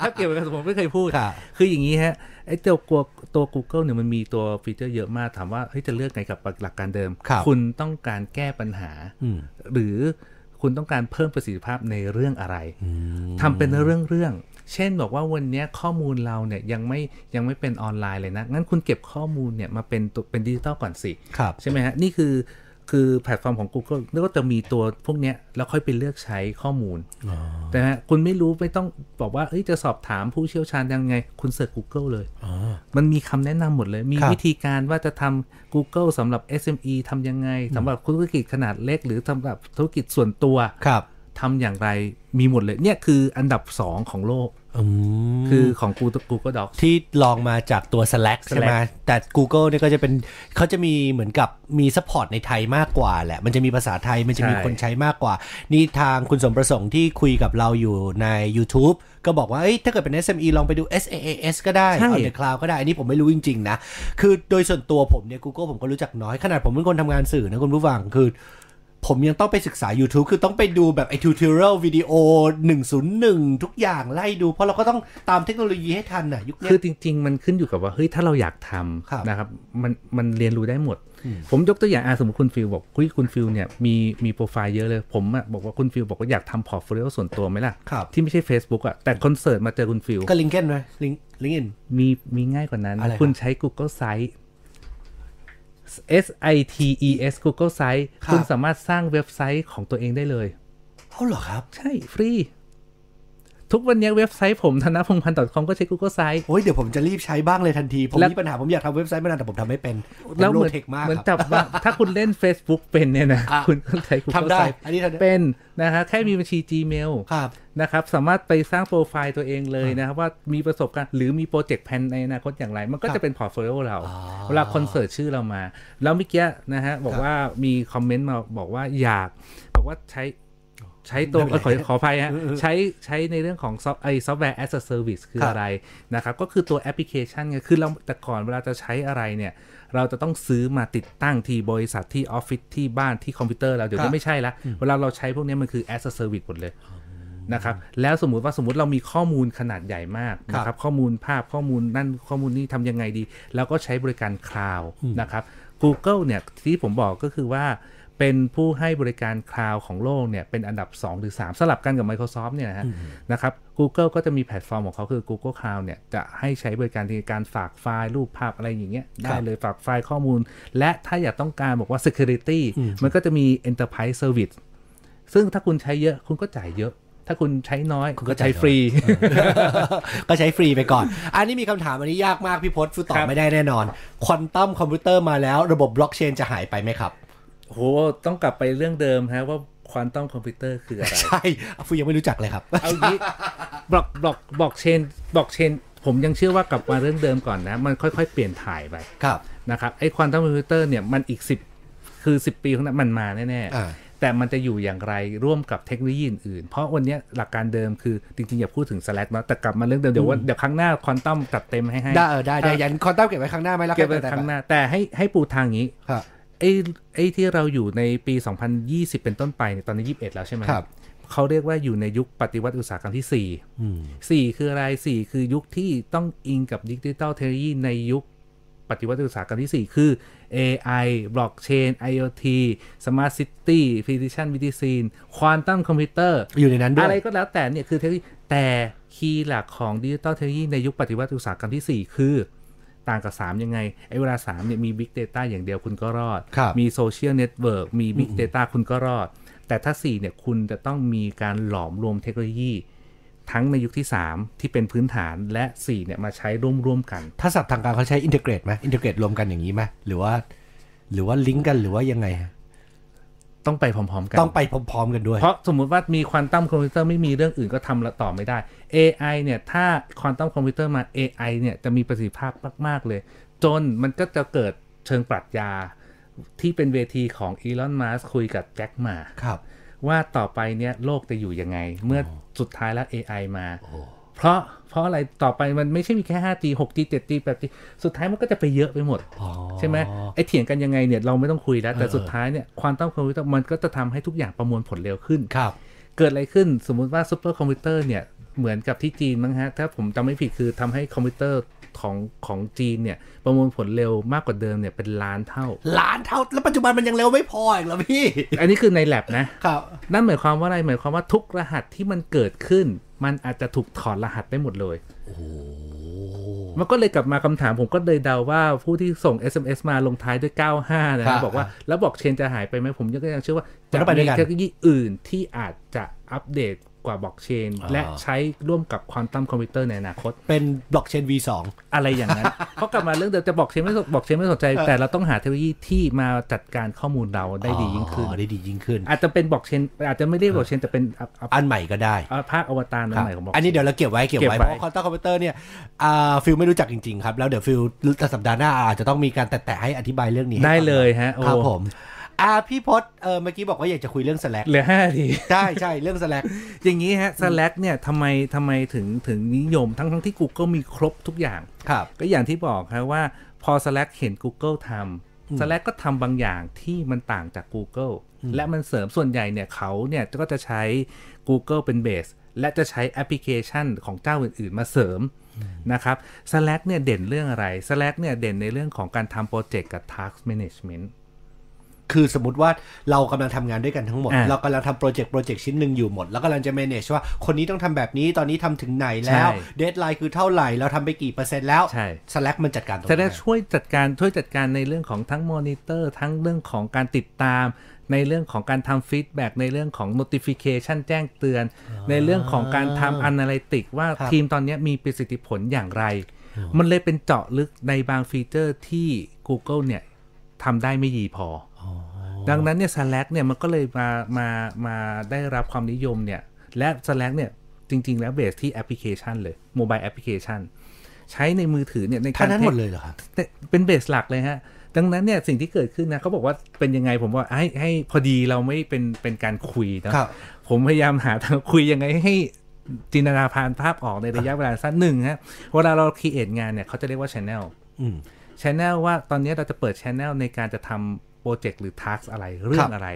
C: ถ้าเกี่ยวกับผมไม่เคยพูด
B: ค่ะ
C: คืออย่างนี้ฮะไอ้ตัวกลัวตัว Google เนี่ยมันมีตัวฟีเจอร์เยอะมากถามว่าเฮ้ยจะเลือกไงกับหลักการเดิม
B: ครับ
C: ณต้องการแก้ปัญหา
B: อืม
C: หรือคุณต้องการเพิ่มประสิทธิภาพในเรื่องอะไร
B: อืม
C: ทำเป็นเรื่องๆ เช่นบอกว่าวันเนี้ยข้อมูลเราเนี่ยยังไม่ยังไม่เป็นออนไลน์เลยนะ งั้นคุณเก็บข้อมูลเนี่ยมาเป็นตัวเป็นดิจิตอลก่อนสิ
B: ครับ
C: ใช่ไหมฮะ นี่คือคือแพลตฟอร์มของ Google แล้วก็จะมีตัวพวกเนี้ยแล้วค่อยไปเลือกใช้ข้อมูล
B: อ๋อ
C: แต่ฮะคุณไม่รู้ไม่ต้องบอกว่าเอ้ยจะสอบถามผู้เชี่ยวชาญยังไง คุณเสิร์ช Google เลย
B: อ๋อ
C: มันมีคำแนะนำหมดเลย มี
B: ครับ
C: วิธีการว่าจะทำ Google สำหรับ SME ทำยังไงสำหรับธุรกิจขนาดเล็ก หรือสำหรับธุรกิจส่วนตัว
B: ครับ
C: ทำอย่างไรมีหมดเลย เนี่ยคืออันดับ 2 ของโลก
B: อืม
C: คือของ Google Google Docs
B: ที่ลองมาจากตัว Slack ใช่ไหม
C: Slack
B: แต่ Google เนี่ยก็จะเป็นเขาจะมีเหมือนกับมีซัพพอร์ตในไทยมากกว่าแหละ มันจะมีภาษาไทยมันจะมี
C: ใช่
B: คนใช้มากกว่า นี่ทางคุณสมประสงค์ที่คุยกับเราอยู่ใน YouTube ก็บอกว่าเอ้ยถ้าเกิดเป็น SME ลองไปดู SaaS ก็ได้
C: ใช่
B: on the cloud ก็ได้ อันนี้ผมไม่รู้จริง ๆ นะ คือโดยส่วนตัวผมเนี่ย Google ผมก็รู้จักน้อย ขนาดผมเป็นคนทำงานสื่อนะคุณผู้ฟังคือ ผมยังต้องไปศึกษา YouTube คือต้องไปดูแบบไอ้ tutorial วิดีโอ 101 ทุกอย่างไล่ดู เพราะเราก็ต้องตามเทคโนโลยีให้ทันน่ะยุคเนี้ย
C: คือจริง ๆ มันขึ้นอยู่กับว่า เฮ้ย ถ้าเราอยากท
B: ครับ
C: ำนะครับ มันมันเรียนรู้ได้หมด ผมยกตัวอย่างอาสมมติคุณฟิลบอกคุยคุณฟิลเนี่ยมีมีโปรไฟล์เยอะเลย ผมอะบอกว่าคุณฟิลบอกว่าอยากทำพอร์ตโฟลิโอส่วนตัวไหมล่ะ
B: ครับ
C: ที่ไม่ใช่ Facebook อะแต่คอนเสิร์ตมาเจอคุณฟิล
B: ก็ลิงเกนไหมลิงลิงอิน
C: มีมีง่ายกว่านั้น
B: อะไรครับ
C: คุณใช้ Google Site S I T E S Google Site คุณสามารถสร้างเว็บไซต์ของตัวเองได้เลย
B: เขาเหรอครับ
C: ใช่ ฟรี ทุกวันนี้เว็บไซต์ผมธนพงษ์พันธ์ .com ก็ใช้ Google Site
B: โอ้ยเดี๋ยวผมจะรีบใช้บ้างเลยทันที ผม
C: แล้ว
B: มีปัญหาผมอยากทำเว็บไซต์มานานแต่ผมทำไม่เป็นผม
C: แล้ว
B: โล
C: เหมือน
B: เทคมาก
C: เหมือน
B: ครับ
C: จับว่า ถ้าคุณเล่น Facebook เป็นเนี่ยนะ
B: อ่ะ
C: คุณก็ใช้ Google
B: ทำได้
C: Site
B: อันนี้ทำได้
C: เป็นนะฮะแค่มีบัญชี Gmail
B: ครับ
C: นะครับ สามารถไปสร้างโปรไฟล์ตัวเองเลยนะครับ ว่ามีประสบการณ์หรือมีโปรเจกต์แผนในอนาคตอย่างไร มันก็
B: ครับ
C: จะเป็นพอร์ตโฟลิโอเรา
B: อ๋อ
C: เวลาคอนเสิร์ตชื่อเรามา แล้วเมื่อกี้นะฮะ บอกว่ามีคอมเมนต์มาบอกว่าอยาก บอกว่าใช้ใช้ตัว
B: ไม่เป็นไร
C: ขอขออภัยฮะใช้ใช้ในเรื่องของซอฟไอซอฟต์แวร์ as a service คือ
B: ครับ
C: อะไรนะครับ ก็คือตัวแอปพลิเคชันไงคือเราแต่ก่อนเวลาจะใช้อะไรเนี่ย เราจะต้องซื้อมาติดตั้งที่บริษัทที่ออฟฟิศที่บ้านที่คอมพิวเตอร์เราเดี๋ยว
B: ครั
C: นี้
B: บ
C: ไม่ใช่ละเวลาเราใช้พวกนี้มันคือ as a service หมดเลย นะครับแล้วสมมุติว่าสมมติเรามีข้อมูลขนาดใหญ่มากนะ
B: ค
C: ค
B: รั
C: รั
B: บบ
C: ข้อมูลภาพข้อมูลนั่นข้อมูลนี่ทำยังไงดี แล้วก็ใช้บริการคลาวนะครับ Google เนี่ยที่ผมบอกก็คือว่า เป็นผู้ให้บริการคลาวของโลกเนี่ยเป็นอันดับ 2 หรือ 3 สลับกันกับ Microsoft เนี่ยนะฮะนะครับ Google ก็จะมีแพลตฟอร์มของเขาคือ Google Cloud เนี่ยจะให้ใช้บริการในการฝากไฟล์รูปภาพอะไรอย่างเงี้ย
B: ครั
C: ได้
B: บ
C: เลยฝากไฟล์ข้อมูล และถ้าอยากต้องการบอกว่า Security มันก็จะมี Enterprise Service ซึ่งถ้าคุณใช้เยอะคุณก็จ่ายเยอะ ถ้าคุณใช้น้อย
B: คุณก็
C: ใช้
B: จ่ายน้อย
C: ฟรี
B: ก็ใช้ฟรีไปก่อน อันนี้มีคำถามอันนี้ยากมากพี่พศคือตอบ
C: ครับ
B: ไม่ได้แน่นอน ควอนตัมคอมพิวเตอร์มาแล้วระบบบล็อกเชนจะหายไปไหมครับ
C: โหต้องกลับไปเรื่องเดิมฮะว่าควอนตัมคอมพิวเตอร์คืออะไร
B: ใช่ฟูยังไม่รู้จักเลยครับ
C: เอางี้บล็อกบล็อกบล็อกเชนบล็อกเชน ผมยังเชื่อว่ากลับมาเรื่องเดิมก่อนนะ มันค่อยๆ เปลี่ยนถ่ายไป
B: ครับ
C: นะครับไอ้ควอนตัมคอมพิวเตอร์เนี่ยมันอีก 10 คือ 10 ปีข้างหน้ามันมาแน่
B: อ่า
C: ๆ แต่มันจะอยู่อย่างไรร่วมกับเทคโนโลยีอื่นๆ เพราะวันเนี้ยหลักการเดิมคือ จริงๆ อย่าพูดถึง Slack เนาะแต่กลับมาเรื่องเดิมเดี๋ยวว่าเดี๋ยวครั้งหน้าควอนตัมจัดเต็มให้ให้
B: ได้เออได้ได้ยันควอนตัมเก็บไว้ข้างหน้าไหมล่ะครั
C: เก็บไว้ครั้งหน้าแต่ให้ให้ปูทางอย่างนี้
B: ครับ
C: ไอ้ไอ้ที่เราอยู่ในปี 2020 เป็นต้นไปเนี่ยตอนนี้ 21 แล้วใช่ไหม
B: ครับ
C: เขาเรียกว่าอยู่ในยุคปฏิวัติอุตสาหกรรมที่ 4 4 คืออะไร 4 คือยุคที่ต้องอิงกับดิจิทัลเทคโนโลยีในยุค ปฏิวัติอุตสาหกรรมทีสี่ 4 คือ AI Blockchain IoT Smart City Precision Medicine Quantum Computer
B: อยู่ในนั้นด้ว
C: อะไร
B: ย
C: ก็แล้วแต่เนี่ยคือเทคโนโลยีแต่คีย์หลักของดิจิตอลเทคโนโลยีในยุคปฏิวัติอุตสาหกรรมทีสี่ 4 คือ ต่างกับ 3 ยังไง ไอ้เวลา 3 เนี่ยมี Big Data อย่างเดียวคุณก็รอด
B: ครับ
C: มีโซเชียลเน็ตเวิร์กมี Big Data คุณก็รอด แต่ถ้า 4 เนี่ยคุณจะต้องมีการหลอมรวมเทคโนโลยี ทั้งในยุคที่ 3 ที่เป็นพื้นฐานและ 4 เนี่ยมาใช้ร่วมๆกัน
B: ถ้าศัพท์ทางการเขาใช้อินทิเกรตไหมอินทิเกรตรวมกันอย่างนี้ไหมหรือว่า หรือว่าลิงก์กันหรือว่ายังไงฮะ
C: ต้องไปพร้อมๆกัน
B: ต้องไปพร้อมๆกันด้วย
C: เพราะสมมุติว่ามีควอนตัมคอมพิวเตอร์ไม่มีเรื่องอื่นก็ทำละต่อไม่ได้ AI เนี่ยถ้าควอนตัมคอมพิวเตอร์มา AI เนี่ยจะมีประสิทธิภาพมาก ๆ เลย จนมันก็จะเกิดเชิงปรัชญาที่เป็นเวทีของอีลอนมัสคุยกับแจ็คหมา
B: ครับ
C: ว่าต่อไปเนี่ยโลกจะอยู่ยังไง เมื่อสุดท้ายแล้ว AI มา
B: โอ้
C: เพราะเพราะอะไรต่อไปมันไม่ใช่มีแค่ 5G 6G 7G 8G สุดท้ายมันก็จะไปเยอะไปหมด
B: อ๋อ
C: ใช่ไหมไอ้เถียงกันยังไงเนี่ยเราไม่ต้องคุยแล้ว แต่
B: เออ
C: สุดท้ายเนี่ยควอนตัมคอมพิวเตอร์มันก็จะทำให้ทุกอย่างประมวลผลเร็วขึ้น
B: ครับ
C: เกิดอะไรขึ้นสมมุติว่าซูเปอร์คอมพิวเตอร์เนี่ย เหมือนกับที่จีนมั้งฮะ ถ้าผมจำไม่ผิดคือทำให้คอมพิวเตอร์ของของจีนเนี่ย ประมวลผลเร็วมากกว่าเดิมเนี่ย เป็นล้านเท่า
B: ล้านเท่าแล้วปัจจุบันมันยังเร็วไม่พออีกเหรอพี่
C: อันนี้คือในแลบนะ
B: ครับ
C: นั่นหมายความว่าอะไรหมายความว่าทุกรหัสที่มันเกิดขึ้น มันอาจจะถูกถอดรหัสได้หมดเลย มันก็เลยกลับมาคำถามผมก็เลยเดาว่าผู้ที่ส่ง SMS มาลงท้ายด้วย 95 นะ
B: ครั
C: ฮะ
B: บ
C: บอกว่าแล้วบอกเชนจะหายไปไหมผมยังก็ยังเชื่อว่า
B: มัน
C: จะ
B: ต้องไปด้วย
C: มี
B: กัน
C: เทคโนโลยีอื่นที่อาจจะอัปเดตกว่าบล็อกเชน
B: อ๋อ
C: และใช้ร่วมกับควอนตัมคอมพิวเตอร์ในอนาคต
B: เป็นบล็อกเชน V2
C: อะไรอย่างนั้น เพราะกลับมาเรื่องเดิมจะบอกเชนไม่สนบอกเชนไม่สนใจ แต่เราต้องหาเทคโนโลยีที่มาจัดการข้อมูลเราได้ดียิ่งขึ้น
B: อ๋อได้ดียิ่งขึ้น
C: อาจจะเป็นบล็อกเชนอาจจะไม่เรียกบล็อกเชนแต่เป็นอัพอัพ
B: อันใหม่ก็ได้
C: อัพภาคอวตารอั
B: ค
C: น
B: รับ
C: ใหม่ของบล็อก
B: อันนี้เดี๋ยวเราเก็บไว้เก็บไว้
C: เก็บ
B: เพ
C: ไว้
B: ราะว่าคอนต้าคอมพิวเตอร์เนี่ยอ่าฟิลไม่รู้จักจริงๆครับ แล้วเดี๋ยวฟิลแต่สัปดาห์หน้าอาจจะต้องมีการแตะๆให้อธิบายเรื่องนี้ให้
C: ได้เลยฮะ
B: ฟังครับ
C: โอ้
B: ผมอ่าพี่พศเออเมื่อกี้บอกว่าอยากจะคุยเรื่อง Slack
C: เหลือห้าที
B: ใช่ใช่เรื่อง Slack
C: อย่างนี้ฮะ Slack เนี่ยทำไมทำไมถึงถึงนิยมทั้งทั้งที่ Google มีครบทุกอย่าง
B: ครับ
C: ก็อย่างที่บอกครับว่าพอ Slack เห็น Google ท
B: อืม
C: ำ Slack ก็ทำบางอย่างที่มันต่างจาก Google
B: อืม
C: และมันเสริมส่วนใหญ่เนี่ยเขาเนี่ยก็จะใช้ Google เป็นเบส และจะใช้แอปพลิเคชันของเจ้าอื่น ๆ มาเสริมนะครับ Slack เนี่ยเด่นเรื่องอะไร Slack เนี่ยเด่นในเรื่องของการทำโปรเจกต์กับ Task Management
B: คือสมมติว่าเรากำลังทำงานด้วยกันทั้งหมด
C: อ่า
B: เรากำลังทำโปรเจกต์โปรเจกต์ชิ้นหนึ่งอยู่หมด แล้วกำลังจะ manage ว่าคนนี้ต้องทำแบบนี้ตอนนี้ทำถึงไหนแล้ว
C: ใช่
B: เดทไลน์คือเท่าไหร่ เราทำไปกี่เปอร์เซ็นต์แล้ว
C: ใช่
B: Slack มันจัดการตรง
C: จะได้
B: นี้น
C: ช่วยจัดการช่วยจัดการในเรื่องของทั้งมอนิเตอร์ทั้งเรื่องของการติดตาม ในเรื่องของการทำฟีดแบ็กในเรื่องของ notification แจ้งเตือน ในเรื่องของการทำ analytic ว่า
B: ครับ
C: ทีมตอนเนี้ยมีประสิทธิผลอย่างไร มันเลยเป็นเจาะลึกในบางฟีเจอร์ที่ Google เนี่ยทำได้ไม่ดีพออดังนั้นเนี่ย Slack เนี่ยมันก็เลยมามามาได้รับความนิยมเนี่ยและ Slack เนี่ยจริง ๆ แล้วเบสที่แอปพลิเคชันเลยโมบายแอปพลิเคชันใช้ในมือถือเนี่ยในการ
B: เท่านั้นหมดเลยเหรอครับ
C: แต่เป็นเบสหลักเลยฮะ ดังนั้นเนี่ยสิ่งที่เกิดขึ้นนะเขาบอกว่าเป็นยังไงผมว่าให้ให้พอดีเราไม่เป็นเป็นการคุยนะครับ ผมพยายามหาทางคุยยังไงให้จินตนาการภาพออกในระยะเวลาสั้นหนึ่งฮะเวลาเราคีเอทงานเนี่ยเขาจะเรียกว่าชแนล
B: อืม
C: ชแนลว่าตอนนี้เราจะเปิดชแนลในการจะทำโปรเจกต์หรือท a สอะไรเรื่องอะไร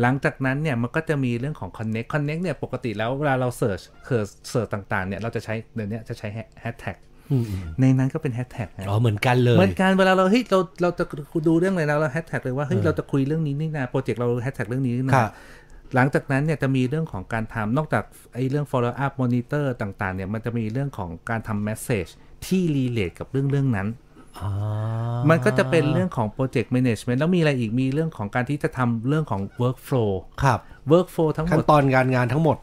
C: หลังจากนั้นเนี่ยมันก็จะมีเรื่องของ Connect Connect เนี่ยปกติแล้วเวลาเราเสิร์ชเสิร์ชต่างๆเนี่ยเราจะใช้เดี๋ยวนี้จะใช้แฮชแท็ก
B: อืมอืม
C: ในนั้นก็เป็นแฮชแท็กนะ
B: อ๋อเหมือนกันเลย
C: เหมือนกันเวลาเราเฮ้ยเราเราจะดูเรื่องอะไรนะเราแฮชแท็กเลยว่าเฮ้ยเราจะคุยเรื่องนี้นี่นะโปรเจกต์เราแฮชแท็กเรื่องนี้นี่
B: ครั
C: นะ
B: บ
C: หลังจากนั้นเนี่ยจะมีเรื่องของการทำนอกจากไอ้เรื่อง follow up monitor ต่างๆเนี่ยมันจะมีเรื่องของการทำ message ที่ relate กับเรื่องเรื่องนั้น
B: อ๋อ
C: มันก็จะเป็นเรื่องของ project management แล้วมีอะไรอีกมีเรื่องของการที่จะทำเรื่องของ workflow
B: ครับ
C: workflow ทั้งห
B: ขั้
C: ม
B: น
C: ด
B: ตอนการงานทั้งหมด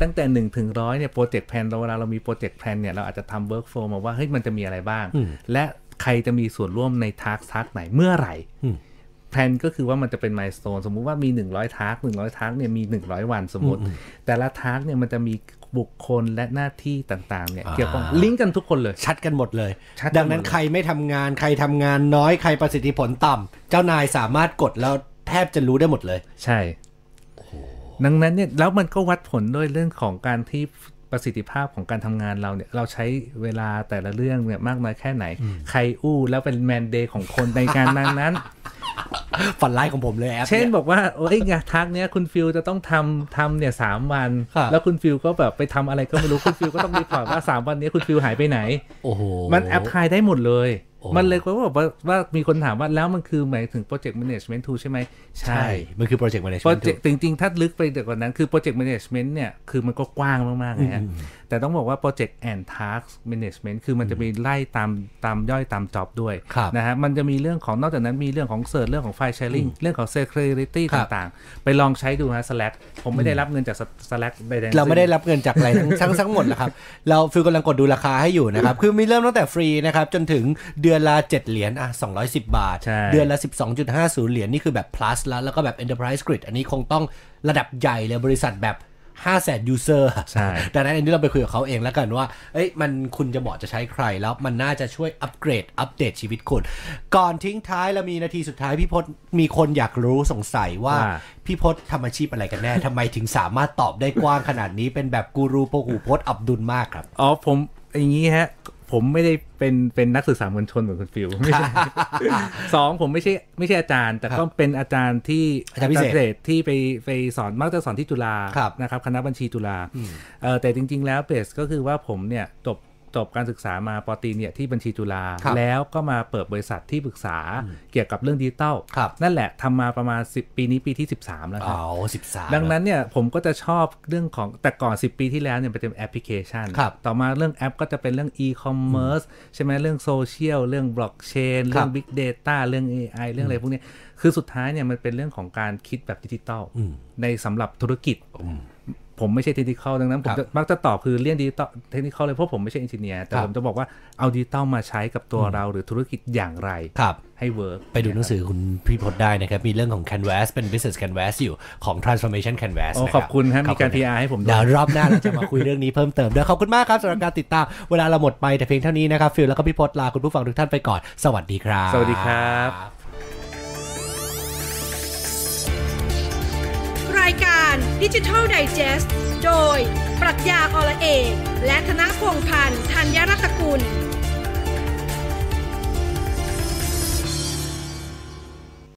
C: ตั้งแต่1นถึงร้อยเนี่ยโปรเจกต์แพลนเราเวลาเรามีโปรเจกต์แพลนเนี่ยเราอาจจะทำเวิร์กโฟมาว่าเฮ้ยมันจะมีอะไรบ้าง
B: อืม
C: และใครจะมีส่วนร่วมในทาร์กทาร์กไหนเมื่อไหร่
B: อืม
C: แพลนก็คือว่ามันจะเป็นมายสเต e สมมุติว่ามี 100ทาร์ก100ทาร์กเนี่ยมี 100 วันสมมติ แต่ละทาร์กเนี่ยมันจะมีบุคคลและหน้าที่ต่างๆเนี่ยเกี่ยวกับลิงก์กันทุกคนเลย
B: ชัดกันหมดเลย
C: ชัดกันหมดเลย
B: ดังนั้นใครไม่ทำงาน ใครทำงานน้อยใครประสิทธิผลต่ำเจ้านายสามารถกดแล้วแทบจะรู้ได้หมดเลย
C: ใช่ ดังนั้นเนี่ยแล้วมันก็วัดผลด้วยเรื่องของการที่ประสิทธิภาพของการทำงานเราเนี่ย เราใช้เวลาแต่ละเรื่องเนี่ยมากน้อยแค่ไหน ใครอู้แล้วเป็นแมนเดย์ของคนในการนั้น นั้น
B: ฝันร้ายของผมเลยแอป
C: เช่น
B: ย
C: บอกว่าโอ้ยงานทักเนี้ยคุณฟิลจะต้องทำทำเนี่ยสามวัน
B: ครับ
C: แล้วคุณฟิลก็แบบไปทำอะไรก็ไม่รู้ คุณฟิลก็ต้องรีพอร์ตว่าสามวันเนี้ยคุณฟิลหายไปไหน
B: โอ้โห
C: มันแอพพลายได้หมดเลย มันเลยก็บอกว่าว่ามีคนถามว่าแล้วมันคือหมายถึง Project Management Tool ใช่ไหม
B: ใช่ มันคือโปรเจกต์แมเนจ
C: โปร
B: เมน
C: เจกต์จริง ๆ ถ้าลึกไปเดี๋ยวกว่านั้นคือโปรเจกต์แมネจเมนต์เนี่ยคือมันก็กว้างมากๆนะฮะแต่ต้องบอกว่าโปรเจกต์แอนด์ทาร์กแมเนจเมนต์คือมันจะมีไล่ตามตามย่อยตามจ็อบด้วย
B: ครับ
C: นะฮะมันจะมีเรื่องของนอกจากนั้นมีเรื่องของเซิร์ชเรื่องของไฟล์แชร์ลิงเรื่องของเซอร์เคเรตี้
B: ครับ
C: ต่างๆ ไปลองใช้ดูนะ Slack ผมไม่ได้รับเงินจาก Slack ใดๆทั้งสิ้น
B: เราไม่ได้รับเงินจากอะไรทั้งทั้งทั้งหมดหรอกครับ เราฟิลกำลังกดดูราคาให้อยู่นะครับ คือมีเริ่มตั้งแต่ฟรีนะครับ จนถึงเดือนละ 7 เหรียญอ่ะ210 บาท
C: ใช่
B: เดือนละ 12.50 เหรียญนี่คือแบบ plus แล้วแล้วก็แบบ enterprise grid อันนี้คงต้องระดับใหญ่เลยบริษัทแบบ 5 0 0 0 0 0 user
C: ใช่
B: ดังนั้นอันนี้เราไปคุยกับเขาเองแล้วกันว่า เอ้ย มันคุณจะเหมาะจะใช้ใครแล้วมันน่าจะช่วยอัปเกรด อัปเดตชีวิตคุณ ก่อนทิ้งท้ายเรามีนาทีสุดท้ายพี่พศมีคนอยากรู้สงสัยว่า
C: ว่า
B: พี่พศทำอาชีพอะไรกันแน่ ทำไมถึงสามารถตอบได้กว้างขนาดนี้ เป็นแบบกูรูโปกูพศอับดุลมากครับ
C: อ๋อผมอย่างนี้ฮะ ผมไม่ได้เป็นเป็นนักศึกษามวล ชนเหมือนคุณฟิวไม่ใช่ สองผมไม่ใช่ไม่ใช่อาจารย์ แต่ก็เป็นอาจารย์ที่
B: อาจารย์พิเศษ
C: ที่ไปไปสอนมักจะสอนที่จุฬา
B: ครับ
C: นะครับคณะบัญชีจุฬาเอ่อแต่จริง ๆ แล้วเบสก็คือว่าผมเนี่ยจบจบการศึกษามาปอตรีเนี่ยที่บัญชีจุฬา
B: ครับ
C: แล้วก็มาเปิดบริษัทที่ปรึกษาเกี่ยวกับเรื่องดิจิตอล
B: ครับ
C: นั่นแหละทำมาประมาณ 10 ปีนี้ปีที่ 13 แล้ว
B: อ๋
C: ครั
B: อบ สิบสาม
C: ดังนั้นเนี่ยผมก็จะชอบเรื่องของแต่ก่อน 10 ปีที่แล้วเนี่ยมันจะเป็นแอปพลิเคชัน
B: ครับ
C: ต่อมาเรื่องแอปก็จะเป็นเรื่อง e-commerce ใช่ไหมเรื่องโซเชียลเรื่องบล็อกเชน
B: ครั
C: เรื่อบ ง Big Data เรื่อง AI เรื่องอะไรพวกเนี้ยคือสุดท้ายเนี่ยมันเป็นเรื่องของการคิดแบบดิจิตอลในสำหรับธุรกิจ ผมไม่ใช่เทคนิคอลดังนั้นผมจะมักจะตอบคือเรียนดิจิตอลเทคนิคอลเลยเพราะผมไม่ใช่เอนจิเนียร์แต่
B: ครับ
C: ผมจะบอกว่าเอาดิจิตอลมาใช้กับตัวเราหรือธุรกิจอย่างไร
B: ครับ
C: ให้เวิร์ก
B: ไปดูหนังสือคุณพี่พศได้นะครับ มีเรื่องของ Canvas เป็น Business Canvas อยู่ของ Transformation Canvas
C: โอ้
B: นะ
C: ขอบคุณครับ
B: ข
C: มีการ
B: นะ
C: PR ให้ผมด้วย
B: เดี๋ยวรอบหน้าเราจะมาคุยเรื่องนี้เพิ่มเติมด้วยขอบคุณมากครับสำหรับการติดตาม เวลาเราหมดไปแต่เพียงเท่านี้นะครับ ฟิลแล้วก็พี่พศลาคุณผู้ฟังทุกท่านไปก่อน สวัสดีครับ
C: สวัสดีครับ
A: รายการดิจิทัลไดจ e s t โดย ปรัชญาอละเอกและธนพงษ์พันธ์ธัญรัตนกุล